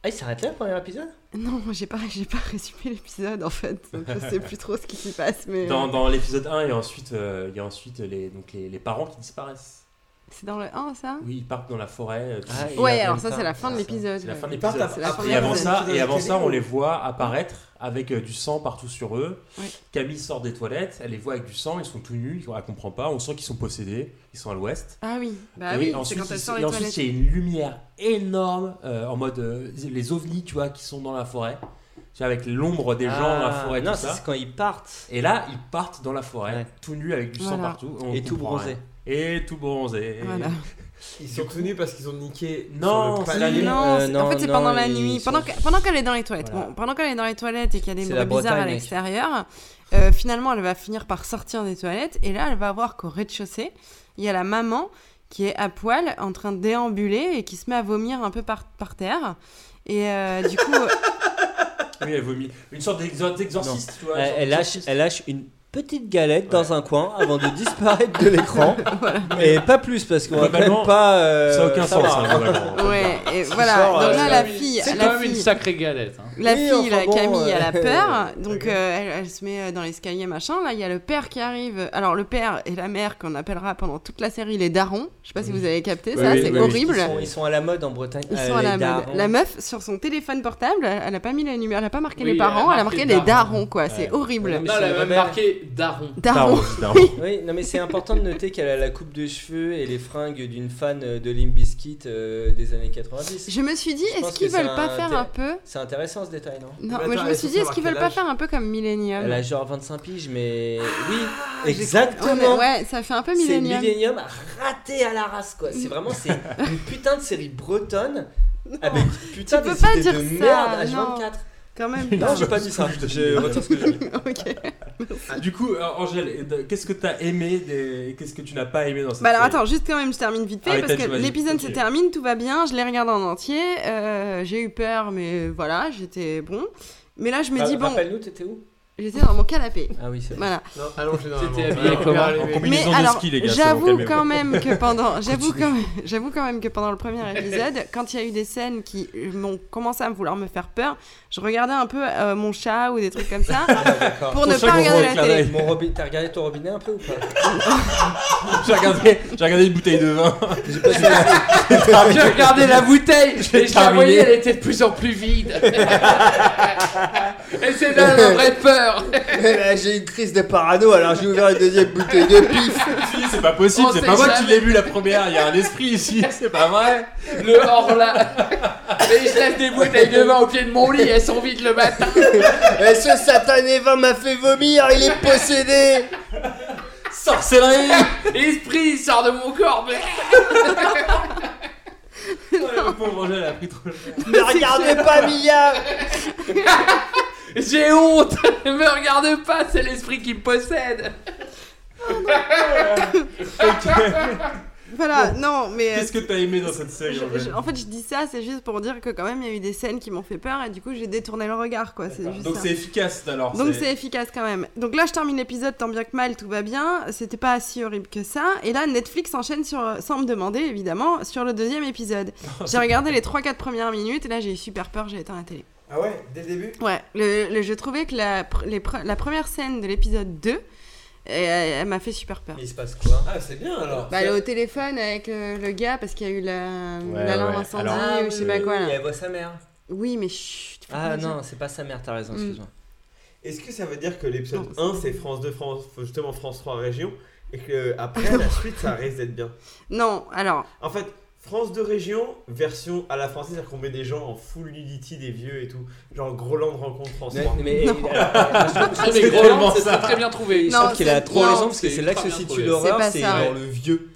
[SPEAKER 5] Ah, il s'arrête là le premier épisode
[SPEAKER 11] Non, j'ai pas, j'ai pas résumé l'épisode en fait, donc je sais plus trop ce qui s'y passe, mais.
[SPEAKER 9] Dans,
[SPEAKER 11] euh,
[SPEAKER 9] dans l'épisode 1, et ensuite, euh, il y a ensuite les, donc les, les parents qui disparaissent.
[SPEAKER 11] C'est dans le 1 ça
[SPEAKER 9] Oui, ils partent dans la forêt. euh, tout
[SPEAKER 5] Ah,
[SPEAKER 9] ça.
[SPEAKER 11] Ah Ouais, alors ça c'est la fin de l'épisode.
[SPEAKER 9] C'est la fin de
[SPEAKER 11] ouais.
[SPEAKER 9] l'épisode.
[SPEAKER 11] C'est la fin de
[SPEAKER 9] Et avant
[SPEAKER 11] l'épisode.
[SPEAKER 9] ça, et avant ça, on les voit apparaître avec euh, du sang partout sur eux.
[SPEAKER 11] Ouais.
[SPEAKER 9] Camille sort des toilettes, elle les voit avec du sang, ils sont tout nus, elle comprend pas, on sent qu'ils sont possédés, ils sont à l'ouest.
[SPEAKER 11] Ah oui, bah
[SPEAKER 9] et
[SPEAKER 11] oui, c'est
[SPEAKER 9] ensuite,
[SPEAKER 11] quand elle
[SPEAKER 9] ils-
[SPEAKER 11] sort
[SPEAKER 9] et
[SPEAKER 11] les
[SPEAKER 9] ensuite,
[SPEAKER 11] toilettes.
[SPEAKER 9] il y a une lumière énorme euh, en mode euh, les ovnis, tu vois, qui sont dans la forêt. Tu vois, avec l'ombre des gens dans la
[SPEAKER 5] Ah,
[SPEAKER 9] forêt,
[SPEAKER 5] non,
[SPEAKER 9] tout
[SPEAKER 5] ça,
[SPEAKER 9] ça.
[SPEAKER 5] c'est quand ils partent.
[SPEAKER 9] Et là, ils partent dans la forêt,
[SPEAKER 5] Ouais.
[SPEAKER 9] tout nus avec du sang
[SPEAKER 5] Voilà.
[SPEAKER 9] partout. on
[SPEAKER 5] Et tout
[SPEAKER 9] comprend
[SPEAKER 5] bronzé.
[SPEAKER 9] rien. Et tout bronzé.
[SPEAKER 11] Voilà.
[SPEAKER 10] Ils sont tenus parce qu'ils ont niqué.
[SPEAKER 9] Non,
[SPEAKER 10] sur le
[SPEAKER 9] c'est
[SPEAKER 10] palier.
[SPEAKER 9] la
[SPEAKER 11] Non, c'est- en fait, c'est pendant la
[SPEAKER 5] Euh, ils
[SPEAKER 11] nuit.
[SPEAKER 5] sont-
[SPEAKER 11] Pendant que- pendant qu'elle est dans les toilettes,
[SPEAKER 5] Voilà.
[SPEAKER 11] bon, pendant qu'elle est dans les toilettes et qu'il y a des
[SPEAKER 5] C'est
[SPEAKER 11] bruits
[SPEAKER 5] la
[SPEAKER 11] bizarres à
[SPEAKER 5] Bretagne, mec.
[SPEAKER 11] l'extérieur, euh, finalement, elle va finir par sortir des toilettes. Et là, elle va voir qu'au rez-de-chaussée, il y a la maman qui est à poil en train de déambuler et qui se met à vomir un peu par, par terre. Et euh, du coup,
[SPEAKER 9] Ah Oui, elle vomit. Une sorte d'exor- d'exorciste, tu vois. une
[SPEAKER 5] Elle,
[SPEAKER 9] sorte
[SPEAKER 5] elle lâche, elle lâche une petite galette dans un coin avant de disparaître de l'écran. Et pas plus, parce qu'on va quand
[SPEAKER 9] Globalement,
[SPEAKER 5] même pas. euh,
[SPEAKER 9] ça a aucun sens,
[SPEAKER 5] va.
[SPEAKER 9] hein, globalement.
[SPEAKER 11] ouais, et
[SPEAKER 5] Ce
[SPEAKER 11] voilà.
[SPEAKER 5] soir,
[SPEAKER 11] Donc
[SPEAKER 5] euh,
[SPEAKER 11] là, la fille,
[SPEAKER 12] C'est
[SPEAKER 11] la
[SPEAKER 12] quand même une
[SPEAKER 11] fille-
[SPEAKER 12] sacrée galette. hein.
[SPEAKER 11] La
[SPEAKER 5] Oui,
[SPEAKER 11] fille,
[SPEAKER 5] enfin
[SPEAKER 11] la
[SPEAKER 5] bon,
[SPEAKER 11] Camille,
[SPEAKER 5] euh,
[SPEAKER 11] elle a peur, donc euh, elle, elle se met euh, dans l'escalier, machin. Là, il y a le père qui arrive. Alors, le père et la mère, qu'on appellera pendant toute la série les darons. Je sais pas si vous avez capté
[SPEAKER 5] Ouais,
[SPEAKER 11] ça,
[SPEAKER 5] oui,
[SPEAKER 11] c'est
[SPEAKER 5] oui, oui.
[SPEAKER 11] horrible.
[SPEAKER 5] Ils sont, ils sont à la mode en Bretagne.
[SPEAKER 11] Ils
[SPEAKER 5] Ah,
[SPEAKER 11] sont à
[SPEAKER 5] les
[SPEAKER 11] la mode.
[SPEAKER 5] darons.
[SPEAKER 11] La meuf, sur son téléphone portable, elle elle a pas mis la numéro, elle a pas marqué
[SPEAKER 12] Oui,
[SPEAKER 11] les parents, elle a marqué les darons, quoi.
[SPEAKER 5] Ouais.
[SPEAKER 11] C'est horrible.
[SPEAKER 5] Ouais, mais
[SPEAKER 12] Non, elle
[SPEAKER 5] c'est
[SPEAKER 12] a même
[SPEAKER 5] rebelle.
[SPEAKER 12] marqué Daron.
[SPEAKER 11] Daron.
[SPEAKER 5] Oui, non mais c'est important de noter qu'elle a la coupe de cheveux et les fringues d'une fan euh, de Limp Bizkit euh, des années 90.
[SPEAKER 11] Je me suis dit,
[SPEAKER 5] Je pense
[SPEAKER 11] est-ce qu'ils
[SPEAKER 5] que Bah, c'est
[SPEAKER 11] veulent pas faire
[SPEAKER 5] inté-
[SPEAKER 11] un peu.
[SPEAKER 5] C'est intéressant ce détail, non
[SPEAKER 11] Non,
[SPEAKER 10] Mais
[SPEAKER 11] mais je
[SPEAKER 10] attends,
[SPEAKER 11] me
[SPEAKER 10] il faut
[SPEAKER 11] suis dit, est-ce
[SPEAKER 10] savoir
[SPEAKER 11] qu'ils
[SPEAKER 10] quel
[SPEAKER 11] veulent pas
[SPEAKER 10] âge.
[SPEAKER 11] faire un peu comme Millennium
[SPEAKER 5] Elle a genre 25 piges, mais oui,
[SPEAKER 11] J'ai compris. Ouais,
[SPEAKER 5] exactement.
[SPEAKER 11] mais Ouais, ça fait un peu
[SPEAKER 5] C'est
[SPEAKER 11] Millennium.
[SPEAKER 5] Millennium raté à la race, quoi. C'est vraiment c'est une putain de série bretonne avec putain
[SPEAKER 11] tu
[SPEAKER 5] des
[SPEAKER 11] peux pas
[SPEAKER 5] idées
[SPEAKER 11] dire
[SPEAKER 5] de
[SPEAKER 11] ça,
[SPEAKER 5] merde à
[SPEAKER 11] non.
[SPEAKER 5] 24.
[SPEAKER 11] Quand même.
[SPEAKER 5] Non, j'ai pas dit ça. Je retire ce que j'ai dit.
[SPEAKER 9] Ah, Du coup, euh, Angèle, et de- qu'est-ce que t'as aimé des... et qu'est-ce que tu n'as pas aimé dans cette
[SPEAKER 11] Bah alors
[SPEAKER 9] série
[SPEAKER 11] attends, juste quand même, je termine vite fait
[SPEAKER 9] Arrêtez,
[SPEAKER 11] parce que
[SPEAKER 9] vas-y,
[SPEAKER 11] l'épisode se
[SPEAKER 9] continue.
[SPEAKER 11] termine, tout va bien, je l'ai regardé en entier, euh, j'ai eu peur, mais voilà, j'étais bon. Mais là, je me
[SPEAKER 5] Ah,
[SPEAKER 11] dis bon,
[SPEAKER 5] Rappelle-nous, t'étais où
[SPEAKER 11] J'étais dans mon canapé.
[SPEAKER 5] Ah oui, c'est
[SPEAKER 11] Voilà.
[SPEAKER 10] Non, allongé dans
[SPEAKER 12] C'était habillé comment
[SPEAKER 11] Mais alors, j'avoue quand même que pendant, j'avoue quand, j'avoue quand même que pendant le premier épisode, quand il y a eu des scènes qui euh, m'ont commencé à vouloir me faire peur, je regardais un peu euh, mon chat ou des trucs comme ça pour ne pas regarder la télé.
[SPEAKER 5] Mon robi- T'as regardé ton robinet un peu ou pas
[SPEAKER 18] J'ai regardé, j'ai regardé une bouteille de vin.
[SPEAKER 5] J'ai pas su-
[SPEAKER 12] J'ai regardé la bouteille et je la
[SPEAKER 18] terminé.
[SPEAKER 12] voyais, elle était de plus en plus vide. et c'est là la vraie peur.
[SPEAKER 5] Mais là, j'ai une crise de parano, alors j'ai ouvert une deuxième bouteille de pif.
[SPEAKER 18] Si, c'est pas possible,
[SPEAKER 12] On
[SPEAKER 18] c'est
[SPEAKER 12] sait
[SPEAKER 18] pas moi
[SPEAKER 12] jamais.
[SPEAKER 18] qui l'ai vu la première, il y a un esprit ici, c'est pas vrai.
[SPEAKER 12] Le hors là. Et je laisse des bouteilles de vin au pied de mon lit, elles sont vides le matin.
[SPEAKER 5] Et ce satané vin m'a fait vomir, il est possédé.
[SPEAKER 18] Sorcellerie
[SPEAKER 12] Esprit, il sort de mon corps. mais-
[SPEAKER 18] Le pauvre Angèle a pris trop cher.
[SPEAKER 5] Ne regardez pas Mia.
[SPEAKER 12] J'ai honte. Me regarde pas, c'est l'esprit qui me possède.
[SPEAKER 11] Voilà, non, mais. euh,
[SPEAKER 18] Qu'est-ce que t'as aimé dans cette série
[SPEAKER 11] je- oh, je-
[SPEAKER 18] Angèle
[SPEAKER 11] en fait, je dis ça, c'est juste pour dire que quand même, il y a eu des scènes qui m'ont fait peur et du coup, j'ai détourné le regard, quoi. C'est juste
[SPEAKER 18] Donc
[SPEAKER 11] ça.
[SPEAKER 18] c'est efficace alors.
[SPEAKER 11] Donc c'est efficace quand même. Donc là, je termine l'épisode tant bien que mal, tout va bien. C'était pas si horrible que ça. Et là, Netflix enchaîne sur, sans me demander évidemment, sur le deuxième épisode. J'ai regardé les 3-4 premières minutes et là, j'ai eu super peur, j'ai éteint la télé.
[SPEAKER 10] Ah ouais, dès le début
[SPEAKER 11] Ouais, le, le- je trouvais que la, pr- les pre- la première scène de l'épisode 2, euh, elle m'a fait super peur.
[SPEAKER 5] Il se passe quoi
[SPEAKER 10] Ah, c'est bien alors.
[SPEAKER 11] Bah, elle est au téléphone avec euh, le gars parce qu'il y a eu la-
[SPEAKER 18] Ouais,
[SPEAKER 11] l'alarme
[SPEAKER 18] ouais.
[SPEAKER 11] incendie
[SPEAKER 5] Ah
[SPEAKER 18] Alors-
[SPEAKER 11] ou je sais pas quoi. là.
[SPEAKER 5] Elle voit sa mère.
[SPEAKER 11] Oui, mais chut. faut pas
[SPEAKER 5] Ah
[SPEAKER 11] dire.
[SPEAKER 5] non, c'est pas sa mère, t'as raison,
[SPEAKER 11] Mm.
[SPEAKER 5] excuse-moi.
[SPEAKER 10] Est-ce que ça veut dire que l'épisode
[SPEAKER 11] Non, c'est-
[SPEAKER 10] 1 c'est France 2, France, justement France 3 région et que euh, après la suite ça risque d'être bien
[SPEAKER 11] Non, alors,
[SPEAKER 10] En fait, France 2 région, version à la française, c'est-à-dire qu'on met des gens en full nudity, des vieux et tout. Genre Groland rencontre France
[SPEAKER 5] Mais,
[SPEAKER 10] 3.
[SPEAKER 5] mais-
[SPEAKER 11] Non.
[SPEAKER 5] alors, je trouve-
[SPEAKER 12] Ah, mais
[SPEAKER 5] c'est
[SPEAKER 12] Groland,
[SPEAKER 5] tellement
[SPEAKER 12] c'est
[SPEAKER 5] ça.
[SPEAKER 12] très bien trouvé.
[SPEAKER 5] Je
[SPEAKER 11] Non,
[SPEAKER 5] trouve qu'il a
[SPEAKER 11] c'est-
[SPEAKER 5] trop raison
[SPEAKER 12] non,
[SPEAKER 5] parce que
[SPEAKER 12] c'est
[SPEAKER 5] c'est là que
[SPEAKER 12] très
[SPEAKER 5] se
[SPEAKER 12] bien
[SPEAKER 5] situe
[SPEAKER 12] trouvé.
[SPEAKER 5] l'horreur,
[SPEAKER 11] C'est pas
[SPEAKER 5] c'est
[SPEAKER 11] ça.
[SPEAKER 5] dans le vieux.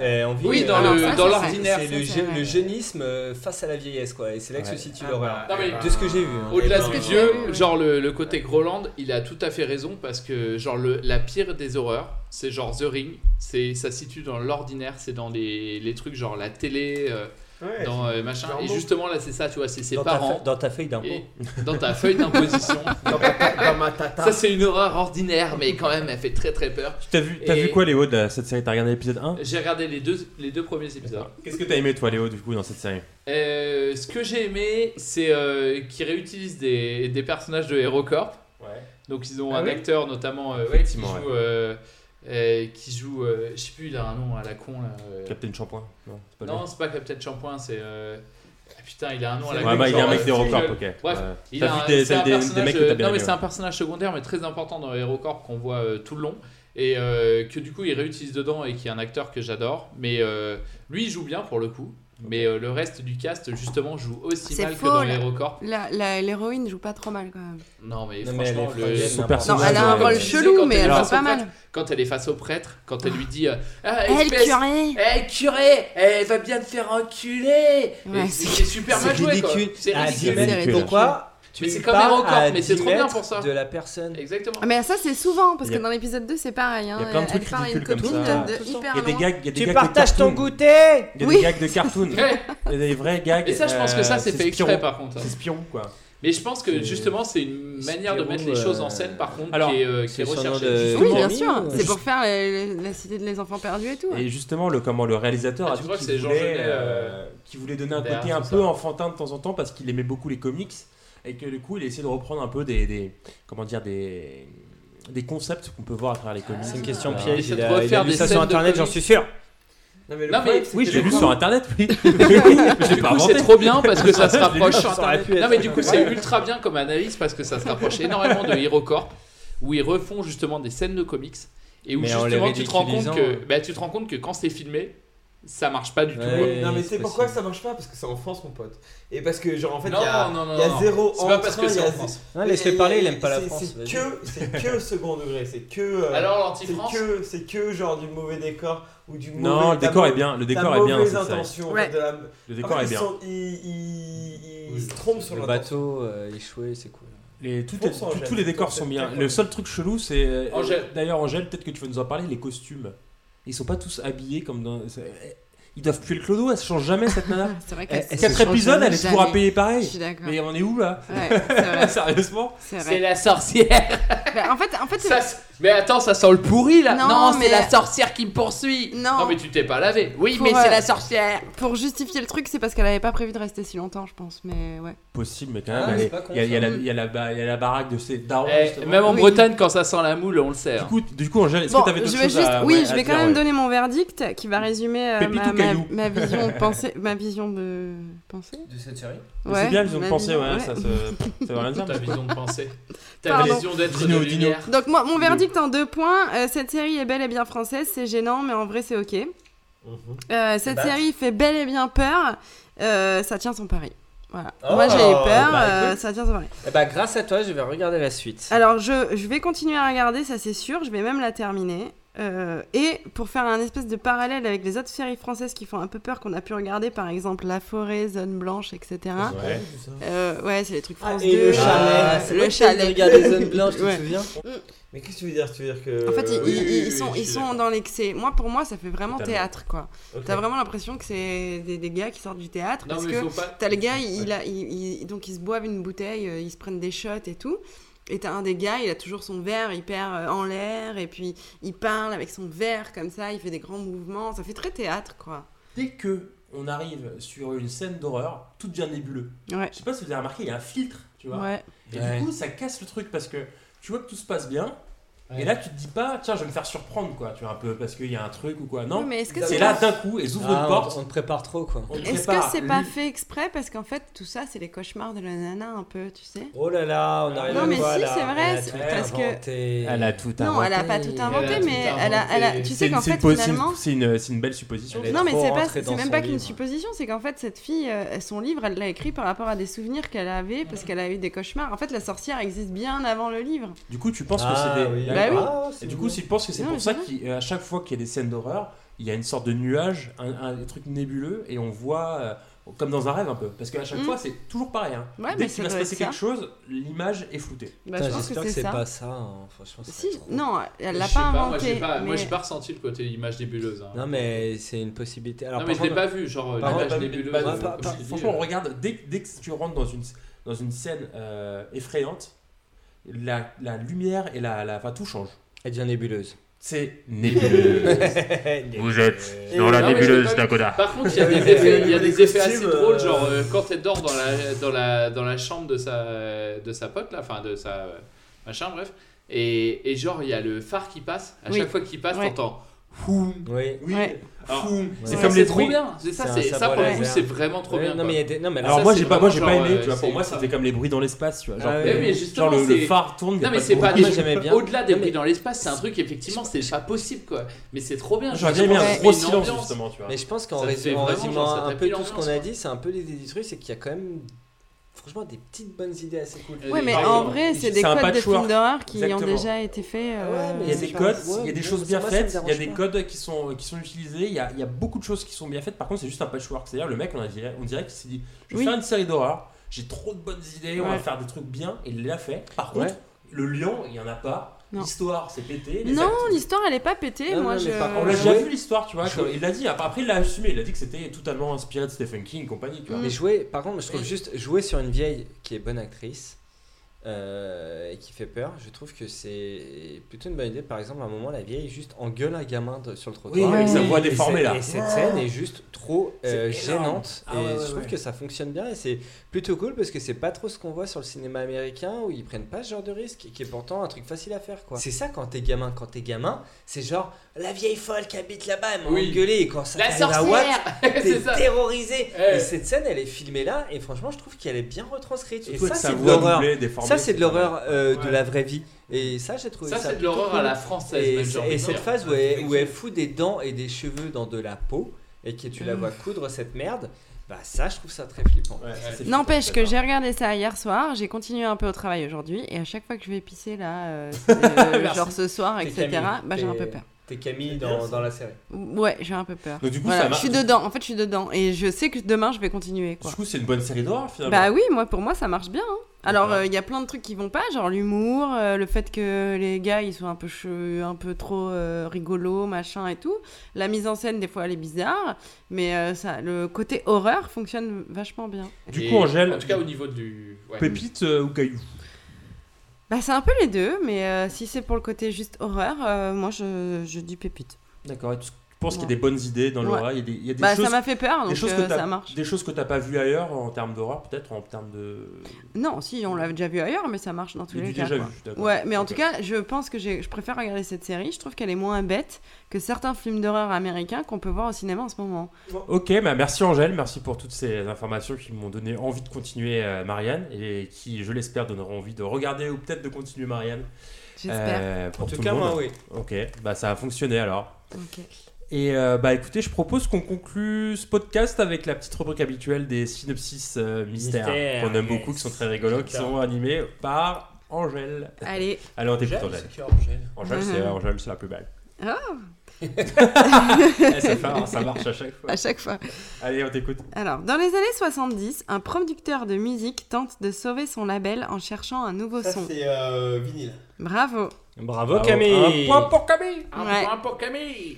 [SPEAKER 5] Euh, on vit,
[SPEAKER 12] Oui, dans
[SPEAKER 11] Alors
[SPEAKER 12] le-
[SPEAKER 11] ça,
[SPEAKER 12] dans
[SPEAKER 11] c'est
[SPEAKER 12] l'ordinaire,
[SPEAKER 11] vrai,
[SPEAKER 5] C'est le,
[SPEAKER 11] ça,
[SPEAKER 5] gé-
[SPEAKER 11] vrai.
[SPEAKER 5] le jeunisme euh, face à la vieillesse, quoi. Et c'est là que
[SPEAKER 18] Ouais.
[SPEAKER 5] se situe
[SPEAKER 10] Ah,
[SPEAKER 5] l'horreur.
[SPEAKER 10] bah,
[SPEAKER 12] Non, mais-
[SPEAKER 5] De ce que j'ai vu. hein.
[SPEAKER 12] Au-delà
[SPEAKER 10] Eh
[SPEAKER 12] de ce
[SPEAKER 10] ben, ouais.
[SPEAKER 12] vieux,
[SPEAKER 11] Oui, oui.
[SPEAKER 12] genre le, le côté Groland, il a tout à fait raison parce que genre le, la pire des horreurs, c'est genre The Ring, c'est ça se situe dans l'ordinaire, c'est dans les, les trucs genre la télé, euh,
[SPEAKER 10] Ouais,
[SPEAKER 12] dans euh, machin.
[SPEAKER 10] Genre
[SPEAKER 12] Et
[SPEAKER 10] bon.
[SPEAKER 12] justement là, c'est ça, tu vois, c'est ses
[SPEAKER 5] Dans ta,
[SPEAKER 12] parents
[SPEAKER 5] feu- dans ta feuille d'impôt.
[SPEAKER 12] et dans ta feuille d'imposition.
[SPEAKER 10] dans, ma ta- dans ma tata.
[SPEAKER 12] ça c'est une horreur ordinaire, mais quand même, elle fait très très peur.
[SPEAKER 9] T'as vu, t'as
[SPEAKER 12] Et-
[SPEAKER 9] vu quoi, Léo, de la- cette série T'as regardé l'épisode 1
[SPEAKER 12] J'ai regardé les deux les deux premiers épisodes.
[SPEAKER 9] Qu'est-ce que t'as aimé, toi, Léo, du coup, dans cette série
[SPEAKER 12] Euh, ce que j'ai aimé, c'est euh, qu'ils réutilisent des, des personnages de HeroCorp.
[SPEAKER 9] Ouais.
[SPEAKER 12] Donc ils ont
[SPEAKER 9] Ah
[SPEAKER 12] un
[SPEAKER 9] oui
[SPEAKER 12] acteur notamment euh, ouais, qui joue,
[SPEAKER 9] Effectivement, ouais.
[SPEAKER 12] euh, euh, qui joue euh, je sais plus, il a un nom à la con là. euh,
[SPEAKER 9] Captain Shampoing Non, c'est pas lui.
[SPEAKER 12] non, c'est pas Captain Shampoing, c'est euh, ah, putain, il a un nom à la
[SPEAKER 9] Ouais,
[SPEAKER 12] con.
[SPEAKER 9] bah, il est un
[SPEAKER 12] genre,
[SPEAKER 9] mec
[SPEAKER 12] euh,
[SPEAKER 9] des records,
[SPEAKER 12] Google.
[SPEAKER 9] ok. Ouais.
[SPEAKER 12] Bref, il
[SPEAKER 9] T'as
[SPEAKER 12] a
[SPEAKER 9] vu
[SPEAKER 12] un-
[SPEAKER 9] des,
[SPEAKER 12] c'est un
[SPEAKER 9] des- des
[SPEAKER 12] personnage,
[SPEAKER 9] mecs que t'as
[SPEAKER 12] euh,
[SPEAKER 9] bien
[SPEAKER 12] Non, mais
[SPEAKER 9] aimé,
[SPEAKER 12] c'est un personnage secondaire, mais très important dans HeroCorp qu'on voit euh, tout le long. Et euh, que du coup, il réutilise dedans et qui est un acteur que j'adore. Mais euh, lui, il joue bien pour le coup. Mais euh, le reste du cast, justement, joue aussi
[SPEAKER 11] C'est
[SPEAKER 12] mal
[SPEAKER 11] faux,
[SPEAKER 12] que dans
[SPEAKER 11] là.
[SPEAKER 12] HeroCorp.
[SPEAKER 11] La- la- L'héroïne joue pas trop mal quand même.
[SPEAKER 12] Non, mais
[SPEAKER 5] Non, mais elle est
[SPEAKER 12] franchement,
[SPEAKER 5] fragile,
[SPEAKER 12] le,
[SPEAKER 9] Son
[SPEAKER 5] n'importe
[SPEAKER 11] Non,
[SPEAKER 9] personnage.
[SPEAKER 11] elle a un
[SPEAKER 9] ouais.
[SPEAKER 11] rôle
[SPEAKER 12] tu disais,
[SPEAKER 11] chelou,
[SPEAKER 12] quand
[SPEAKER 11] mais
[SPEAKER 12] elle
[SPEAKER 11] elle
[SPEAKER 12] est
[SPEAKER 11] joue
[SPEAKER 12] face au
[SPEAKER 11] pas mal.
[SPEAKER 12] prêtre, Quand elle est face au prêtre, quand elle lui dit euh, ah,
[SPEAKER 11] Elle,
[SPEAKER 12] espèce-
[SPEAKER 11] curé
[SPEAKER 12] Eh curé, elle va bien te faire enculer.
[SPEAKER 11] Ouais,
[SPEAKER 12] Et
[SPEAKER 11] c'est-
[SPEAKER 12] c'est c'est super
[SPEAKER 5] C'est
[SPEAKER 12] mal joué. quoi.
[SPEAKER 5] ridicule.
[SPEAKER 12] C'est
[SPEAKER 5] À
[SPEAKER 12] ridicule.
[SPEAKER 5] 10 mètres,
[SPEAKER 11] C'est ridicule.
[SPEAKER 5] Pourquoi tu
[SPEAKER 12] Mais c'est comme
[SPEAKER 5] parles
[SPEAKER 12] Aérocorp,
[SPEAKER 5] à
[SPEAKER 12] mais c'est
[SPEAKER 5] 10
[SPEAKER 12] trop bien
[SPEAKER 5] mètres
[SPEAKER 12] pour ça.
[SPEAKER 5] de la personne.
[SPEAKER 12] Exactement.
[SPEAKER 11] Ah, Mais ça, c'est souvent, parce
[SPEAKER 9] Il y
[SPEAKER 11] que
[SPEAKER 9] a-
[SPEAKER 11] dans l'épisode 2, c'est pareil. Hein.
[SPEAKER 9] Il y a plein de
[SPEAKER 11] Elle-
[SPEAKER 9] trucs
[SPEAKER 11] elle parle à une
[SPEAKER 9] ridicules comme
[SPEAKER 11] copine
[SPEAKER 9] ça.
[SPEAKER 11] de, de hyper
[SPEAKER 9] Il y a des
[SPEAKER 11] loin.
[SPEAKER 9] gags, il y a des
[SPEAKER 5] Tu
[SPEAKER 9] gags
[SPEAKER 5] partages
[SPEAKER 9] de
[SPEAKER 5] ton
[SPEAKER 9] cartoon.
[SPEAKER 5] goûter
[SPEAKER 9] Il y a
[SPEAKER 11] Oui.
[SPEAKER 9] des gags de cartoon.
[SPEAKER 12] Ouais.
[SPEAKER 9] Il y a des vrais gags.
[SPEAKER 12] Mais Eh, ça, je pense que ça,
[SPEAKER 9] euh,
[SPEAKER 12] c'est fait
[SPEAKER 9] espion.
[SPEAKER 12] exprès, par contre. hein.
[SPEAKER 9] C'est espion, quoi.
[SPEAKER 12] Mais je pense que
[SPEAKER 9] C'est-
[SPEAKER 12] justement, c'est une manière de
[SPEAKER 5] Spirou,
[SPEAKER 12] mettre les choses
[SPEAKER 5] euh,
[SPEAKER 12] en scène, par contre,
[SPEAKER 9] alors,
[SPEAKER 12] qui est, euh, qui
[SPEAKER 5] c'est
[SPEAKER 12] est
[SPEAKER 5] son nom
[SPEAKER 12] recherchée.
[SPEAKER 5] de-
[SPEAKER 11] Oui,
[SPEAKER 9] Tout
[SPEAKER 11] bien
[SPEAKER 9] le
[SPEAKER 11] sûr.
[SPEAKER 5] monde.
[SPEAKER 11] C'est pour faire les- les- la cité des enfants perdus et tout.
[SPEAKER 9] Et justement, le, comment le réalisateur
[SPEAKER 12] Ah,
[SPEAKER 9] a
[SPEAKER 12] tu
[SPEAKER 9] dit
[SPEAKER 12] vois que
[SPEAKER 9] qu'il
[SPEAKER 12] c'est Jean
[SPEAKER 9] voulait,
[SPEAKER 12] Genet,
[SPEAKER 9] euh, qu'il voulait donner un
[SPEAKER 12] derrière
[SPEAKER 9] côté un
[SPEAKER 12] tout
[SPEAKER 9] peu
[SPEAKER 12] ça.
[SPEAKER 9] enfantin de temps en temps parce qu'il aimait beaucoup les comics et que du coup, il a essayé de reprendre un peu des, des- comment dire des des concepts qu'on peut voir à travers les comics.
[SPEAKER 5] C'est une question
[SPEAKER 9] Ah.
[SPEAKER 5] piège.
[SPEAKER 12] Essaie de
[SPEAKER 5] Il a, il a
[SPEAKER 12] refaire
[SPEAKER 5] lu
[SPEAKER 12] des
[SPEAKER 5] ça
[SPEAKER 12] scènes
[SPEAKER 5] sur
[SPEAKER 12] de
[SPEAKER 5] internet, j'en
[SPEAKER 12] comics.
[SPEAKER 5] suis sûr.
[SPEAKER 10] Non, mais le
[SPEAKER 12] Non, mais-
[SPEAKER 10] problème, c'est
[SPEAKER 9] Oui,
[SPEAKER 10] que
[SPEAKER 9] je l'ai
[SPEAKER 10] les
[SPEAKER 9] lu
[SPEAKER 10] gens-
[SPEAKER 9] sur internet, oui. Mais oui, mais j'ai
[SPEAKER 12] Du
[SPEAKER 9] pas
[SPEAKER 12] coup,
[SPEAKER 9] inventé.
[SPEAKER 12] c'est trop bien parce que ça se rapproche.
[SPEAKER 5] Ça aurait pu
[SPEAKER 12] Non,
[SPEAKER 5] être-
[SPEAKER 12] mais du coup, c'est ultra bien comme analyse parce que ça se rapproche énormément de HeroCorp où ils refont justement des scènes de comics et où
[SPEAKER 5] Mais en les
[SPEAKER 12] justement tu te rends compte que
[SPEAKER 5] ridiculisant.
[SPEAKER 12] bah, tu te rends compte que quand c'est filmé, ça marche pas du tout.
[SPEAKER 5] Ouais.
[SPEAKER 10] non mais
[SPEAKER 5] c'est
[SPEAKER 10] c'est pourquoi
[SPEAKER 5] possible.
[SPEAKER 10] ça marche pas parce que c'est en France mon pote et parce que genre en fait il y
[SPEAKER 12] Non,
[SPEAKER 10] a,
[SPEAKER 12] non, non,
[SPEAKER 10] il y a
[SPEAKER 12] non.
[SPEAKER 10] zéro
[SPEAKER 12] C'est pas
[SPEAKER 10] entrain,
[SPEAKER 12] parce que
[SPEAKER 10] il y
[SPEAKER 12] c'est
[SPEAKER 10] a
[SPEAKER 12] en
[SPEAKER 10] zé-
[SPEAKER 12] France.
[SPEAKER 5] Ouais, Laisse-le
[SPEAKER 10] et-
[SPEAKER 5] parler, il aime pas la
[SPEAKER 10] c'est-
[SPEAKER 5] France.
[SPEAKER 10] C'est
[SPEAKER 5] vas-y.
[SPEAKER 10] que, c'est que second degré, c'est que. euh,
[SPEAKER 12] Alors
[SPEAKER 10] c'est
[SPEAKER 12] l'anti-France.
[SPEAKER 10] que, c'est que genre du mauvais décor ou du mauvais.
[SPEAKER 9] Non, le
[SPEAKER 10] ta
[SPEAKER 9] décor
[SPEAKER 10] mau-
[SPEAKER 9] est bien. Le
[SPEAKER 10] ta
[SPEAKER 9] décor est bien. dans
[SPEAKER 10] mauvaise
[SPEAKER 9] cette série.
[SPEAKER 10] intention.
[SPEAKER 11] Ouais.
[SPEAKER 10] de la-
[SPEAKER 9] Le
[SPEAKER 10] En
[SPEAKER 9] décor
[SPEAKER 10] fait,
[SPEAKER 9] est
[SPEAKER 10] ils
[SPEAKER 9] bien.
[SPEAKER 10] sont- Ils, ils- ils se trompent sur
[SPEAKER 5] Le
[SPEAKER 10] leur
[SPEAKER 5] bateau euh, échoué, c'est cool.
[SPEAKER 9] Les, tout-
[SPEAKER 10] Pour
[SPEAKER 9] tout-
[SPEAKER 10] ça, Angèle,
[SPEAKER 9] tous les décors sont bien. Le seul truc chelou, c'est. euh,
[SPEAKER 12] Angèle.
[SPEAKER 9] D'ailleurs, Angèle, peut-être que tu veux nous en parler, les costumes. Ils sont pas tous habillés comme dans. c'est- ils doivent puer le clodo, elle se change jamais cette nana.
[SPEAKER 11] C'est vrai qu'elle
[SPEAKER 9] Eh,
[SPEAKER 11] se
[SPEAKER 9] Quatre
[SPEAKER 11] change
[SPEAKER 9] épisodes, elle est toujours à
[SPEAKER 11] jamais.
[SPEAKER 9] payer pareil.
[SPEAKER 11] Je suis d'accord. Ah
[SPEAKER 9] Mais euh, on est où là
[SPEAKER 11] Ouais, c'est vrai.
[SPEAKER 9] Sérieusement
[SPEAKER 11] C'est vrai. C'est
[SPEAKER 12] la sorcière
[SPEAKER 11] Bah, en fait, en fait,
[SPEAKER 12] Ça, c'est- Mais attends, ça sent le pourri là
[SPEAKER 11] Non,
[SPEAKER 12] Non, c'est
[SPEAKER 11] mais-
[SPEAKER 12] la sorcière qui me poursuit
[SPEAKER 11] Non.
[SPEAKER 12] Non, mais tu t'es pas lavé Oui,
[SPEAKER 11] Pour,
[SPEAKER 12] mais c'est
[SPEAKER 11] euh,
[SPEAKER 12] la sorcière
[SPEAKER 11] Pour justifier le truc, c'est parce qu'elle avait pas prévu de rester si longtemps, je pense. Mais ouais.
[SPEAKER 9] Possible, mais quand
[SPEAKER 11] Ah,
[SPEAKER 9] même,
[SPEAKER 11] c'est
[SPEAKER 9] elle est-
[SPEAKER 11] pas con,
[SPEAKER 9] il y a- il y a
[SPEAKER 11] ça.
[SPEAKER 9] la- il y a la ba- il y a la baraque de ces darons.
[SPEAKER 12] Eh,
[SPEAKER 9] justement.
[SPEAKER 12] Même en
[SPEAKER 11] Oui.
[SPEAKER 12] Bretagne, quand ça sent la moule, on le sait. hein.
[SPEAKER 9] Du coup, du coup Angèle, est-ce
[SPEAKER 11] Bon,
[SPEAKER 9] que t'avais
[SPEAKER 11] je
[SPEAKER 9] d'autres
[SPEAKER 11] vais
[SPEAKER 9] choses
[SPEAKER 11] juste,
[SPEAKER 9] à,
[SPEAKER 11] oui,
[SPEAKER 9] ouais,
[SPEAKER 11] je
[SPEAKER 9] à
[SPEAKER 11] vais
[SPEAKER 9] dire,
[SPEAKER 11] quand même
[SPEAKER 9] ouais.
[SPEAKER 11] donner mon verdict qui va résumer euh,
[SPEAKER 9] Pépite
[SPEAKER 11] ma,
[SPEAKER 9] ou
[SPEAKER 11] ma-
[SPEAKER 9] caillou
[SPEAKER 11] ma vision de pensée, ma vision de pensée.
[SPEAKER 8] De cette série
[SPEAKER 9] Mais C'est bien, ils ont pensé, ouais, ça se- ça veut rien dire.
[SPEAKER 12] Ta vision de pensée. Ta
[SPEAKER 11] Pardon.
[SPEAKER 12] vision d'être de
[SPEAKER 9] Dis-nous, dis-nous.
[SPEAKER 12] lumière.
[SPEAKER 11] Donc moi, mon verdict en deux points, euh, cette série est bel et bien française, c'est gênant, mais en vrai c'est ok.
[SPEAKER 9] Mhm.
[SPEAKER 11] Euh, cette
[SPEAKER 8] bah.
[SPEAKER 11] série fait bel et bien peur, euh, ça tient son pari. Voilà.
[SPEAKER 8] Oh,
[SPEAKER 11] moi j'ai eu peur,
[SPEAKER 8] bah,
[SPEAKER 11] euh,
[SPEAKER 8] écoute.
[SPEAKER 11] ça tient son pari.
[SPEAKER 8] Et bah, grâce à toi, je vais regarder la suite.
[SPEAKER 11] Alors je, je vais continuer à regarder, ça c'est sûr, je vais même la terminer. Euh, et pour faire un espèce de parallèle avec les autres séries françaises qui font un peu peur qu'on a pu regarder, par exemple La Forêt, Zone Blanche, etc.
[SPEAKER 8] Ouais.
[SPEAKER 11] Euh, ouais, c'est les trucs
[SPEAKER 8] Ah,
[SPEAKER 11] France
[SPEAKER 8] et
[SPEAKER 11] 2.
[SPEAKER 8] le chalet.
[SPEAKER 11] euh,
[SPEAKER 8] C'est
[SPEAKER 11] le
[SPEAKER 8] vrai que t'as
[SPEAKER 11] chalet.
[SPEAKER 8] regardé Zone Blanche, tu te
[SPEAKER 11] Ouais.
[SPEAKER 8] souviens
[SPEAKER 10] Mais qu'est-ce que tu veux dire Tu veux dire que. euh,
[SPEAKER 11] En fait, ils,
[SPEAKER 10] Oui,
[SPEAKER 11] ils-
[SPEAKER 10] oui,
[SPEAKER 11] ils
[SPEAKER 10] oui,
[SPEAKER 11] sont,
[SPEAKER 10] je
[SPEAKER 11] ils
[SPEAKER 10] suis
[SPEAKER 11] sont dans l'excès. Moi, pour moi, ça fait vraiment
[SPEAKER 10] Totalement.
[SPEAKER 11] théâtre, quoi.
[SPEAKER 10] Ok.
[SPEAKER 11] T'as vraiment l'impression que c'est des, des gars qui sortent du théâtre.
[SPEAKER 12] Non,
[SPEAKER 11] parce
[SPEAKER 12] mais
[SPEAKER 11] que
[SPEAKER 12] faut pas-
[SPEAKER 11] t'as le gars, il a, il- il- donc ils se boivent une bouteille, euh, ils se prennent des shots et tout. Et t'as un des gars, il a toujours son verre hyper euh, en l'air, et puis il parle avec son verre comme ça, il fait des grands mouvements. Ça fait très théâtre, quoi.
[SPEAKER 9] Dès que on arrive sur une scène d'horreur, tout devient nébuleux.
[SPEAKER 11] Ouais.
[SPEAKER 9] Je sais pas si vous avez remarqué, il y a un filtre, tu vois.
[SPEAKER 11] Ouais.
[SPEAKER 9] Et
[SPEAKER 8] Ouais.
[SPEAKER 9] du coup, ça casse le truc parce que tu vois que tout se passe bien.
[SPEAKER 12] Ouais.
[SPEAKER 9] Et là, tu te dis pas, tiens, je vais me faire surprendre, quoi, tu vois, un peu, parce qu'il y a un truc ou quoi. Non,
[SPEAKER 11] Oui, mais est-ce que
[SPEAKER 9] c'est
[SPEAKER 11] c'est
[SPEAKER 9] là d'un
[SPEAKER 11] pas-
[SPEAKER 9] coup, et ouvrent
[SPEAKER 8] Ah,
[SPEAKER 9] une
[SPEAKER 8] on-
[SPEAKER 9] porte.
[SPEAKER 8] On te prépare trop, quoi.
[SPEAKER 9] on te
[SPEAKER 11] Est-ce que
[SPEAKER 9] prépare
[SPEAKER 11] c'est pas
[SPEAKER 9] le-
[SPEAKER 11] fait exprès Parce qu'en fait, tout ça, c'est les cauchemars de la nana, un peu, tu sais.
[SPEAKER 8] Oh là là, on arrive
[SPEAKER 11] Non,
[SPEAKER 8] à
[SPEAKER 11] mais
[SPEAKER 8] quoi,
[SPEAKER 11] si,
[SPEAKER 8] là
[SPEAKER 11] c'est vrai,
[SPEAKER 8] Elle a
[SPEAKER 11] c'est
[SPEAKER 8] tout
[SPEAKER 11] parce que-
[SPEAKER 8] inventé.
[SPEAKER 9] Elle a tout
[SPEAKER 11] Non, elle a pas tout inventé,
[SPEAKER 9] tout
[SPEAKER 11] mais elle a, elle a- tu sais
[SPEAKER 9] C'est
[SPEAKER 11] qu'en
[SPEAKER 9] une-
[SPEAKER 11] fait,
[SPEAKER 9] c'est une-
[SPEAKER 11] finalement.
[SPEAKER 9] C'est une, c'est une belle supposition.
[SPEAKER 11] Non, mais
[SPEAKER 8] trop
[SPEAKER 11] c'est pas,
[SPEAKER 8] rentrée
[SPEAKER 11] c'est
[SPEAKER 8] dans
[SPEAKER 11] même
[SPEAKER 8] son
[SPEAKER 11] pas qu'une
[SPEAKER 8] livre.
[SPEAKER 11] supposition, c'est qu'en fait, cette fille, euh, son livre, elle l'a écrit par rapport à des souvenirs qu'elle avait parce qu'elle a eu des cauchemars. En fait, la sorcière existe bien avant le livre.
[SPEAKER 9] Du coup, tu penses
[SPEAKER 8] Ah,
[SPEAKER 9] que c'est des.
[SPEAKER 8] oui.
[SPEAKER 11] Bah oui.
[SPEAKER 8] Ah, c'est
[SPEAKER 9] Et du
[SPEAKER 8] bon.
[SPEAKER 9] coup, tu penses que c'est
[SPEAKER 11] Non, mais
[SPEAKER 9] pour ça
[SPEAKER 11] c'est
[SPEAKER 9] qu'à chaque fois qu'il y a des scènes d'horreur, il y a une sorte de nuage, un, un- un truc nébuleux, et on voit euh, comme dans un rêve un peu. Parce qu'à chaque
[SPEAKER 11] Mm.
[SPEAKER 9] fois, c'est toujours pareil. hein.
[SPEAKER 11] Ouais, mais
[SPEAKER 9] Dès
[SPEAKER 11] ça
[SPEAKER 9] qu'il va se
[SPEAKER 11] doit
[SPEAKER 9] passer
[SPEAKER 11] être ça.
[SPEAKER 9] quelque chose, l'image est floutée.
[SPEAKER 8] Putain,
[SPEAKER 11] Bah, je pense
[SPEAKER 8] J'espère que
[SPEAKER 11] que c'est
[SPEAKER 8] c'est
[SPEAKER 11] ça.
[SPEAKER 8] pas ça. hein. Franchement, ça
[SPEAKER 11] Si,
[SPEAKER 8] serait trop-
[SPEAKER 11] non, elle l'a
[SPEAKER 12] Je sais
[SPEAKER 11] pas
[SPEAKER 12] moi,
[SPEAKER 11] inventé.
[SPEAKER 12] j'ai pas, moi,
[SPEAKER 11] mais-
[SPEAKER 12] j'ai pas ressenti le côté image nébuleuse. hein.
[SPEAKER 8] Non, mais c'est une possibilité. Alors,
[SPEAKER 12] non, mais je
[SPEAKER 8] par
[SPEAKER 12] l'ai
[SPEAKER 8] contre-
[SPEAKER 12] pas vu, genre
[SPEAKER 8] Par
[SPEAKER 12] l'image
[SPEAKER 8] contre,
[SPEAKER 12] nébuleuse.
[SPEAKER 8] bah,
[SPEAKER 12] euh,
[SPEAKER 8] bah,
[SPEAKER 12] comme
[SPEAKER 8] bah,
[SPEAKER 12] je dis,
[SPEAKER 9] Franchement,
[SPEAKER 12] euh,
[SPEAKER 9] on regarde, dès, dès que tu rentres dans une, dans une scène euh, effrayante, la, la lumière et la, la, enfin, tout change.
[SPEAKER 8] Elle devient nébuleuse.
[SPEAKER 9] C'est nébuleux. Vous êtes dans la
[SPEAKER 12] Non, mais je l'ai
[SPEAKER 9] nébuleuse
[SPEAKER 12] pas vu.
[SPEAKER 9] d'Akoda.
[SPEAKER 12] Par contre, il y a des effets, il y a des effets assez drôles, genre euh, quand elle dort dans la, dans la, dans la chambre de sa, de sa pote, là, enfin de sa euh, machin, bref. Et, et genre, il y a le phare qui passe, à
[SPEAKER 11] Oui.
[SPEAKER 12] chaque fois qu'il passe,
[SPEAKER 11] Ouais.
[SPEAKER 12] t'entends.
[SPEAKER 8] Oui.
[SPEAKER 9] Oui.
[SPEAKER 11] Ouais.
[SPEAKER 12] Alors,
[SPEAKER 9] C'est
[SPEAKER 12] ça,
[SPEAKER 9] comme
[SPEAKER 12] c'est
[SPEAKER 9] les
[SPEAKER 12] trop
[SPEAKER 9] bruits.
[SPEAKER 12] bien. C'est ça,
[SPEAKER 8] C'est un
[SPEAKER 12] c'est- ça
[SPEAKER 8] sabre
[SPEAKER 12] pour le
[SPEAKER 8] laser.
[SPEAKER 12] coup, c'est vraiment trop
[SPEAKER 8] Ouais,
[SPEAKER 12] bien.
[SPEAKER 8] non, mais il y a des- non, mais
[SPEAKER 9] Alors
[SPEAKER 8] ça,
[SPEAKER 9] moi
[SPEAKER 12] c'est
[SPEAKER 9] j'ai pas, moi j'ai pas
[SPEAKER 12] vraiment genre,
[SPEAKER 9] aimé,
[SPEAKER 12] euh,
[SPEAKER 9] tu vois, pour
[SPEAKER 12] c'est
[SPEAKER 9] moi
[SPEAKER 12] grave.
[SPEAKER 9] c'était comme les bruits dans l'espace, tu vois. Genre, euh,
[SPEAKER 8] Ah
[SPEAKER 12] Mais
[SPEAKER 8] oui,
[SPEAKER 12] oui, justement,
[SPEAKER 9] genre le, le
[SPEAKER 12] c'est-
[SPEAKER 9] phare tourne, y a
[SPEAKER 12] Non, mais
[SPEAKER 9] pas de
[SPEAKER 12] c'est
[SPEAKER 9] bruit.
[SPEAKER 12] pas.
[SPEAKER 8] Moi, j'aimais bien.
[SPEAKER 12] Au-delà des
[SPEAKER 8] Non, mais-
[SPEAKER 12] bruits dans l'espace, c'est un truc, effectivement, c'est pas possible, quoi. Mais c'est trop bien.
[SPEAKER 9] J'aurais bien aimé un
[SPEAKER 12] Justement,
[SPEAKER 9] gros
[SPEAKER 12] c'est une
[SPEAKER 9] silence
[SPEAKER 12] ambiance.
[SPEAKER 9] justement, tu vois.
[SPEAKER 8] Mais je pense qu'en
[SPEAKER 12] Ça
[SPEAKER 8] rés-
[SPEAKER 12] fait vraiment,
[SPEAKER 8] en résumant
[SPEAKER 12] genre, ça
[SPEAKER 8] un
[SPEAKER 12] tape
[SPEAKER 8] peu
[SPEAKER 12] une
[SPEAKER 8] tout ce qu'on
[SPEAKER 12] ambiance,
[SPEAKER 8] a
[SPEAKER 12] quoi.
[SPEAKER 8] dit, c'est un peu l'idée du truc, c'est qu'il y a quand même franchement des petites bonnes idées assez cool.
[SPEAKER 11] Ouais, mais
[SPEAKER 9] Par
[SPEAKER 11] en
[SPEAKER 9] exemple,
[SPEAKER 11] vrai, c'est des
[SPEAKER 9] c'est un
[SPEAKER 11] codes de
[SPEAKER 9] patchwork.
[SPEAKER 11] films d'horreur qui ont
[SPEAKER 9] Exactement.
[SPEAKER 11] déjà été faits. euh,
[SPEAKER 8] mais
[SPEAKER 9] Il y a
[SPEAKER 8] c'est
[SPEAKER 9] des
[SPEAKER 8] pas-
[SPEAKER 9] codes,
[SPEAKER 8] ouais,
[SPEAKER 9] il y a des
[SPEAKER 8] ouais,
[SPEAKER 9] choses
[SPEAKER 8] ça,
[SPEAKER 9] bien
[SPEAKER 8] moi, ça me
[SPEAKER 9] faites, il y a
[SPEAKER 8] dérange
[SPEAKER 9] des
[SPEAKER 8] pas.
[SPEAKER 9] codes qui sont, qui sont utilisés, il y a, il y a beaucoup de choses qui sont bien faites. Par contre, c'est juste un patchwork. C'est-à-dire, le mec, on, a dirait, on dirait qu'il s'est dit Je vais
[SPEAKER 11] Oui.
[SPEAKER 9] faire une série d'horreur, j'ai trop de bonnes idées, on va
[SPEAKER 11] Ouais.
[SPEAKER 9] faire des trucs bien, et il l'a fait. Par contre,
[SPEAKER 8] Ouais.
[SPEAKER 9] le lion, il n'y en a pas.
[SPEAKER 11] Non.
[SPEAKER 9] L'histoire, c'est pété. les
[SPEAKER 11] Non,
[SPEAKER 9] acteurs-
[SPEAKER 11] l'histoire, elle est pas pétée.
[SPEAKER 8] Non,
[SPEAKER 11] Moi,
[SPEAKER 8] non,
[SPEAKER 11] je.
[SPEAKER 8] mais par
[SPEAKER 9] on
[SPEAKER 8] contre,
[SPEAKER 9] l'a
[SPEAKER 8] Jouer-
[SPEAKER 9] déjà vu l'histoire, tu vois.
[SPEAKER 8] jouer-
[SPEAKER 9] comme- Il l'a dit, après après, il l'a assumé, il a dit que c'était totalement inspiré de Stephen King et compagnie, tu vois.
[SPEAKER 8] Mais
[SPEAKER 11] Mm.
[SPEAKER 8] jouer, par contre, je trouve
[SPEAKER 9] Oui.
[SPEAKER 8] juste jouer sur une vieille qui est bonne actrice euh, et qui fait peur, je trouve que c'est plutôt une bonne idée. Par exemple, à un moment, la vieille juste engueule un gamin de- sur le
[SPEAKER 9] Oui,
[SPEAKER 8] trottoir.
[SPEAKER 9] avec sa
[SPEAKER 8] Et
[SPEAKER 9] voix
[SPEAKER 8] cette-
[SPEAKER 9] déformée là.
[SPEAKER 8] Et cette scène est juste trop euh,
[SPEAKER 9] C'est énorme.
[SPEAKER 8] gênante.
[SPEAKER 9] Ah
[SPEAKER 8] et
[SPEAKER 9] ouais, ouais,
[SPEAKER 8] je trouve
[SPEAKER 9] ouais.
[SPEAKER 8] que ça fonctionne bien et c'est plutôt cool parce que c'est pas trop ce qu'on voit sur le cinéma américain où ils prennent pas ce genre de risque et qui est pourtant un truc facile à faire. quoi. C'est ça quand t'es gamin. Quand t'es gamin, c'est genre la vieille folle qui habite là-bas, elle m'a
[SPEAKER 12] Oui.
[SPEAKER 8] engueulé et quand ça
[SPEAKER 12] La
[SPEAKER 8] t'arrive à Watt,
[SPEAKER 12] sorcière
[SPEAKER 8] T'es
[SPEAKER 12] C'est ça.
[SPEAKER 8] terrorisé.
[SPEAKER 12] Eh.
[SPEAKER 8] Et cette scène, elle est filmée là, et franchement, je trouve qu'elle est bien retranscrite. Et
[SPEAKER 9] Surtout
[SPEAKER 8] ça,
[SPEAKER 9] avec sa
[SPEAKER 8] c'est de
[SPEAKER 9] voix
[SPEAKER 8] l'horreur.
[SPEAKER 9] doublée, déformée,
[SPEAKER 8] Ça, c'est de
[SPEAKER 9] c'est pas mal.
[SPEAKER 8] l'horreur euh, de
[SPEAKER 12] Ouais.
[SPEAKER 8] la vraie vie. Et ça, j'ai trouvé
[SPEAKER 12] Ça,
[SPEAKER 8] ça.
[SPEAKER 12] c'est de
[SPEAKER 8] plutôt
[SPEAKER 12] l'horreur
[SPEAKER 8] cool.
[SPEAKER 12] à la française,
[SPEAKER 8] Et,
[SPEAKER 12] même,
[SPEAKER 8] c'est-
[SPEAKER 12] j'ai
[SPEAKER 8] et
[SPEAKER 12] envie de
[SPEAKER 8] cette
[SPEAKER 12] dire.
[SPEAKER 8] phase où elle, où elle fout des dents et des cheveux dans de la peau, et que tu la vois coudre cette merde, bah ça, je trouve ça très flippant.
[SPEAKER 9] Ouais, ça, c'est
[SPEAKER 11] N'empêche
[SPEAKER 9] fou,
[SPEAKER 11] que
[SPEAKER 9] ça.
[SPEAKER 11] j'ai regardé ça hier soir, j'ai continué un peu au travail aujourd'hui, et à chaque fois que je vais pisser là, euh, euh, genre ce soir,
[SPEAKER 8] T'es
[SPEAKER 11] etc.,
[SPEAKER 8] Camille,
[SPEAKER 11] bah j'ai un
[SPEAKER 8] t'es-
[SPEAKER 11] peu peur.
[SPEAKER 8] T'es Camille dans, dans la série.
[SPEAKER 11] Ouais, j'ai un peu peur.
[SPEAKER 9] Donc, du coup,
[SPEAKER 11] Voilà,
[SPEAKER 9] ça m'a-
[SPEAKER 11] je suis dedans, en fait, je suis dedans, et je sais que demain je vais continuer quoi.
[SPEAKER 9] Du coup, c'est une bonne série d'horreur finalement.
[SPEAKER 11] Bah oui, moi pour moi ça marche bien. hein. Alors, il y a plein de trucs qui vont pas, genre l'humour, euh, le fait que les gars ils sont un peu che- un peu trop euh, rigolos, machin et tout. La mise en scène des fois elle est bizarre, mais euh, ça, le côté horreur fonctionne vachement bien.
[SPEAKER 9] Du
[SPEAKER 12] Et
[SPEAKER 9] coup, Angèle.
[SPEAKER 12] En tout cas, au niveau du. ouais.
[SPEAKER 9] Pépite euh, ou caillou
[SPEAKER 11] Bah c'est un peu les deux, mais euh, si c'est pour le côté juste horreur, euh, moi je, je dis pépite.
[SPEAKER 9] D'accord. Je pense qu'il y a
[SPEAKER 11] Ouais.
[SPEAKER 9] des bonnes idées dans
[SPEAKER 11] Ouais.
[SPEAKER 9] l'horreur. Il y a des, il y a des
[SPEAKER 11] Bah,
[SPEAKER 9] choses.
[SPEAKER 11] ça m'a fait peur,
[SPEAKER 9] des
[SPEAKER 11] donc
[SPEAKER 9] choses
[SPEAKER 11] euh,
[SPEAKER 9] que t'as-
[SPEAKER 11] ça marche.
[SPEAKER 9] Des choses que t'as pas vues ailleurs en termes d'horreur, peut-être en termes de.
[SPEAKER 11] Non, si on l'a déjà vu ailleurs, mais ça marche dans tous
[SPEAKER 9] Mais
[SPEAKER 11] les
[SPEAKER 9] du
[SPEAKER 11] cas.
[SPEAKER 9] déjà
[SPEAKER 11] quoi.
[SPEAKER 9] vu, d'accord.
[SPEAKER 11] ouais, mais en tout
[SPEAKER 9] Ok.
[SPEAKER 11] cas, je pense que j'ai- je préfère regarder cette série. Je trouve qu'elle est moins bête que certains films d'horreur américains qu'on peut voir au cinéma en ce moment.
[SPEAKER 9] Ok, bah merci Angèle, merci pour toutes ces informations qui m'ont donné envie de continuer euh, Marianne et qui, je l'espère, donneront envie de regarder ou peut-être de continuer Marianne. euh,
[SPEAKER 11] J'espère.
[SPEAKER 9] pour
[SPEAKER 8] En tout
[SPEAKER 9] le
[SPEAKER 8] cas,
[SPEAKER 9] monde.
[SPEAKER 8] moi, oui.
[SPEAKER 9] Ok, bah ça a fonctionné alors.
[SPEAKER 11] Ok.
[SPEAKER 9] Et euh, bah écoutez, je propose qu'on conclue ce podcast avec la petite rubrique habituelle des synopsis euh, mystères
[SPEAKER 8] Mystères,
[SPEAKER 9] qu'on aime
[SPEAKER 8] yes.
[SPEAKER 9] beaucoup, qui sont très rigolos, qui sont animés par Angèle.
[SPEAKER 11] Allez.
[SPEAKER 9] Allez, on t'écoute
[SPEAKER 24] Angèle,
[SPEAKER 9] Angèle.
[SPEAKER 24] c'est qui, Angèle
[SPEAKER 9] Angèle, c'est-
[SPEAKER 11] Mhm.
[SPEAKER 9] Angèle, c'est la plus belle.
[SPEAKER 11] Oh
[SPEAKER 9] Eh, ça, fait- hein, ça marche à chaque fois.
[SPEAKER 11] À chaque fois.
[SPEAKER 9] Allez, on t'écoute.
[SPEAKER 11] Alors, dans les années 70, un producteur de musique tente de sauver son label en cherchant un nouveau
[SPEAKER 10] Ça,
[SPEAKER 11] son.
[SPEAKER 10] c'est euh, vinyle.
[SPEAKER 11] Bravo.
[SPEAKER 8] Bravo,
[SPEAKER 9] Bravo.
[SPEAKER 8] Camille.
[SPEAKER 9] Un point pour Camille.
[SPEAKER 12] Un
[SPEAKER 11] Ouais.
[SPEAKER 12] point pour Camille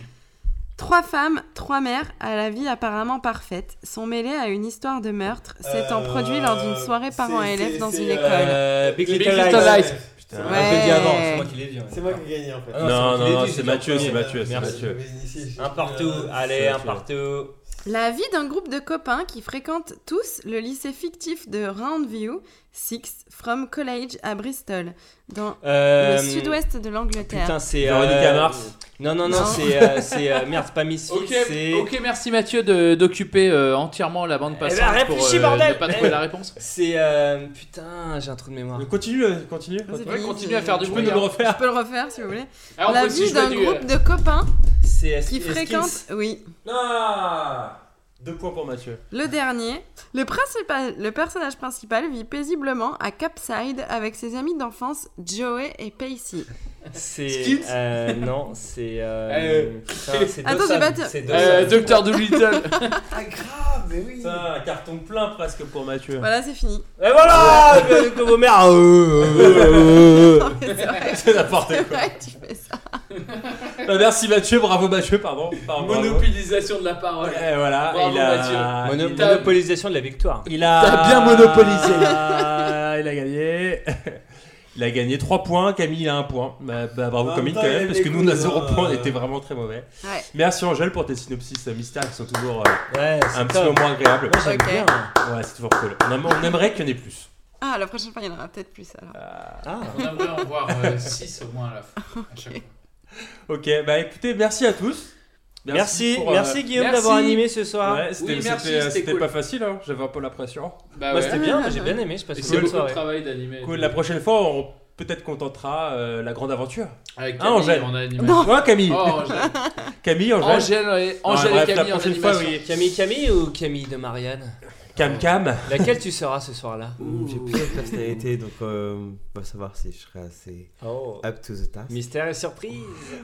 [SPEAKER 11] Trois femmes, trois mères, à la vie apparemment parfaite, sont mêlées à une histoire de meurtre s'étant
[SPEAKER 10] Euh,
[SPEAKER 11] produit lors d'une soirée
[SPEAKER 10] c'est-
[SPEAKER 11] parents-élèves dans
[SPEAKER 10] c'est,
[SPEAKER 11] une
[SPEAKER 10] euh,
[SPEAKER 11] école.
[SPEAKER 8] Euh, Big
[SPEAKER 10] Big
[SPEAKER 8] Little
[SPEAKER 10] Little
[SPEAKER 8] Lies.
[SPEAKER 10] Lies.
[SPEAKER 8] Putain,
[SPEAKER 11] Ouais.
[SPEAKER 8] je l'ai dit avant, c'est moi qui l'ai dit. ouais.
[SPEAKER 10] C'est moi qui ai gagné en fait.
[SPEAKER 8] Ah,
[SPEAKER 9] Non,
[SPEAKER 8] moi qui l'ai
[SPEAKER 9] non,
[SPEAKER 8] dit,
[SPEAKER 9] c'est
[SPEAKER 8] j'ai dit en
[SPEAKER 9] Mathieu,
[SPEAKER 8] premier.
[SPEAKER 9] c'est Mathieu, c'est
[SPEAKER 8] Merci.
[SPEAKER 9] Mathieu.
[SPEAKER 10] Mais ici, j'ai-
[SPEAKER 8] Un partout,
[SPEAKER 10] Euh,
[SPEAKER 8] allez, un
[SPEAKER 9] Mathieu.
[SPEAKER 8] partout.
[SPEAKER 11] La vie d'un groupe de copains qui fréquentent tous le lycée fictif de Roundview, Six, from College à Bristol, dans
[SPEAKER 8] Euh,
[SPEAKER 11] le sud-ouest de l'Angleterre.
[SPEAKER 8] Putain, c'est. euh,
[SPEAKER 9] Véronica Mars.
[SPEAKER 8] Non, non, non,
[SPEAKER 11] Non.
[SPEAKER 8] c'est. euh, c'est euh, merde, c'est pas Miss
[SPEAKER 12] Ok,
[SPEAKER 8] c'est.
[SPEAKER 12] ok, merci Mathieu de- d'occuper euh, entièrement la bande passante
[SPEAKER 8] ben,
[SPEAKER 12] pour
[SPEAKER 8] réfléchis,
[SPEAKER 12] euh,
[SPEAKER 8] bordel
[SPEAKER 12] ne pas
[SPEAKER 8] Eh.
[SPEAKER 12] trouver la réponse.
[SPEAKER 8] C'est. euh, putain, j'ai un trou de mémoire.
[SPEAKER 9] Continue, euh, continue.
[SPEAKER 11] Vas-y,
[SPEAKER 12] Ouais,
[SPEAKER 11] vas-y,
[SPEAKER 12] continue
[SPEAKER 11] vas-y.
[SPEAKER 12] à faire du
[SPEAKER 9] Tu peux
[SPEAKER 12] bruit,
[SPEAKER 9] nous le
[SPEAKER 12] hein.
[SPEAKER 11] Je
[SPEAKER 9] refaire
[SPEAKER 11] peux le refaire si vous voulez.
[SPEAKER 12] Ah, on
[SPEAKER 11] la
[SPEAKER 12] peut aussi
[SPEAKER 11] vie
[SPEAKER 12] jouer
[SPEAKER 11] d'un
[SPEAKER 12] du,
[SPEAKER 11] groupe
[SPEAKER 12] euh,
[SPEAKER 11] de copains
[SPEAKER 8] C'est. euh, Est
[SPEAKER 11] qui fréquentent... Oui.
[SPEAKER 9] Ah Deux points pour Mathieu.
[SPEAKER 11] Le dernier, le, principal, le personnage principal vit paisiblement à Capside avec ses amis d'enfance Joey et Pacey.
[SPEAKER 8] C'est.
[SPEAKER 12] Skins
[SPEAKER 8] euh, non, c'est.
[SPEAKER 12] Euh,
[SPEAKER 9] Eh,
[SPEAKER 8] Euh, putain,
[SPEAKER 12] c'est-
[SPEAKER 8] c'est.
[SPEAKER 11] Attends,
[SPEAKER 8] Dawson,
[SPEAKER 11] j'ai pas dit-
[SPEAKER 8] c'est
[SPEAKER 12] Euh,
[SPEAKER 8] Dawson.
[SPEAKER 12] Docteur Dolittle
[SPEAKER 10] Ah, grave, mais oui.
[SPEAKER 9] Putain, un carton plein presque pour Mathieu.
[SPEAKER 11] Voilà, c'est fini.
[SPEAKER 8] Et voilà que- que vos mères, euh, euh, euh, euh.
[SPEAKER 11] C'est vrai,
[SPEAKER 9] C'est n'importe
[SPEAKER 11] c'est
[SPEAKER 9] quoi.
[SPEAKER 11] vrai que tu fais ça.
[SPEAKER 9] Bah, merci Mathieu, bravo Mathieu, pardon. Enfin, bravo.
[SPEAKER 12] Monopolisation de la parole.
[SPEAKER 9] Eh, voilà,
[SPEAKER 12] Bravo,
[SPEAKER 9] il a...
[SPEAKER 12] Mathieu.
[SPEAKER 8] Mono-
[SPEAKER 9] il a-
[SPEAKER 8] Monopolisation de la victoire.
[SPEAKER 9] Il a...
[SPEAKER 24] T'as bien monopolisé.
[SPEAKER 9] Ah, il a gagné. Il a gagné 3 points, Camille il a 1 point. Bah, bah, bravo
[SPEAKER 10] En
[SPEAKER 9] Camille
[SPEAKER 10] même temps,
[SPEAKER 9] quand
[SPEAKER 10] il
[SPEAKER 9] même,
[SPEAKER 10] aime
[SPEAKER 9] parce
[SPEAKER 10] les
[SPEAKER 9] que nous on a
[SPEAKER 10] coups,
[SPEAKER 9] 0
[SPEAKER 10] hein.
[SPEAKER 9] points, on était vraiment très mauvais.
[SPEAKER 11] Ouais.
[SPEAKER 9] Merci Angèle pour tes synopsis euh, mystères qui sont toujours euh,
[SPEAKER 8] Ouais, c'est
[SPEAKER 9] un petit
[SPEAKER 8] top.
[SPEAKER 9] peu moins agréables.
[SPEAKER 8] Moi, j'aime
[SPEAKER 11] Ok.
[SPEAKER 8] bien.
[SPEAKER 9] Ouais, c'est toujours cool. On, aim- on aimerait qu'il y en ait plus.
[SPEAKER 11] Ah, la prochaine fois, il y en aura peut-être plus alors.
[SPEAKER 8] Ah.
[SPEAKER 12] On aimerait en voir 6 au moins à la fin. à chaque fois.
[SPEAKER 9] Ok, bah écoutez, merci à tous.
[SPEAKER 8] Merci,
[SPEAKER 9] pour, euh,
[SPEAKER 8] merci Guillaume
[SPEAKER 12] merci.
[SPEAKER 8] d'avoir animé ce soir.
[SPEAKER 9] Ouais, c'était
[SPEAKER 12] Oui, merci,
[SPEAKER 9] c'était- euh,
[SPEAKER 12] c'était
[SPEAKER 9] c'était
[SPEAKER 12] cool.
[SPEAKER 9] pas facile, hein. j'avais un peu la pression.
[SPEAKER 12] Bah
[SPEAKER 8] Moi,
[SPEAKER 12] ouais.
[SPEAKER 8] c'était bien, j'ai bien aimé, je passe
[SPEAKER 12] Et
[SPEAKER 8] une
[SPEAKER 12] c'est
[SPEAKER 8] bonne
[SPEAKER 12] beaucoup de
[SPEAKER 8] soirée.
[SPEAKER 12] travail d'animer.
[SPEAKER 9] Cool, la prochaine fois, on peut-être qu'on tentera euh, la grande aventure.
[SPEAKER 12] Avec
[SPEAKER 9] Hein,
[SPEAKER 12] Camille,
[SPEAKER 9] Angèle
[SPEAKER 12] on a animé.
[SPEAKER 9] Ouais, Camille.
[SPEAKER 12] Oh, Angèle.
[SPEAKER 9] Camille, Angèle.
[SPEAKER 12] Angèle et,
[SPEAKER 9] Non,
[SPEAKER 12] Angèle
[SPEAKER 9] bref,
[SPEAKER 12] et Camille
[SPEAKER 9] la
[SPEAKER 12] en
[SPEAKER 9] prochaine fois,
[SPEAKER 12] animation.
[SPEAKER 9] oui.
[SPEAKER 8] Camille Camille ou Camille de Marianne
[SPEAKER 9] Cam Cam.
[SPEAKER 8] Laquelle tu seras ce soir-là
[SPEAKER 10] J'ai plus de personnalité, donc euh, on va savoir si je serai assez
[SPEAKER 8] Oh.
[SPEAKER 10] up to the task.
[SPEAKER 8] Mystère et surprise.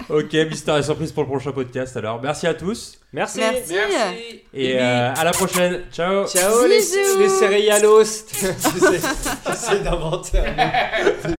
[SPEAKER 9] Ok, mystère et surprise pour le prochain podcast. Alors, merci à tous
[SPEAKER 8] Merci.
[SPEAKER 11] Merci.
[SPEAKER 12] Merci.
[SPEAKER 9] et euh, à la prochaine. Ciao.
[SPEAKER 8] Ciao les,
[SPEAKER 11] Bisous.
[SPEAKER 8] les céréalos. J'essaie- J'essaie d'inventer un mot.